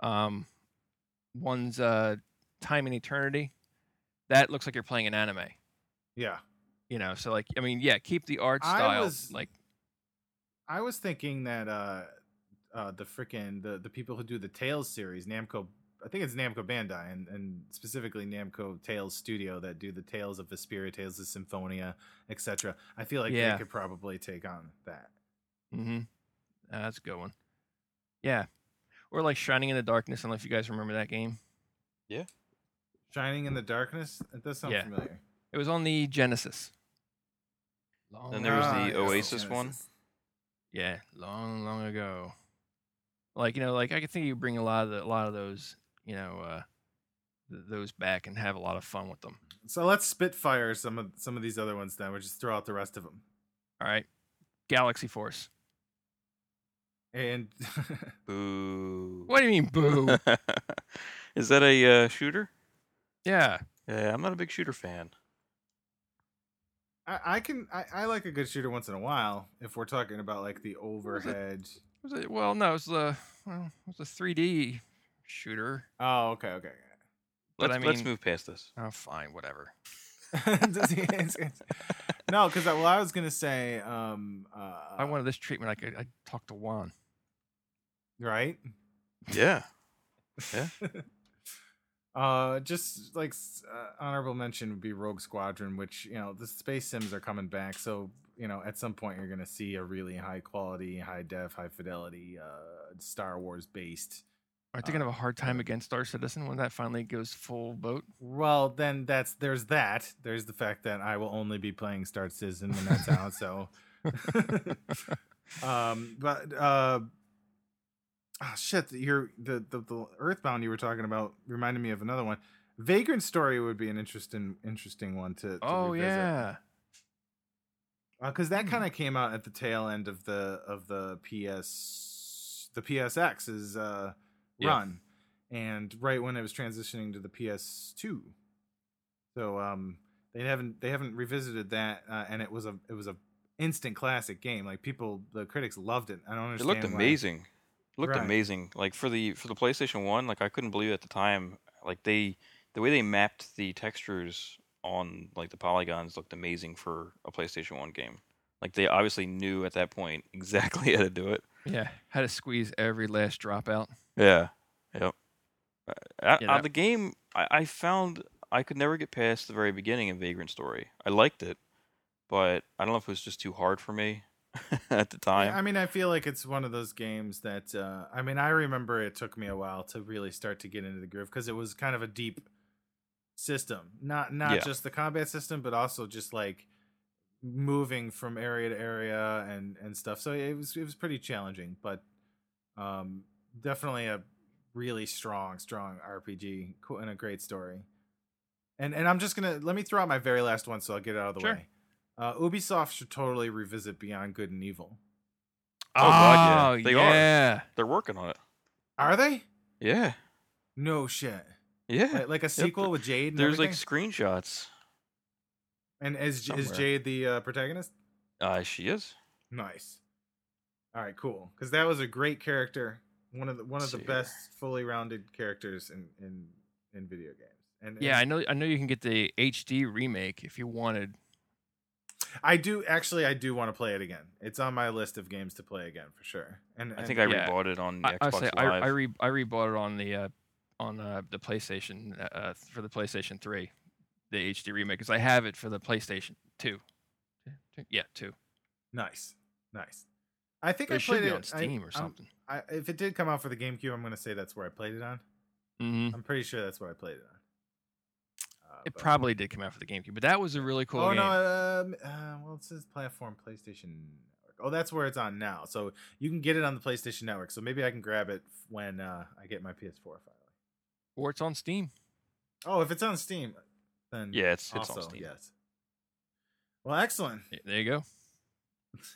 A: Um, one's uh, Time and Eternity. That looks like you're playing an anime.
C: yeah.
A: You know, so like I mean, yeah, keep the art
C: I
A: style.
C: was-
A: Like
C: I was thinking that uh, uh, the freaking the, the people who do the Tales series, Namco, I think it's Namco Bandai, and, and specifically Namco Tales Studio that do the Tales of Vesperia, Tales of Symphonia, etc. I feel like
A: Yeah.
C: they could probably take on that.
A: Mm-hmm. that's a good one. Yeah. Or like Shining in the Darkness. I don't know if you guys remember that game.
C: Shining in the Darkness. That does sound
A: Yeah.
C: familiar.
A: It was on the Genesis. Long
B: Then there was
C: Ah,
B: the
C: yes,
B: Oasis one.
C: Genesis.
A: yeah, long, long ago. Like you know, like I could think you bring a lot of the, a lot of those, you know, uh, th- those back and have a lot of fun with them.
C: So let's spitfire some of some of these other ones then. We'll just throw out the rest of them.
A: All right, Galaxy Force.
C: And
B: Boo.
A: What do you mean, boo?
B: is that a uh, shooter? Yeah. Yeah, I'm not a big shooter fan.
C: I, I can I, I like a good shooter once in a while if we're talking about like the
B: was it?
C: overhead.
A: Was it? Well, no, it was the well, it was a 3D shooter.
C: Oh, okay, okay.
A: But
B: Let's,
A: I
B: let's
A: mean-
B: move past this.
A: Oh, fine, whatever.
C: okay. Does he- it's- it's- no, because well, I was gonna say, um, uh,
A: I wanted this treatment. I could I talk to Juan.
C: right.
B: Yeah.
C: Uh, just like s- uh, honorable mention would be Rogue Squadron, which you know the space sims are coming back, so you know at some point you're gonna see a really high quality, high def, high fidelity, uh, Star Wars based.
A: Aren't they gonna have a hard
B: Uh-huh.
A: time against Star Citizen when that finally goes full boat?
C: Well, then that's there's that. There's the fact that I will only be playing Star Citizen when that's out. So, um, but uh, oh shit, you're the, the the Earthbound you were talking about reminded me of another one. Vagrant Story would be an interesting interesting one to. to
A: Oh
C: revisit.
A: yeah.
C: because
B: Hmm.
C: that kind of came out at the tail end of the of the PS the PSX's uh,
B: Yeah.
C: run, and right when it was transitioning to the PS2. So um, they haven't they haven't revisited that, uh, and it was a it was a instant classic game. Like people, the critics loved it. I don't
B: It
C: understand.
B: looked
C: why.
B: amazing. It looked
C: Right.
B: amazing. Like for the for the PlayStation 1, like I couldn't believe at the time like they the way they mapped the textures on like the polygons looked amazing for a PlayStation 1 game. Like they obviously knew at that point exactly how to do it.
A: Yeah. Had to squeeze every last drop out.
B: Yeah. Yep. Uh, I,
A: Yeah,
B: uh,
A: that-
B: the game, I, I found I could never get past the very beginning of Vagrant Story. I liked it, but I don't know if it was just too hard for me at the
C: Yeah,
B: time.
C: I mean, I feel like it's one of those games that uh, I mean, I remember it took me a while to really start to get into the groove because it was kind of a deep system, not not
B: Yeah.
C: just the combat system, but also just like moving from area to area and and stuff. So it was it was pretty challenging, but um, definitely a really strong strong RPG co- and a great story. And and I'm just gonna let me throw out my very last one, so I'll get it out of the
A: Sure.
C: way. Uh, Ubisoft should totally revisit Beyond Good and Evil.
B: Oh, God, yeah.
A: Oh,
B: They are.
A: yeah.
B: They're working on it.
C: Are they?
B: Yeah.
C: No shit.
B: Yeah.
C: Like, like a sequel with Jade. And
B: There's like
C: everything?
B: screenshots.
C: and is is
B: somewhere.
C: Jade the uh, protagonist?
B: Uh, she is.
C: Nice. All right, cool. Because that was a great character, one of the one of the
B: See here.
C: best fully rounded characters in in in video games. And
A: Yeah, I
C: and
A: know. I know you can get the HD remake if you wanted.
C: I do actually. I do want to play it again. It's on my list of games to play again for sure. And,
B: I
C: and-
B: think I
A: Yeah.
B: rebought it on the
A: I, I
B: Xbox
A: say I,
B: Live.
A: I re I rebought it on the uh, on uh, the PlayStation uh, uh, for the PlayStation Three, the HD remake because I have it for the PlayStation Two. Two- Yeah, two.
C: nice, nice. I think
A: But it
C: I
A: um, should
C: played
A: be
C: it
A: on Steam or
C: I, I'm-
A: something.
C: I, if it did come out for the GameCube, I'm going to say that's where I played it on.
A: hmm
C: I'm pretty sure that's what I played it on. Uh,
A: It
C: but-
A: probably did come out for the GameCube, but that was a really cool
C: oh
A: game.
C: no! Um, uh, well, it says platform PlayStation. Network. Oh, that's where it's on now. So you can get it on the PlayStation Network. So maybe I can grab it f- when uh, I get my PS4 finally.
A: Or it's on Steam.
C: Oh, if it's on Steam, then
B: yeah, it's it's
C: also
B: on Steam.
C: yes. Well, excellent.
A: Yeah, There you go.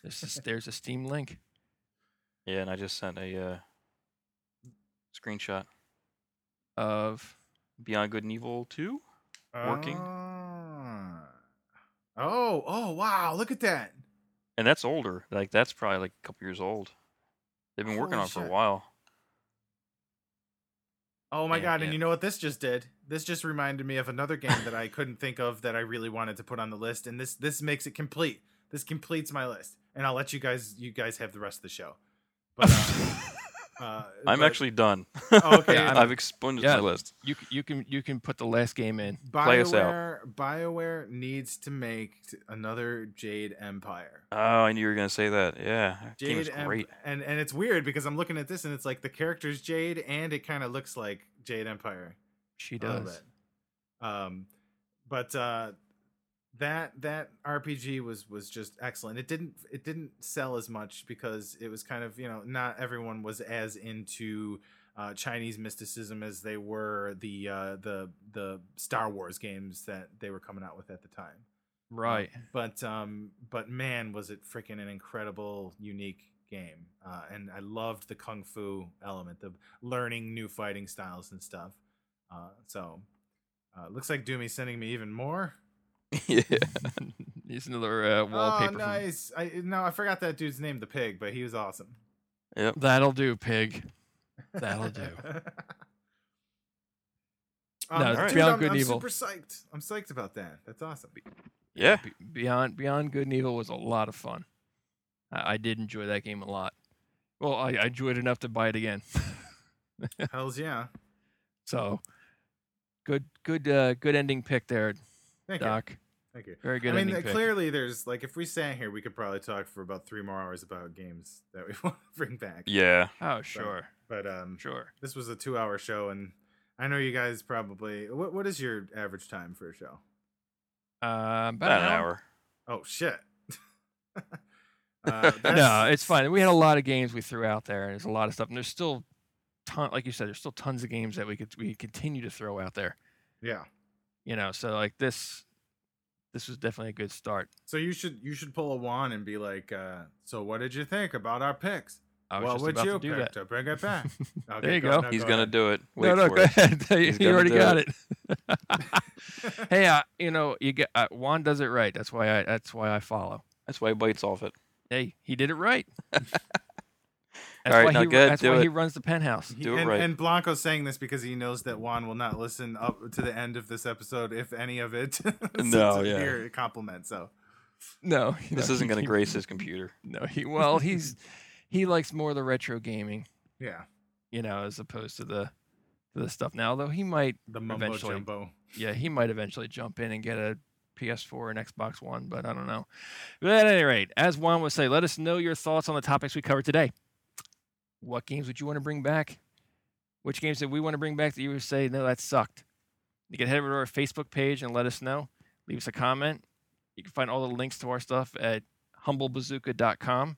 A: This is, there's a Steam link.
B: Yeah, and I just sent a uh, screenshot
A: Of
B: Beyond Good and Evil 2. Working.
C: Ah. Oh, oh wow! Look at that.
B: and that's older. Like that's probably like a couple years old. They've been working on
C: Holy
B: it for a
C: shit.
B: while.
C: Oh my
B: And
C: god! And
B: it-
C: you know what this just did? This just reminded me of another game that I couldn't think of that I really wanted to put on the list, and this this makes it complete. This completes my list, and I'll let you guys you guys have the rest of the show. But uh, uh,
B: I'm
C: but
B: actually done.
C: Oh, okay.
A: Yeah, I'm-
B: I've expunged
A: yeah.
B: my list.
A: you, c- you can you can put the last game in.
B: play us out.
C: Bioware Bioware needs to make t- another Jade Empire.
B: Oh, I knew you were gonna say that. Yeah, that game is
C: Jade Em-
B: great.
C: and and it's weird because I'm looking at this and it's like the character's Jade, and it kind of looks like Jade Empire.
A: She
C: a little
A: does.
C: bit. Um, but uh, that that RPG was was just excellent. It didn't it didn't sell as much because it was kind of you know not everyone was as into uh, Chinese mysticism as they were the uh, the the Star Wars games that they were coming out with at the time.
A: Right.
C: But um, but man, was it freaking an incredible, unique game. Uh, and I loved the kung fu element, the learning new fighting styles and stuff. Uh, so Uh, looks like Doomy's sending me even more.
B: yeah.
A: Here's another uh, wallpaper.
C: Oh,
A: from-
C: nice. I no, I forgot that dude's name, the pig, but he was awesome.
B: Yep.
A: That'll do, pig. That'll do.
C: Um,
A: No,
B: it's
C: dude,
A: Beyond
C: I'm,
A: Good and
C: I'm
A: Evil.
C: super psyched. I'm psyched about that. That's awesome.
B: Yeah.
A: Be- Beyond Beyond Good and Evil was a lot of fun. I, I did enjoy that game a lot. Well, I, I enjoyed it enough to buy it again.
C: Hell's yeah.
A: so good, good, uh, good ending pick there,
C: Thank you.
A: Doc.
C: Thank you.
A: Very good
C: I mean,
A: ending
C: uh,
A: pick.
C: clearly, there's like if we sat here, we could probably talk for about three more hours about games that we want to bring back.
B: Yeah.
A: oh, sure,
C: But um,
A: sure.
C: this was a two-hour show, and I know you guys probably. What what is your average time for a show?
A: Uh, about,
B: About an hour.
C: Oh shit. uh,
A: No, it's fine. We had a lot of games we threw out there, and there's a lot of stuff, and there's still, ton, like you said, there's still tons of games that we could we continue to throw out there.
C: Yeah.
A: You know, so like this, this was definitely a good start.
C: So you should you should pull a wand and be like, uh, so what did you think about our picks?
A: I was
C: What
A: just
C: would
A: about
C: you
A: to do that.
C: pick to bring it back? Okay,
A: There you Oh, go.
C: no,
B: He's gonna
C: ahead.
B: do it. Wait
A: no, no,
B: for
A: go
B: it.
A: ahead.
B: He's
A: you already got
B: gonna
A: it. hey, uh, you know, you get uh, Juan does it right. That's why I. That's why I follow.
B: That's why he bites off it.
A: Hey, he did it right.
B: All right,
A: why
B: now
A: he, ru-
B: good,
A: That's
B: do
A: why
B: it.
A: he runs the penthouse.
C: He-
B: Do it
C: and,
B: right.
C: and Blanco's saying this because he knows that Juan will not listen up to the end of this episode, if any of it.
B: No, yeah.
C: Here, a compliment. So
A: No,
B: This
A: no,
B: isn't
A: he-
B: gonna
A: he-
B: grace his computer.
A: No, he well, he's he likes more the retro gaming,
C: yeah,
A: you know, as opposed to the to the stuff now. Though he might,
C: the mumbo
A: Eventually.
C: jumbo.
A: yeah, he might eventually jump in and get a PS4 and Xbox One, but I don't know. But at any rate, as Juan would say, let us know your thoughts on the topics we covered today. What games would you want to bring back? Which games did we want to bring back that you would say, no, that sucked? You can head over to our Facebook page and let us know. Leave us a comment. You can find all the links to our stuff at humblebazooka.com.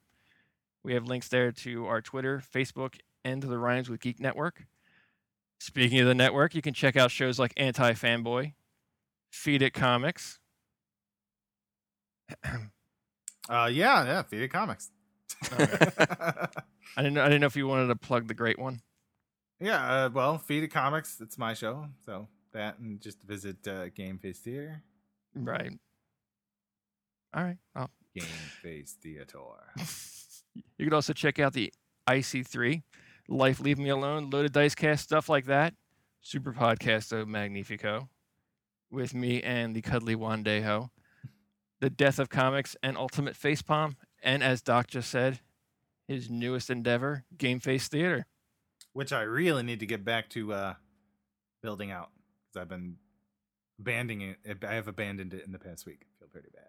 A: We have links there to our Twitter, Facebook, and to the Rhymes with Geek Network. Speaking of the network, you can check out shows like Anti Fanboy, Feed It Comics,
C: Uh, yeah, yeah, Theta Comics.
A: I didn't know, I didn't know if you wanted to plug the great one.
C: yeah, uh, well, Theta Comics. It's my show, so that and just visit uh, Game Face Theater.
A: Right. All right. Oh.
C: Game Face Theater.
A: You could also check out the IC3, Life Leave Me Alone, Loaded Dice Cast, stuff like that. Super Podcasto Magnifico with me and the cuddly Wandejo. The Death of Comics and Ultimate Facepalm. And as Doc just said, his newest endeavor, Game Face Theater.
C: which I really need to get back to uh, building out because I've been abandoning it. I have abandoned it in the past week. I feel pretty bad.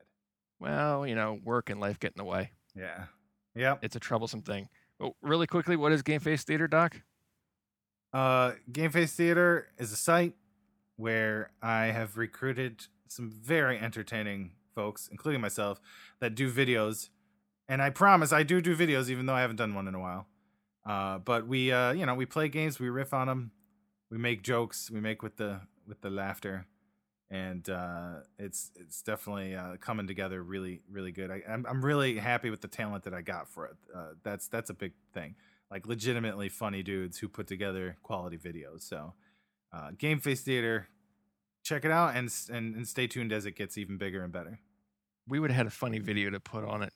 A: Well, you know, work and life get in the way.
C: Yeah. Yep.
A: It's a troublesome thing. But really quickly, what is Game Face Theater, Doc?
C: Uh, Game Face Theater is a site where I have recruited some very entertaining folks, including myself, that do videos. And I promise I do do videos, even though I haven't done one in a while. Uh, but we, uh, you know, we play games, we riff on them, we make jokes, we make with the with the laughter, and uh, it's it's definitely uh, coming together really really good. I, I'm I'm really happy with the talent that I got for it. Uh, that's that's a big thing like legitimately funny dudes who put together quality videos. So, uh, Game Face Theater, check it out and, s- and and stay tuned as it gets even bigger and better.
A: We would have had a funny video to put on it.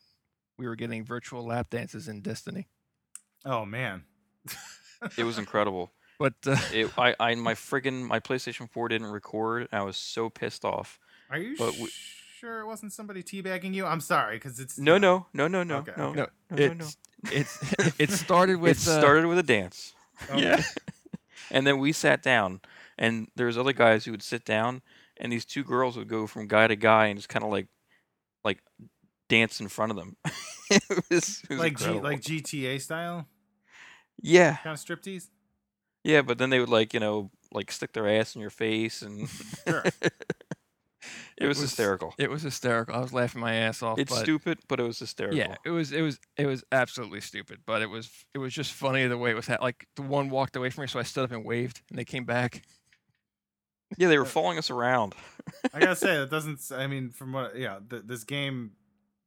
A: We were getting virtual lap dances in Destiny.
C: Oh man,
B: It was incredible.
A: But uh,
B: It, I, I, my friggin' my PlayStation 4 didn't record, and I was so pissed off.
C: are you
B: But we-
C: sure it wasn't somebody teabagging you? I'm sorry because it's
B: No, no, no, no, no,
C: Okay,
B: no,
C: okay.
B: no, no, no.
A: it's, it's, it started with.
B: it
A: uh,
B: started with a dance.
C: Oh,
A: yeah.
B: And then we sat down, and there was other guys who would sit down, and these two girls would go from guy to guy and just kind of like, like, dance in front of them. it was, it was
C: like G,
B: incredible.
C: like GTA style
B: yeah,
C: kind of striptease.
B: yeah. But then they would like you know like stick their ass in your face, and
C: Sure.
B: it was
A: was-
B: hysterical.
A: It was hysterical. I was laughing my ass off.
B: It's
A: but
B: stupid, but it was hysterical.
A: Yeah, it was it was it was absolutely stupid, but it was it was just funny the way it was. Ha- like the one walked away from me, so I stood up and waved, and they came back.
B: yeah. They were following us around.
C: I gotta say that doesn't. s- I mean, from what yeah, th- this game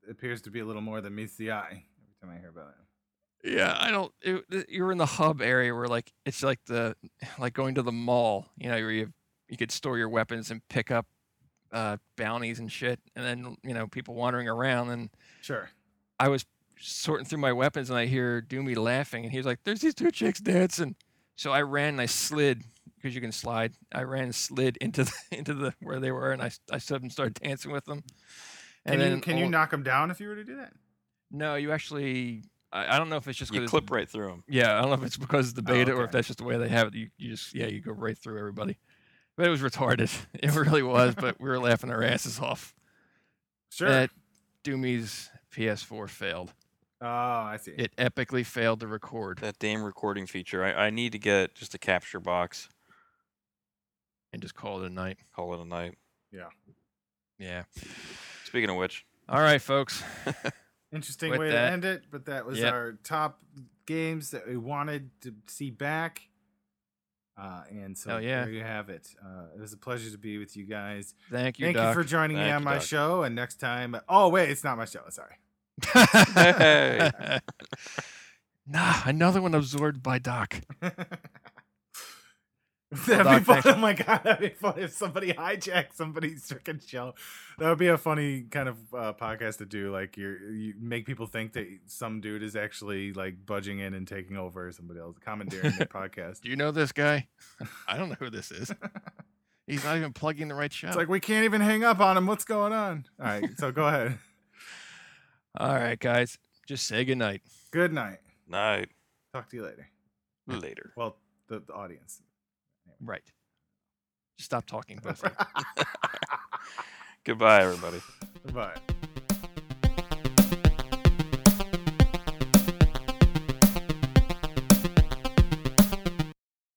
C: appears to be a little more than meets the eye every time I hear about it.
A: Yeah, I don't. It, th- you were in the hub area where like it's like the like going to the mall, you know, where you have you could store your weapons and pick up uh, bounties and shit, and then you know people wandering around. And
C: Sure.
A: I was sorting through my weapons, and I hear Doomy laughing, and he was like, "There's these two chicks dancing." So I ran and I slid because you can slide. I ran and slid into the, into the where they were, and I I stood up and started dancing with them.
C: Can you
A: then
C: can you
A: all-
C: knock them down if you were to do that?
A: No, you actually. I, I don't know if it's just
B: You
A: because
B: clip right through them.
A: Yeah, I don't know if it's because of the
C: Oh,
A: beta or if
C: okay.
A: that's just the way they have it. You, you just yeah, you go right through everybody. But it was retarded. It really was. but we were laughing our asses off.
C: Sure.
A: That Doomy's PS4 failed.
C: oh, I see.
A: It epically failed to record
B: That damn recording feature. I, I need to get just a capture box.
A: and just call it a night.
B: Call it a night.
A: Yeah.
B: Speaking of which,
A: All right, folks.
C: Interesting
A: with
C: way
A: that-
C: to end it, but that was
A: Yep.
C: our top games that we wanted to see back. Uh, and so
A: Hell yeah.
C: there you have it. Uh, it was a pleasure to be with you guys.
A: Thank you,
C: Thank
A: Doc.
C: you for joining me
B: Thank
C: on
B: you,
C: my
B: Doc.
C: show. And next time, oh wait, it's not my show. Sorry.
B: Hey.
A: nah, another one absorbed by Doc.
C: that'd
A: Doc,
C: be fun.
A: thanks.
C: Oh my god, that'd be fun if somebody hijacked somebody's freaking show. That would be a funny kind of uh, podcast to do. Like you, you make people think that some dude is actually like budging in and taking over somebody else, commandeering their podcast.
A: Do you know this guy? I don't know who this is. He's not even plugging the right show.
C: It's like we can't even hang up on him. What's going on? All right, so go ahead.
A: All right, guys. Just say goodnight.
C: Good night.
B: night
C: Talk to you later.
B: later.
C: Well, the, the audience.
A: Right. Just stop talking, both of you.
B: Goodbye, everybody.
C: Bye.